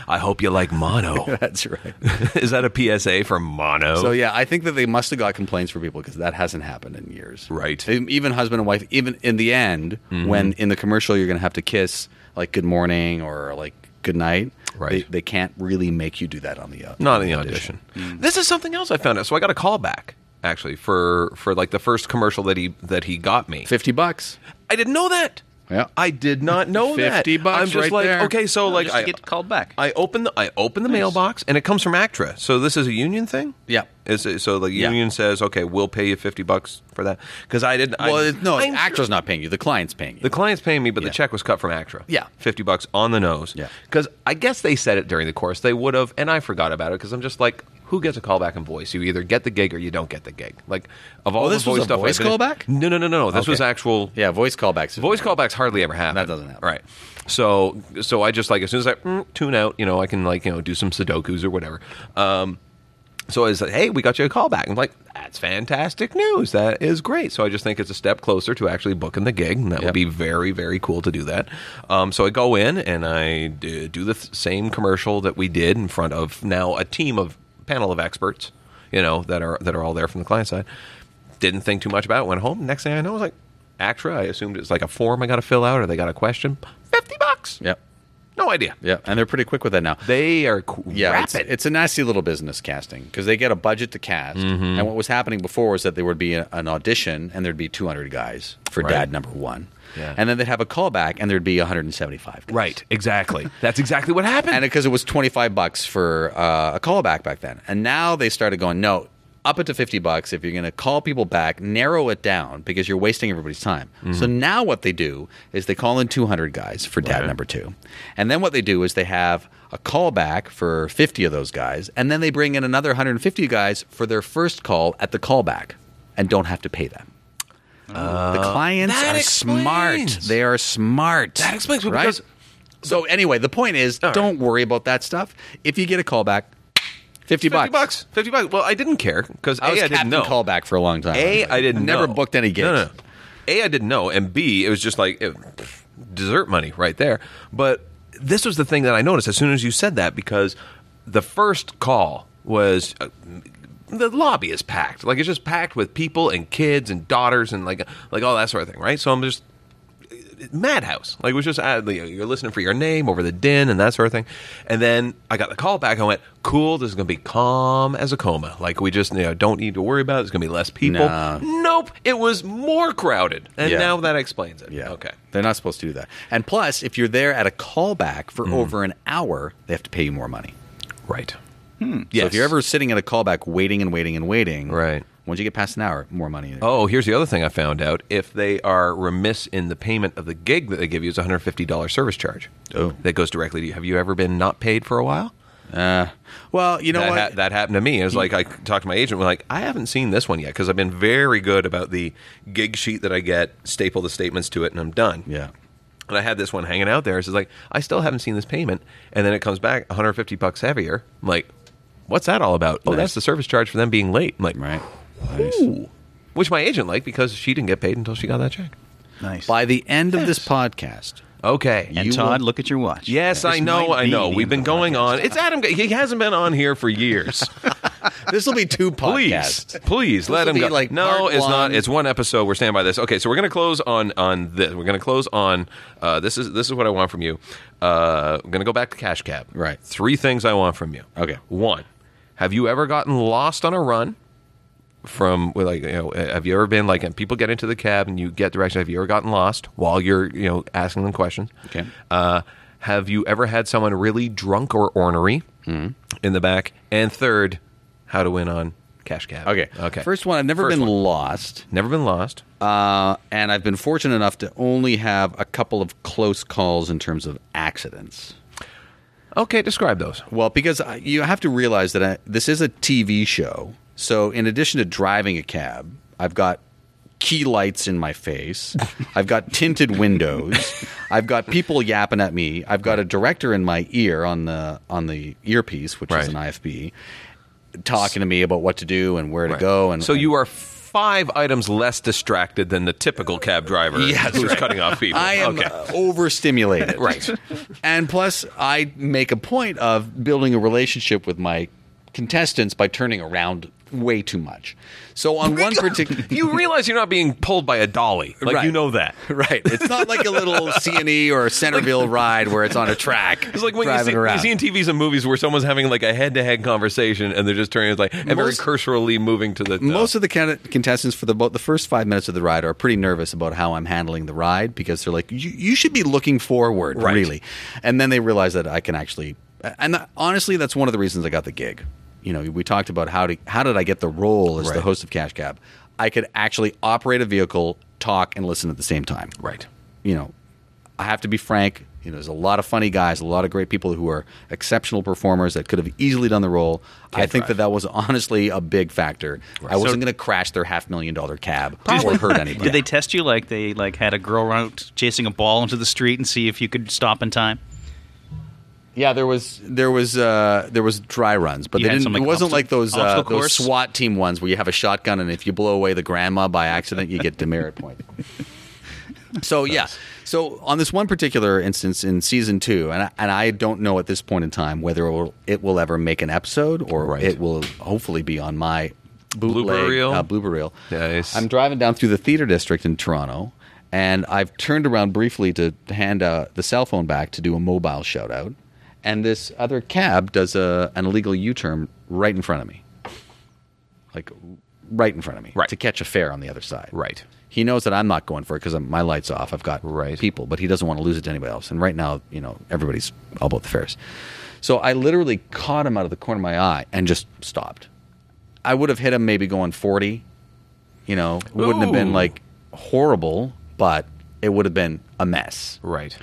[SPEAKER 2] I hope you like mono.
[SPEAKER 3] That's right.
[SPEAKER 2] is that a PSA for mono?
[SPEAKER 3] So yeah, I think that they must have got complaints for people because that hasn't happened in years.
[SPEAKER 2] Right. Mm-hmm.
[SPEAKER 3] E- Even husband and wife. Even in the end, when in the commercial you're going to have to kiss like good morning or like good night.
[SPEAKER 2] Right.
[SPEAKER 3] They, they can't really make you do that on the uh,
[SPEAKER 2] Not in the audition. This is something else I found out. So I got a call back actually for for like the first commercial that he that he got me.
[SPEAKER 3] Fifty bucks.
[SPEAKER 2] I didn't know that.
[SPEAKER 3] Yeah.
[SPEAKER 2] I did not know that.
[SPEAKER 3] 50 bucks
[SPEAKER 2] I'm just
[SPEAKER 3] right
[SPEAKER 2] like,
[SPEAKER 3] there.
[SPEAKER 2] okay, so like
[SPEAKER 1] just to
[SPEAKER 2] I
[SPEAKER 1] get called back.
[SPEAKER 2] I open the I open the mailbox and it comes from Actra. So this is a union thing.
[SPEAKER 3] Yeah.
[SPEAKER 2] Is it, so the
[SPEAKER 3] Yeah.
[SPEAKER 2] union says, okay, we'll pay you fifty bucks for that because I didn't.
[SPEAKER 3] Well,
[SPEAKER 2] I,
[SPEAKER 3] it, no,
[SPEAKER 2] I'm
[SPEAKER 3] Actra's not paying you. The client's paying you.
[SPEAKER 2] The client's paying me, but
[SPEAKER 3] Yeah.
[SPEAKER 2] the check was cut from Actra.
[SPEAKER 3] Yeah.
[SPEAKER 2] fifty bucks on the nose.
[SPEAKER 3] Yeah.
[SPEAKER 2] because I guess they said it during the course. They would have, and I forgot about it because I'm just like, who gets a call back in voice? You either get the gig or you don't get the gig. Like of all
[SPEAKER 3] Oh,
[SPEAKER 2] the
[SPEAKER 3] this
[SPEAKER 2] voice
[SPEAKER 3] was a
[SPEAKER 2] stuff,
[SPEAKER 3] voice
[SPEAKER 2] I've been in-
[SPEAKER 3] callback?
[SPEAKER 2] No, no, no, no, no. This was
[SPEAKER 3] Okay.
[SPEAKER 2] actual.
[SPEAKER 3] yeah, voice callbacks.
[SPEAKER 2] Voice callbacks hardly ever happen.
[SPEAKER 3] That doesn't happen.
[SPEAKER 2] Right. So, so I just like as soon as I mm, tune out, you know, I can like you know do some Sudokus or whatever. Um, so I was like, hey, we got you a call back. I'm like, that's fantastic news. That is great. So I just think it's a step closer to actually booking the gig, and that would
[SPEAKER 3] Yep.
[SPEAKER 2] be very, very cool to do that. Um, so I go in and I d- do the th- same commercial that we did in front of now a team of panel of experts, you know, that are that are all there from the client side. Didn't think too much about it. Went home. Next thing I know, I was like, Actra. I assumed it's like a form I got to fill out, or they got a question. Fifty bucks.
[SPEAKER 3] Yep.
[SPEAKER 2] No idea.
[SPEAKER 3] Yep. And they're pretty quick with that now.
[SPEAKER 2] They are qu-
[SPEAKER 3] yeah, it's,
[SPEAKER 2] rapid.
[SPEAKER 3] it's a nasty little business casting because they get a budget to cast,
[SPEAKER 2] Mm-hmm.
[SPEAKER 3] and what was happening before was that there would be a, an audition and there'd be 200 guys for
[SPEAKER 2] Right.
[SPEAKER 3] dad number one,
[SPEAKER 2] Yeah.
[SPEAKER 3] and then they'd have a callback and there'd be 175. Guys.
[SPEAKER 2] right. Exactly. That's exactly what happened.
[SPEAKER 3] and because it was 25 bucks for uh, a callback back then and now they started going no up it to 50 bucks if you're going to call people back narrow it down because you're wasting everybody's time
[SPEAKER 2] Mm-hmm.
[SPEAKER 3] so now what they do is they call in 200 guys for dad number two and then what they do is they have a callback for 50 of those guys and then they bring in another 150 guys for their first call at the callback and don't have to pay them the clients
[SPEAKER 2] Oh. that
[SPEAKER 3] are smart.
[SPEAKER 2] explains.
[SPEAKER 3] They are smart.
[SPEAKER 2] That explains what-
[SPEAKER 3] right?
[SPEAKER 2] because-
[SPEAKER 3] So anyway, the point is,
[SPEAKER 2] All right.
[SPEAKER 3] don't worry about that stuff. If you get a callback, fifty, bucks.
[SPEAKER 2] 50 bucks. 50 bucks. Well, I didn't care because A,
[SPEAKER 3] I was
[SPEAKER 2] I
[SPEAKER 3] captain
[SPEAKER 2] didn't know.
[SPEAKER 3] callback for a long time.
[SPEAKER 2] A, I didn't
[SPEAKER 3] never
[SPEAKER 2] know.
[SPEAKER 3] booked any gigs.
[SPEAKER 2] No, no, no. A, I didn't know. And B, it was just like it, pff, dessert money right there. But this was the thing that I noticed as soon as you said that because the first call was. Uh, the lobby is packed. Like it's just packed with people and kids and daughters and like like all that sort of thing, right? So I'm just madhouse. Like it was just uh, you know, you're listening for your name over the din and that sort of thing. And then I got the call back. I went, "Cool, this is going to be calm as a coma. Like we just you know, don't need to worry about. it. There's going to be less people.
[SPEAKER 3] Nah.
[SPEAKER 2] Nope, it was more crowded. And
[SPEAKER 3] Yeah.
[SPEAKER 2] now that explains it.
[SPEAKER 3] Yeah.
[SPEAKER 2] Okay.
[SPEAKER 3] They're not supposed to do that. And plus, if you're there at a callback for
[SPEAKER 2] Hmm.
[SPEAKER 3] over an hour, they have to pay you more money.
[SPEAKER 2] Right.
[SPEAKER 3] So
[SPEAKER 2] Yes.
[SPEAKER 3] if you're ever sitting at a callback waiting and waiting and waiting,
[SPEAKER 2] Right.
[SPEAKER 3] Once you get past an hour, more money.
[SPEAKER 2] Oh, here's the other thing I found out. If they are remiss in the payment of the gig that they give you, is $150 service charge.
[SPEAKER 3] Oh.
[SPEAKER 2] That goes directly to you. Have you ever been not paid for a while?
[SPEAKER 3] Uh, well, you know
[SPEAKER 2] that,
[SPEAKER 3] what?
[SPEAKER 2] ha- that happened to me. It was like I talked to my agent. We're like, I haven't seen this one yet because I've been very good about the gig sheet that I get, staple the statements to it, and I'm done.
[SPEAKER 3] yeah.
[SPEAKER 2] And I had this one hanging out there. It's just like I still haven't seen this payment, and then it comes back 150 bucks heavier. I'm like, what's that all about? Oh,
[SPEAKER 3] Nice.
[SPEAKER 2] that's the service charge for them being late. I'm like,
[SPEAKER 3] Right.
[SPEAKER 2] Ooh. Which my agent liked because she didn't get paid until she got that check.
[SPEAKER 1] Nice.
[SPEAKER 3] By the end of this podcast,
[SPEAKER 2] Okay.
[SPEAKER 1] And
[SPEAKER 3] You
[SPEAKER 1] Todd,
[SPEAKER 3] will-
[SPEAKER 1] look at your watch.
[SPEAKER 2] Yes, I
[SPEAKER 1] This
[SPEAKER 2] know,
[SPEAKER 1] might
[SPEAKER 2] I
[SPEAKER 1] be
[SPEAKER 2] know.
[SPEAKER 1] the
[SPEAKER 2] We've
[SPEAKER 1] end
[SPEAKER 2] been
[SPEAKER 1] of the
[SPEAKER 2] going
[SPEAKER 1] podcast.
[SPEAKER 2] on. It's Adam. He hasn't been on here for years.
[SPEAKER 3] this will be two
[SPEAKER 2] please,
[SPEAKER 3] podcasts.
[SPEAKER 2] please let
[SPEAKER 3] will
[SPEAKER 2] him
[SPEAKER 3] be
[SPEAKER 2] go.
[SPEAKER 3] like
[SPEAKER 2] no,
[SPEAKER 3] part
[SPEAKER 2] it's not.
[SPEAKER 3] one.
[SPEAKER 2] It's one episode. We're standing by this. Okay, so we're gonna close on on this. We're gonna close on uh, this is this is what I want from you. Uh, I'm gonna go back to Cash Cab.
[SPEAKER 3] Right.
[SPEAKER 2] Three things I want from you.
[SPEAKER 3] Okay.
[SPEAKER 2] One, have you ever gotten lost on a run? From well, like you know, uh, have you ever been like and people get into the cab and you get directions? Have you ever gotten lost while you're you know asking them questions?
[SPEAKER 3] Okay.
[SPEAKER 2] Uh, have you ever had someone really drunk or ornery
[SPEAKER 3] Hmm.
[SPEAKER 2] in the back? And third, how to win on Cash Cab.
[SPEAKER 3] Okay.
[SPEAKER 2] Okay.
[SPEAKER 3] First one, I've never
[SPEAKER 2] First
[SPEAKER 3] been
[SPEAKER 2] one.
[SPEAKER 3] lost,
[SPEAKER 2] Never been lost.
[SPEAKER 3] uh, and I've been fortunate enough to only have a couple of close calls in terms of accidents.
[SPEAKER 2] Okay, describe those.
[SPEAKER 3] Well, because I- you have to realize that I, this is a TV show. So, in addition to driving a cab, I've got key lights in my face. I've got tinted windows. I've got people yapping at me. I've got a director in my ear on the on the earpiece, which
[SPEAKER 2] Right.
[SPEAKER 3] is an IFB, talking to me about what to do and where to go. And
[SPEAKER 2] so
[SPEAKER 3] and
[SPEAKER 2] you are five items less distracted than the typical cab driver who's cutting off people.
[SPEAKER 3] I am
[SPEAKER 2] okay.
[SPEAKER 3] uh, overstimulated. right. And plus, I make a point of building a relationship with my contestants by turning around way too much. So on one particular.
[SPEAKER 2] you realize you're not being pulled by a dolly. Like
[SPEAKER 3] Right.
[SPEAKER 2] you know that.
[SPEAKER 3] Right. It's not like a little CNE or Centerville ride where it's on a track.
[SPEAKER 2] It's like when you
[SPEAKER 3] driving
[SPEAKER 2] see, you
[SPEAKER 3] around.
[SPEAKER 2] see in TVs and movies where someone's having like a head-to-head conversation and they're just turning like and very
[SPEAKER 3] Most-
[SPEAKER 2] cursorily moving to the
[SPEAKER 3] Most of the can- contestants for the about the first five minutes of the ride are pretty nervous about how I'm handling the ride because they're like, you, you should be looking forward,
[SPEAKER 2] Right.
[SPEAKER 3] really. And then they realize that I can actually, and that, honestly, that's one of the reasons I got the gig. You know, we talked about how to, how did I get the role as the
[SPEAKER 2] Right.
[SPEAKER 3] host of Cash Cab? I could actually operate a vehicle, talk, and listen at the same time
[SPEAKER 2] right.
[SPEAKER 3] you know, I have to be frank. You know, there's a lot of funny guys, a lot of great people who are exceptional performers that could have easily done the role. I think that that was honestly a big factor. I wasn't going to crash their half million dollar cab or hurt anybody.
[SPEAKER 1] Did they test you like they like had a girl out chasing a ball into the street and see if you could stop in time?
[SPEAKER 3] yeah, there was there was uh, there was dry runs, but
[SPEAKER 1] You
[SPEAKER 3] they
[SPEAKER 1] had
[SPEAKER 3] didn't.
[SPEAKER 1] some, like,
[SPEAKER 3] it wasn't
[SPEAKER 1] obstacle-
[SPEAKER 3] like those uh,
[SPEAKER 1] obstacle
[SPEAKER 3] those
[SPEAKER 1] course?
[SPEAKER 3] SWAT team ones where you have a shotgun and if you blow away the grandma by accident, you get demerit points. So yeah, so on this one particular instance in season two, and I, and I don't know at this point in time whether it will, it will ever make an episode or
[SPEAKER 2] Right.
[SPEAKER 3] it will hopefully be on my
[SPEAKER 2] Blooper
[SPEAKER 3] bootleg
[SPEAKER 2] reel?
[SPEAKER 3] Uh, blooper reel.
[SPEAKER 2] Nice.
[SPEAKER 3] I'm driving down through the theater district in Toronto, and I've turned around briefly to hand uh, the cell phone back to do a mobile shout out, and this other cab does a an illegal U-turn right in front of me, like right in front of me,
[SPEAKER 2] Right.
[SPEAKER 3] to catch a fare on the other side,
[SPEAKER 2] Right.
[SPEAKER 3] he knows that I'm not going for it because my light's off. I've got
[SPEAKER 2] Right.
[SPEAKER 3] people, but he doesn't want to lose it to anybody else. And right now, you know, everybody's all about the fares. So I literally caught him out of the corner of my eye and just stopped. I would have hit him maybe going 40. You know, wouldn't have
[SPEAKER 2] Ooh.
[SPEAKER 3] been like horrible, but it would have been a mess.
[SPEAKER 2] Right.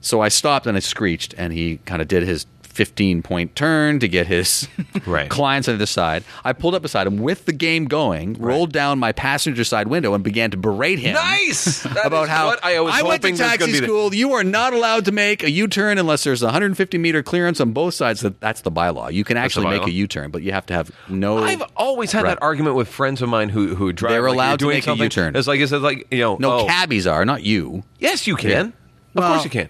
[SPEAKER 3] So I stopped and I screeched, and he kind of did his 15 point turn to get his
[SPEAKER 2] Right.
[SPEAKER 3] clients on the side. I pulled up beside him with the game going, rolled down my passenger side window, and began to berate him.
[SPEAKER 2] Nice. That
[SPEAKER 3] About
[SPEAKER 2] is
[SPEAKER 3] how
[SPEAKER 2] what I was
[SPEAKER 3] went to
[SPEAKER 2] hoping was gonna
[SPEAKER 3] taxi
[SPEAKER 2] be the-
[SPEAKER 3] school. You are not allowed to make a U turn unless there's a 150 meter clearance on both sides. That- That's the bylaw. You can actually make
[SPEAKER 2] bylaw.
[SPEAKER 3] a U turn, but you have to have no.
[SPEAKER 2] I've always had
[SPEAKER 3] Right.
[SPEAKER 2] that argument with friends of mine who who drive.
[SPEAKER 3] They're
[SPEAKER 2] like,
[SPEAKER 3] allowed
[SPEAKER 2] you're
[SPEAKER 3] to
[SPEAKER 2] doing
[SPEAKER 3] make a
[SPEAKER 2] something-
[SPEAKER 3] U-turn.
[SPEAKER 2] It's like it's like you know.
[SPEAKER 3] no
[SPEAKER 2] oh,
[SPEAKER 3] cabbies are, not you.
[SPEAKER 2] Yes, you can. Of course
[SPEAKER 3] Well,
[SPEAKER 2] you can.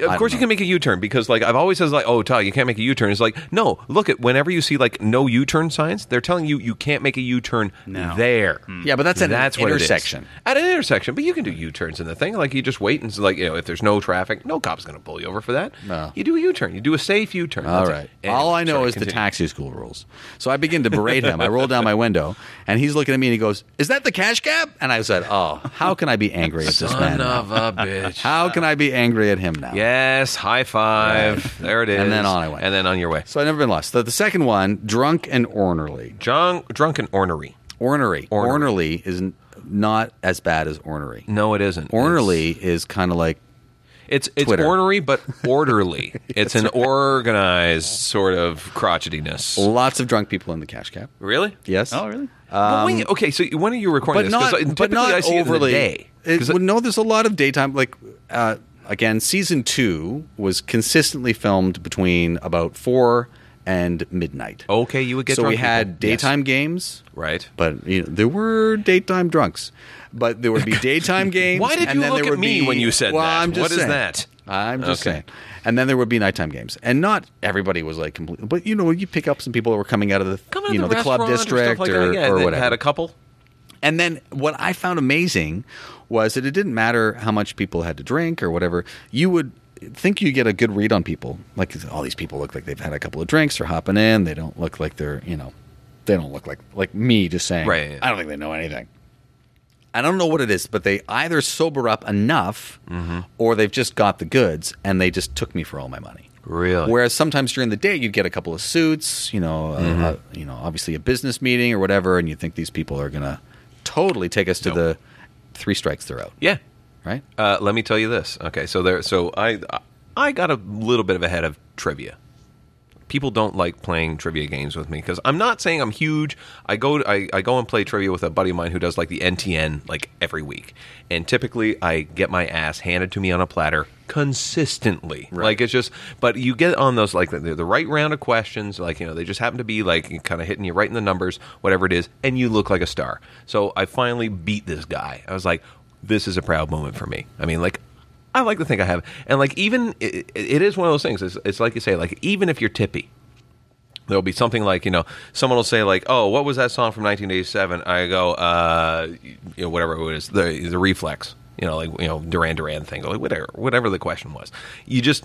[SPEAKER 3] I
[SPEAKER 2] Of course
[SPEAKER 3] don't
[SPEAKER 2] you can
[SPEAKER 3] know.
[SPEAKER 2] make a U-turn because like I've always says like oh Todd you can't make a U-turn it's like no look at whenever you see like no U-turn signs they're telling you you can't make a U-turn
[SPEAKER 1] No.
[SPEAKER 2] there
[SPEAKER 3] Yeah, but that's an
[SPEAKER 2] what it is.
[SPEAKER 3] intersection.
[SPEAKER 2] at an intersection but you can do U-turns in the thing like you just wait and s- like you know if there's no traffic no cop's gonna pull you over for that
[SPEAKER 3] No.
[SPEAKER 2] you do a U-turn you do a safe U-turn
[SPEAKER 3] All
[SPEAKER 2] That's it.
[SPEAKER 3] right.
[SPEAKER 2] Anyway,
[SPEAKER 3] All I know
[SPEAKER 2] sorry,
[SPEAKER 3] is the
[SPEAKER 2] continue.
[SPEAKER 3] taxi school rules. So I begin to berate him. I roll down my window, and he's looking at me and he goes, "Is that the cash cab?" And I said, "Oh, how can I be angry at this
[SPEAKER 2] son
[SPEAKER 3] man? now?
[SPEAKER 2] of a bitch
[SPEAKER 3] How can I be angry at him now?"
[SPEAKER 2] yes high five there it is
[SPEAKER 3] And then on I went.
[SPEAKER 2] and then on your way
[SPEAKER 3] So I've never been lost. The, the second one, drunk and ornery.
[SPEAKER 2] drunk drunk and ornery
[SPEAKER 3] Ornery.
[SPEAKER 2] Ornery.
[SPEAKER 3] Ornery is n- not as bad as ornery.
[SPEAKER 2] no it isn't It's-
[SPEAKER 3] Ornery is kind of like
[SPEAKER 2] It's it's
[SPEAKER 3] Twitter.
[SPEAKER 2] ornery but orderly. it's an organized sort of crotchetiness.
[SPEAKER 3] lots of drunk people in the cash cab.
[SPEAKER 2] Really?
[SPEAKER 3] Yes.
[SPEAKER 1] Oh, really?
[SPEAKER 2] But when- okay, so when are you recording
[SPEAKER 3] Um,
[SPEAKER 2] this?
[SPEAKER 3] but not,
[SPEAKER 2] 'Cause, uh,
[SPEAKER 3] but
[SPEAKER 2] typically
[SPEAKER 3] not
[SPEAKER 2] I see it in the
[SPEAKER 3] overly.
[SPEAKER 2] day.
[SPEAKER 3] It-
[SPEAKER 2] 'Cause
[SPEAKER 3] well, no, there's a lot of daytime. Like uh, again, season two was consistently filmed between about four and midnight.
[SPEAKER 2] Okay, you would Oh, get
[SPEAKER 3] so we
[SPEAKER 2] drunk people.
[SPEAKER 3] had daytime games,
[SPEAKER 2] Right.
[SPEAKER 3] But you know, there were daytime drunks, but there would be daytime games.
[SPEAKER 2] Why did
[SPEAKER 3] and
[SPEAKER 2] you
[SPEAKER 3] then
[SPEAKER 2] look
[SPEAKER 3] there
[SPEAKER 2] at
[SPEAKER 3] would
[SPEAKER 2] me
[SPEAKER 3] be-
[SPEAKER 2] when you said
[SPEAKER 3] well,
[SPEAKER 2] that?
[SPEAKER 3] I'm just
[SPEAKER 2] What is
[SPEAKER 3] saying.
[SPEAKER 2] that?
[SPEAKER 3] I'm just
[SPEAKER 2] Okay.
[SPEAKER 3] saying. And then there would be nighttime games, and not everybody was like completely. But you know, you pick up some people that were coming out of the
[SPEAKER 2] Come on,
[SPEAKER 3] you know the, club
[SPEAKER 2] restaurant or stuff
[SPEAKER 3] district
[SPEAKER 2] like
[SPEAKER 3] or,
[SPEAKER 2] that. Yeah,
[SPEAKER 3] or
[SPEAKER 2] that
[SPEAKER 3] whatever.
[SPEAKER 2] Had a couple.
[SPEAKER 3] And then what I found amazing was that it didn't matter how much people had to drink or whatever. You would think you get a good read on people. Like all these people look like they've had a couple of drinks. They're hopping in. They don't look like they're you know, they don't look like like me just saying.
[SPEAKER 2] Right, yeah.
[SPEAKER 3] I don't think they know anything. I don't know what it is, but they either sober up enough
[SPEAKER 2] Mm-hmm.
[SPEAKER 3] or they've just got the goods and they just took me for all my money.
[SPEAKER 2] Really?
[SPEAKER 3] Whereas sometimes during the day you'd get a couple of suits, you know, uh uh you know, obviously a business meeting or whatever, and you think these people are gonna totally take us to the three strikes they're out,
[SPEAKER 2] Yeah.
[SPEAKER 3] right?
[SPEAKER 2] Uh, let me tell you this. Okay, so there. So I I got a little bit of a head of trivia. People don't like playing trivia games with me because I'm not saying I'm huge. I go I, I go and play trivia with a buddy of mine who does like the NTN like every week, and typically I get my ass handed to me on a platter consistently. Like it's just, but you get on those like the, the right round of questions. Like you know they just happen to be like kind of hitting you right in the numbers, whatever it is, and you look like a star. So I finally beat this guy. I was like, this is a proud moment for me. I mean, like, I like to think I have, and like, even it, it is one of those things. It's, it's like you say, like, even if you're tippy, there'll be something like you know, someone will say like, "Oh, what was that song from 1987?" I go, uh, you know, whatever it was, the the Reflex, you know, like you know, Duran Duran thing, like whatever, whatever the question was. You just,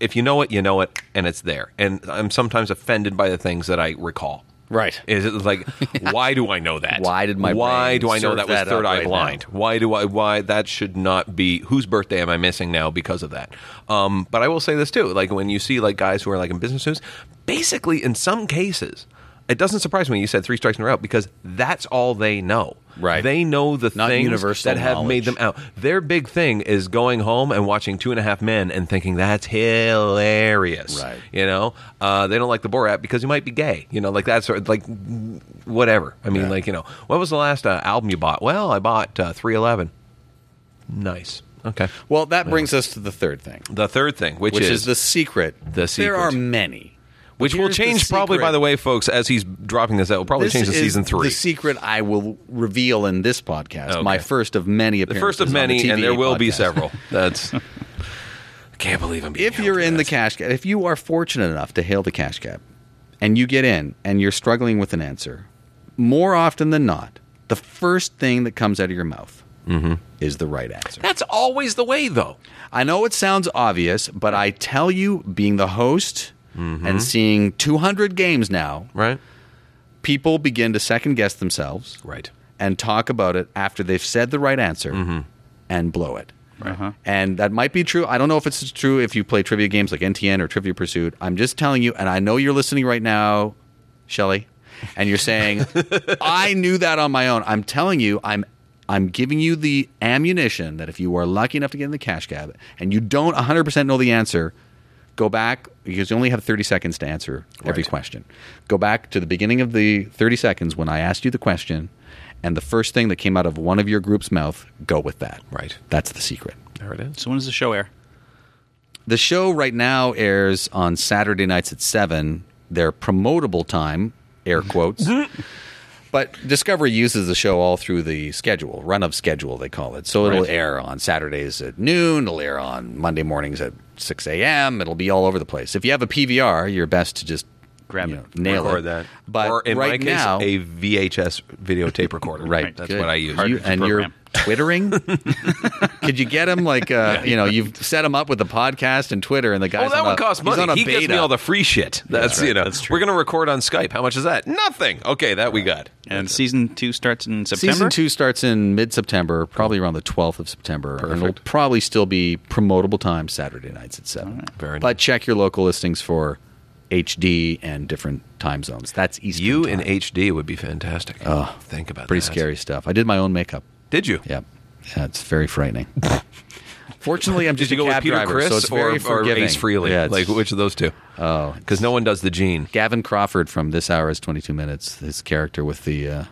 [SPEAKER 2] if you know it, you know it, and it's there. And I'm sometimes offended by the things that I recall.
[SPEAKER 3] Right.
[SPEAKER 2] Is it like why do I know that?
[SPEAKER 3] Why did my
[SPEAKER 2] why
[SPEAKER 3] brain
[SPEAKER 2] do I know
[SPEAKER 3] serve
[SPEAKER 2] that was
[SPEAKER 3] that up
[SPEAKER 2] Third Eye
[SPEAKER 3] right now?
[SPEAKER 2] Blind? Why do I? Why that should not be? Whose birthday am I missing now because of that? Um, but I will say this too: like when you see like guys who are like in business suits, basically in some cases, it doesn't surprise me you said three strikes in a row because that's all they know.
[SPEAKER 3] Right.
[SPEAKER 2] They know the
[SPEAKER 3] Not
[SPEAKER 2] things
[SPEAKER 3] universal
[SPEAKER 2] that have made
[SPEAKER 3] knowledge.
[SPEAKER 2] them out. Their big thing is going home and watching Two and a Half Men and thinking that's hilarious.
[SPEAKER 3] Right.
[SPEAKER 2] You know, uh, they don't like the Borat because he might be gay. You know, like that sort of like whatever. I mean, like you know, what was the last uh, album you bought? Well, I bought uh, Three Eleven. Nice. Okay.
[SPEAKER 3] Well, that brings us to the third thing,
[SPEAKER 2] The third thing, which,
[SPEAKER 3] which is,
[SPEAKER 2] is,
[SPEAKER 3] the secret.
[SPEAKER 2] The secret.
[SPEAKER 3] There are many.
[SPEAKER 2] which will
[SPEAKER 3] Here's the
[SPEAKER 2] change probably.
[SPEAKER 3] secret.
[SPEAKER 2] By the way, folks, as he's dropping this out, will probably
[SPEAKER 3] This
[SPEAKER 2] change to
[SPEAKER 3] is
[SPEAKER 2] season three.
[SPEAKER 3] The secret I will reveal in this podcast,
[SPEAKER 2] Okay.
[SPEAKER 3] my first of many
[SPEAKER 2] the
[SPEAKER 3] appearances.
[SPEAKER 2] first of
[SPEAKER 3] on the
[SPEAKER 2] many, and there
[SPEAKER 3] TVA
[SPEAKER 2] will be
[SPEAKER 3] podcast.
[SPEAKER 2] several. That's. I can't believe I'm. Being
[SPEAKER 3] if
[SPEAKER 2] held
[SPEAKER 3] you're
[SPEAKER 2] to
[SPEAKER 3] in the
[SPEAKER 2] this.
[SPEAKER 3] cash cab, if you are fortunate enough to hail the cash cab and you get in and you're struggling with an answer, more often than not, the first thing that comes out of your mouth is the right answer.
[SPEAKER 2] that's always the way, though.
[SPEAKER 3] I know it sounds obvious, but I tell you, being the host and seeing 200 games now,
[SPEAKER 2] Right.
[SPEAKER 3] people begin to second guess themselves
[SPEAKER 2] Right.
[SPEAKER 3] and talk about it after they've said the right answer and blow it. And that might be true. I don't know if it's true if you play trivia games like NTN or Trivia Pursuit. I'm just telling you, and I know you're listening right now, Shelly, and you're saying, I knew that on my own. I'm telling you, I'm I'm giving you the ammunition that if you are lucky enough to get in the cash cab and you don't 100% know the answer, go back because you only have 30 seconds to answer every
[SPEAKER 2] Right.
[SPEAKER 3] question. Go back to the beginning of the 30 seconds when I asked you the question and the first thing that came out of one of your group's mouth, go with that.
[SPEAKER 2] Right.
[SPEAKER 3] That's the secret.
[SPEAKER 2] There it is.
[SPEAKER 1] So when does the show air?
[SPEAKER 3] The show right now airs on Saturday nights at 7, their promotable time, air quotes. but Discovery uses the show all through the schedule, run of schedule, they call it. So it'll air on Saturdays at noon, it'll air on Monday mornings at 6 a.m., it'll be all over the place. If you have a PVR, you're best to just
[SPEAKER 1] Grab
[SPEAKER 3] you
[SPEAKER 1] it.
[SPEAKER 3] know, nail
[SPEAKER 2] record
[SPEAKER 3] it.
[SPEAKER 2] that.
[SPEAKER 3] But
[SPEAKER 2] or in
[SPEAKER 3] right
[SPEAKER 2] my case,
[SPEAKER 3] now,
[SPEAKER 2] a VHS videotape recorder.
[SPEAKER 3] Right,
[SPEAKER 2] that's
[SPEAKER 3] good.
[SPEAKER 2] what I use.
[SPEAKER 3] You-
[SPEAKER 1] Cartridge
[SPEAKER 3] and you're
[SPEAKER 1] program.
[SPEAKER 3] twittering. Could you get him like uh, you know you've set him up with the podcast and Twitter and the guy?
[SPEAKER 2] Oh, that would cost money.
[SPEAKER 3] He's on a
[SPEAKER 2] he
[SPEAKER 3] beta.
[SPEAKER 2] gives me all the free shit. That's you know. We're going to record on Skype. How much is that? Nothing. Okay, that we got.
[SPEAKER 1] And season two starts in September.
[SPEAKER 3] Season two starts in mid-September, probably around the 12th of September, and it'll
[SPEAKER 2] Perfect.
[SPEAKER 3] probably still be promotable time Saturday nights at seven.
[SPEAKER 2] Very
[SPEAKER 3] but check your local listings for HD and different time zones. That's Eastern.
[SPEAKER 2] You
[SPEAKER 3] time.
[SPEAKER 2] in HD would be fantastic. Oh, think about
[SPEAKER 3] pretty
[SPEAKER 2] that.
[SPEAKER 3] scary stuff. I did my own makeup.
[SPEAKER 2] Did you?
[SPEAKER 3] Yep. Yeah, it's very frightening. Fortunately, I'm
[SPEAKER 2] Did
[SPEAKER 3] just
[SPEAKER 2] you
[SPEAKER 3] a
[SPEAKER 2] go with
[SPEAKER 3] cab
[SPEAKER 2] Peter
[SPEAKER 3] driver,
[SPEAKER 2] Chris
[SPEAKER 3] so it's
[SPEAKER 2] or,
[SPEAKER 3] very
[SPEAKER 2] or
[SPEAKER 3] forgiving.
[SPEAKER 2] Ace Freely?
[SPEAKER 3] Yeah,
[SPEAKER 2] like
[SPEAKER 3] it's-
[SPEAKER 2] which of those two? Oh, because no one does the gene.
[SPEAKER 3] Gavin Crawford from This Hour is 22 Minutes, his character with the uh,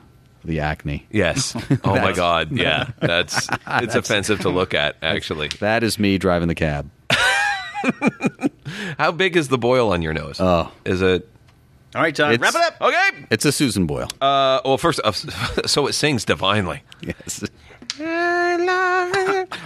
[SPEAKER 3] the acne.
[SPEAKER 2] Yes. Oh my God. Yeah. That's it's offensive to look at. Actually,
[SPEAKER 3] That is me driving the cab.
[SPEAKER 2] how big is the boil on your nose? Oh, is it
[SPEAKER 1] All right, Todd, wrap
[SPEAKER 3] It's-
[SPEAKER 1] it up.
[SPEAKER 2] Okay.
[SPEAKER 3] It's a Susan Boyle.
[SPEAKER 2] Uh, well, first, uh, so it sings divinely.
[SPEAKER 3] yes.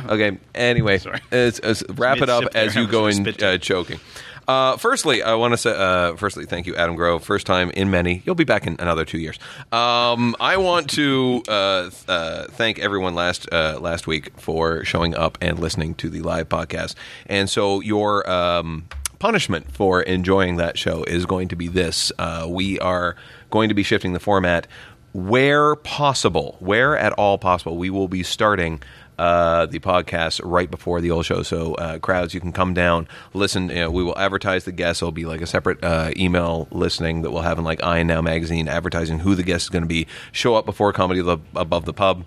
[SPEAKER 2] Okay. Anyway, it's- it's- wrap it up
[SPEAKER 1] Mid-sip
[SPEAKER 2] as
[SPEAKER 1] there,
[SPEAKER 2] you go
[SPEAKER 1] I was
[SPEAKER 2] in
[SPEAKER 1] spit
[SPEAKER 2] uh, choking. Uh, firstly, I want to say. Uh, firstly, thank you, Adam Grove. First time in many. You'll be back in another two years. Um, I want to uh, th- uh, thank everyone last uh, last week for showing up and listening to the live podcast. And so your um, punishment for enjoying that show is going to be this. Uh, we are going to be shifting the format where possible, where at all possible, we will be starting uh, the podcast right before the old show. So, uh, crowds, you can come down, listen. You know, we will advertise the guests. It'll be like a separate uh, email listening that we'll have in like I Now magazine advertising who the guest is going to be. Show up before Comedy Lo- Above the Pub.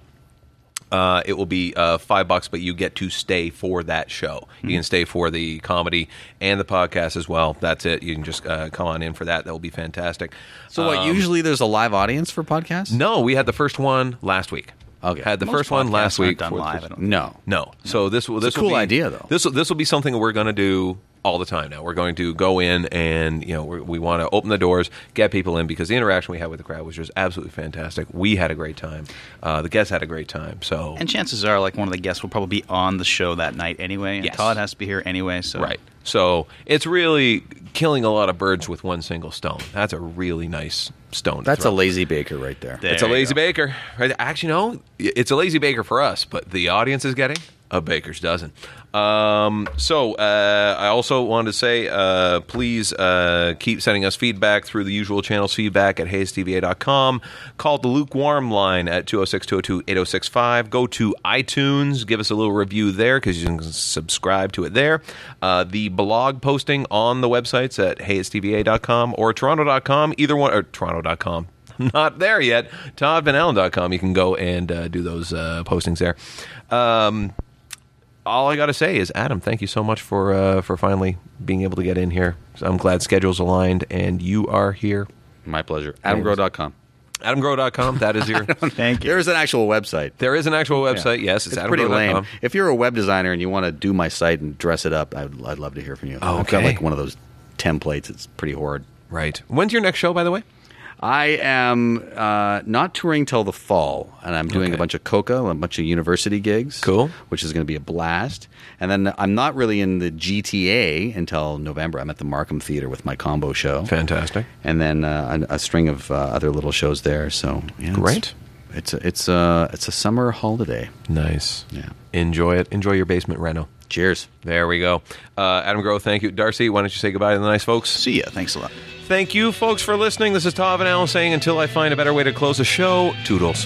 [SPEAKER 2] Uh, it will be uh, five bucks, but you get to stay for that show.
[SPEAKER 1] Hmm.
[SPEAKER 2] You can stay for the comedy and the podcast as well. That's it. You can just uh, come on in for that. That will be fantastic. Uh,
[SPEAKER 3] So what? usually there's a live audience for podcasts.
[SPEAKER 2] No, we had the first one last week.
[SPEAKER 3] Okay.
[SPEAKER 2] had the
[SPEAKER 1] Most
[SPEAKER 2] first one last
[SPEAKER 1] podcasts aren't
[SPEAKER 2] week.
[SPEAKER 1] done
[SPEAKER 2] for the
[SPEAKER 1] live,
[SPEAKER 2] first-
[SPEAKER 1] I don't
[SPEAKER 3] No.
[SPEAKER 2] no. So this will this
[SPEAKER 3] It's a
[SPEAKER 2] will
[SPEAKER 3] cool
[SPEAKER 2] be-
[SPEAKER 3] idea, though.
[SPEAKER 2] This will this will be something that we're going to do all the time now. We're going to go in and you know we're, we want to open the doors, get people in because the interaction we had with the crowd was just absolutely fantastic. We had a great time. Uh, the guests had a great time. So
[SPEAKER 1] And chances are, like one of the guests will probably be on the show that night anyway, and
[SPEAKER 2] Yes.
[SPEAKER 1] Todd has to be here anyway. So
[SPEAKER 2] Right. So it's really killing a lot of birds with one single stone. That's a really nice stone. to
[SPEAKER 5] That's a
[SPEAKER 2] throw.
[SPEAKER 5] lazy baker right there.
[SPEAKER 1] There
[SPEAKER 2] It's a
[SPEAKER 1] you
[SPEAKER 2] lazy
[SPEAKER 1] go.
[SPEAKER 2] baker. Right? Actually, no, it's a lazy baker for us, but the audience is getting a baker's dozen. Um, so uh, I also wanted to say, uh, please uh, keep sending us feedback through the usual channels, feedback at haystva.com. Call the lukewarm line at 206-202-8065. Go to iTunes. Give us a little review there because you can subscribe to it there. Uh, the blog posting on the websites at haystva.com or toronto.com, either one, or toronto.com not there yet, toddvanallen.com. You can go and uh, do those uh, postings there. Um, all I got to say is, Adam, thank you so much for uh, for finally being able to get in here. So I'm glad schedules aligned and you are here.
[SPEAKER 3] My pleasure. AdamGrow.com.
[SPEAKER 2] AdamGrow.com, that is your.
[SPEAKER 1] Thank you.
[SPEAKER 3] There is an actual website.
[SPEAKER 2] there is an actual website. Yes, it's,
[SPEAKER 3] It's
[SPEAKER 2] AdamGrow.com.
[SPEAKER 3] pretty lame. If you're a web designer and you want to do my site and dress it up, I'd, I'd love to hear from you. I've got
[SPEAKER 2] Okay.
[SPEAKER 3] like one of those templates. It's pretty horrid.
[SPEAKER 2] Right. When's your next show, by the way?
[SPEAKER 3] I am uh, not touring till the fall, and I'm doing
[SPEAKER 2] Okay.
[SPEAKER 3] a bunch of coca, a bunch of university gigs.
[SPEAKER 2] Cool.
[SPEAKER 3] which is going to be a blast. And then I'm not really in the GTA until November. I'm at the Markham Theater with my combo show,
[SPEAKER 2] Fantastic.
[SPEAKER 3] and then uh, a, a string of uh, other little shows there. So yeah, it's-
[SPEAKER 2] Great.
[SPEAKER 3] It's a, it's a it's a summer holiday.
[SPEAKER 2] Nice.
[SPEAKER 3] Yeah.
[SPEAKER 2] Enjoy it. Enjoy your basement reno.
[SPEAKER 3] Cheers.
[SPEAKER 2] There we go. Uh, Adam Grow, thank you. Darcy, why don't you say goodbye to the nice folks?
[SPEAKER 1] See ya. Thanks a lot.
[SPEAKER 2] Thank you, folks, for listening. This is Tav and Al saying, until I find a better way to close the show, toodles.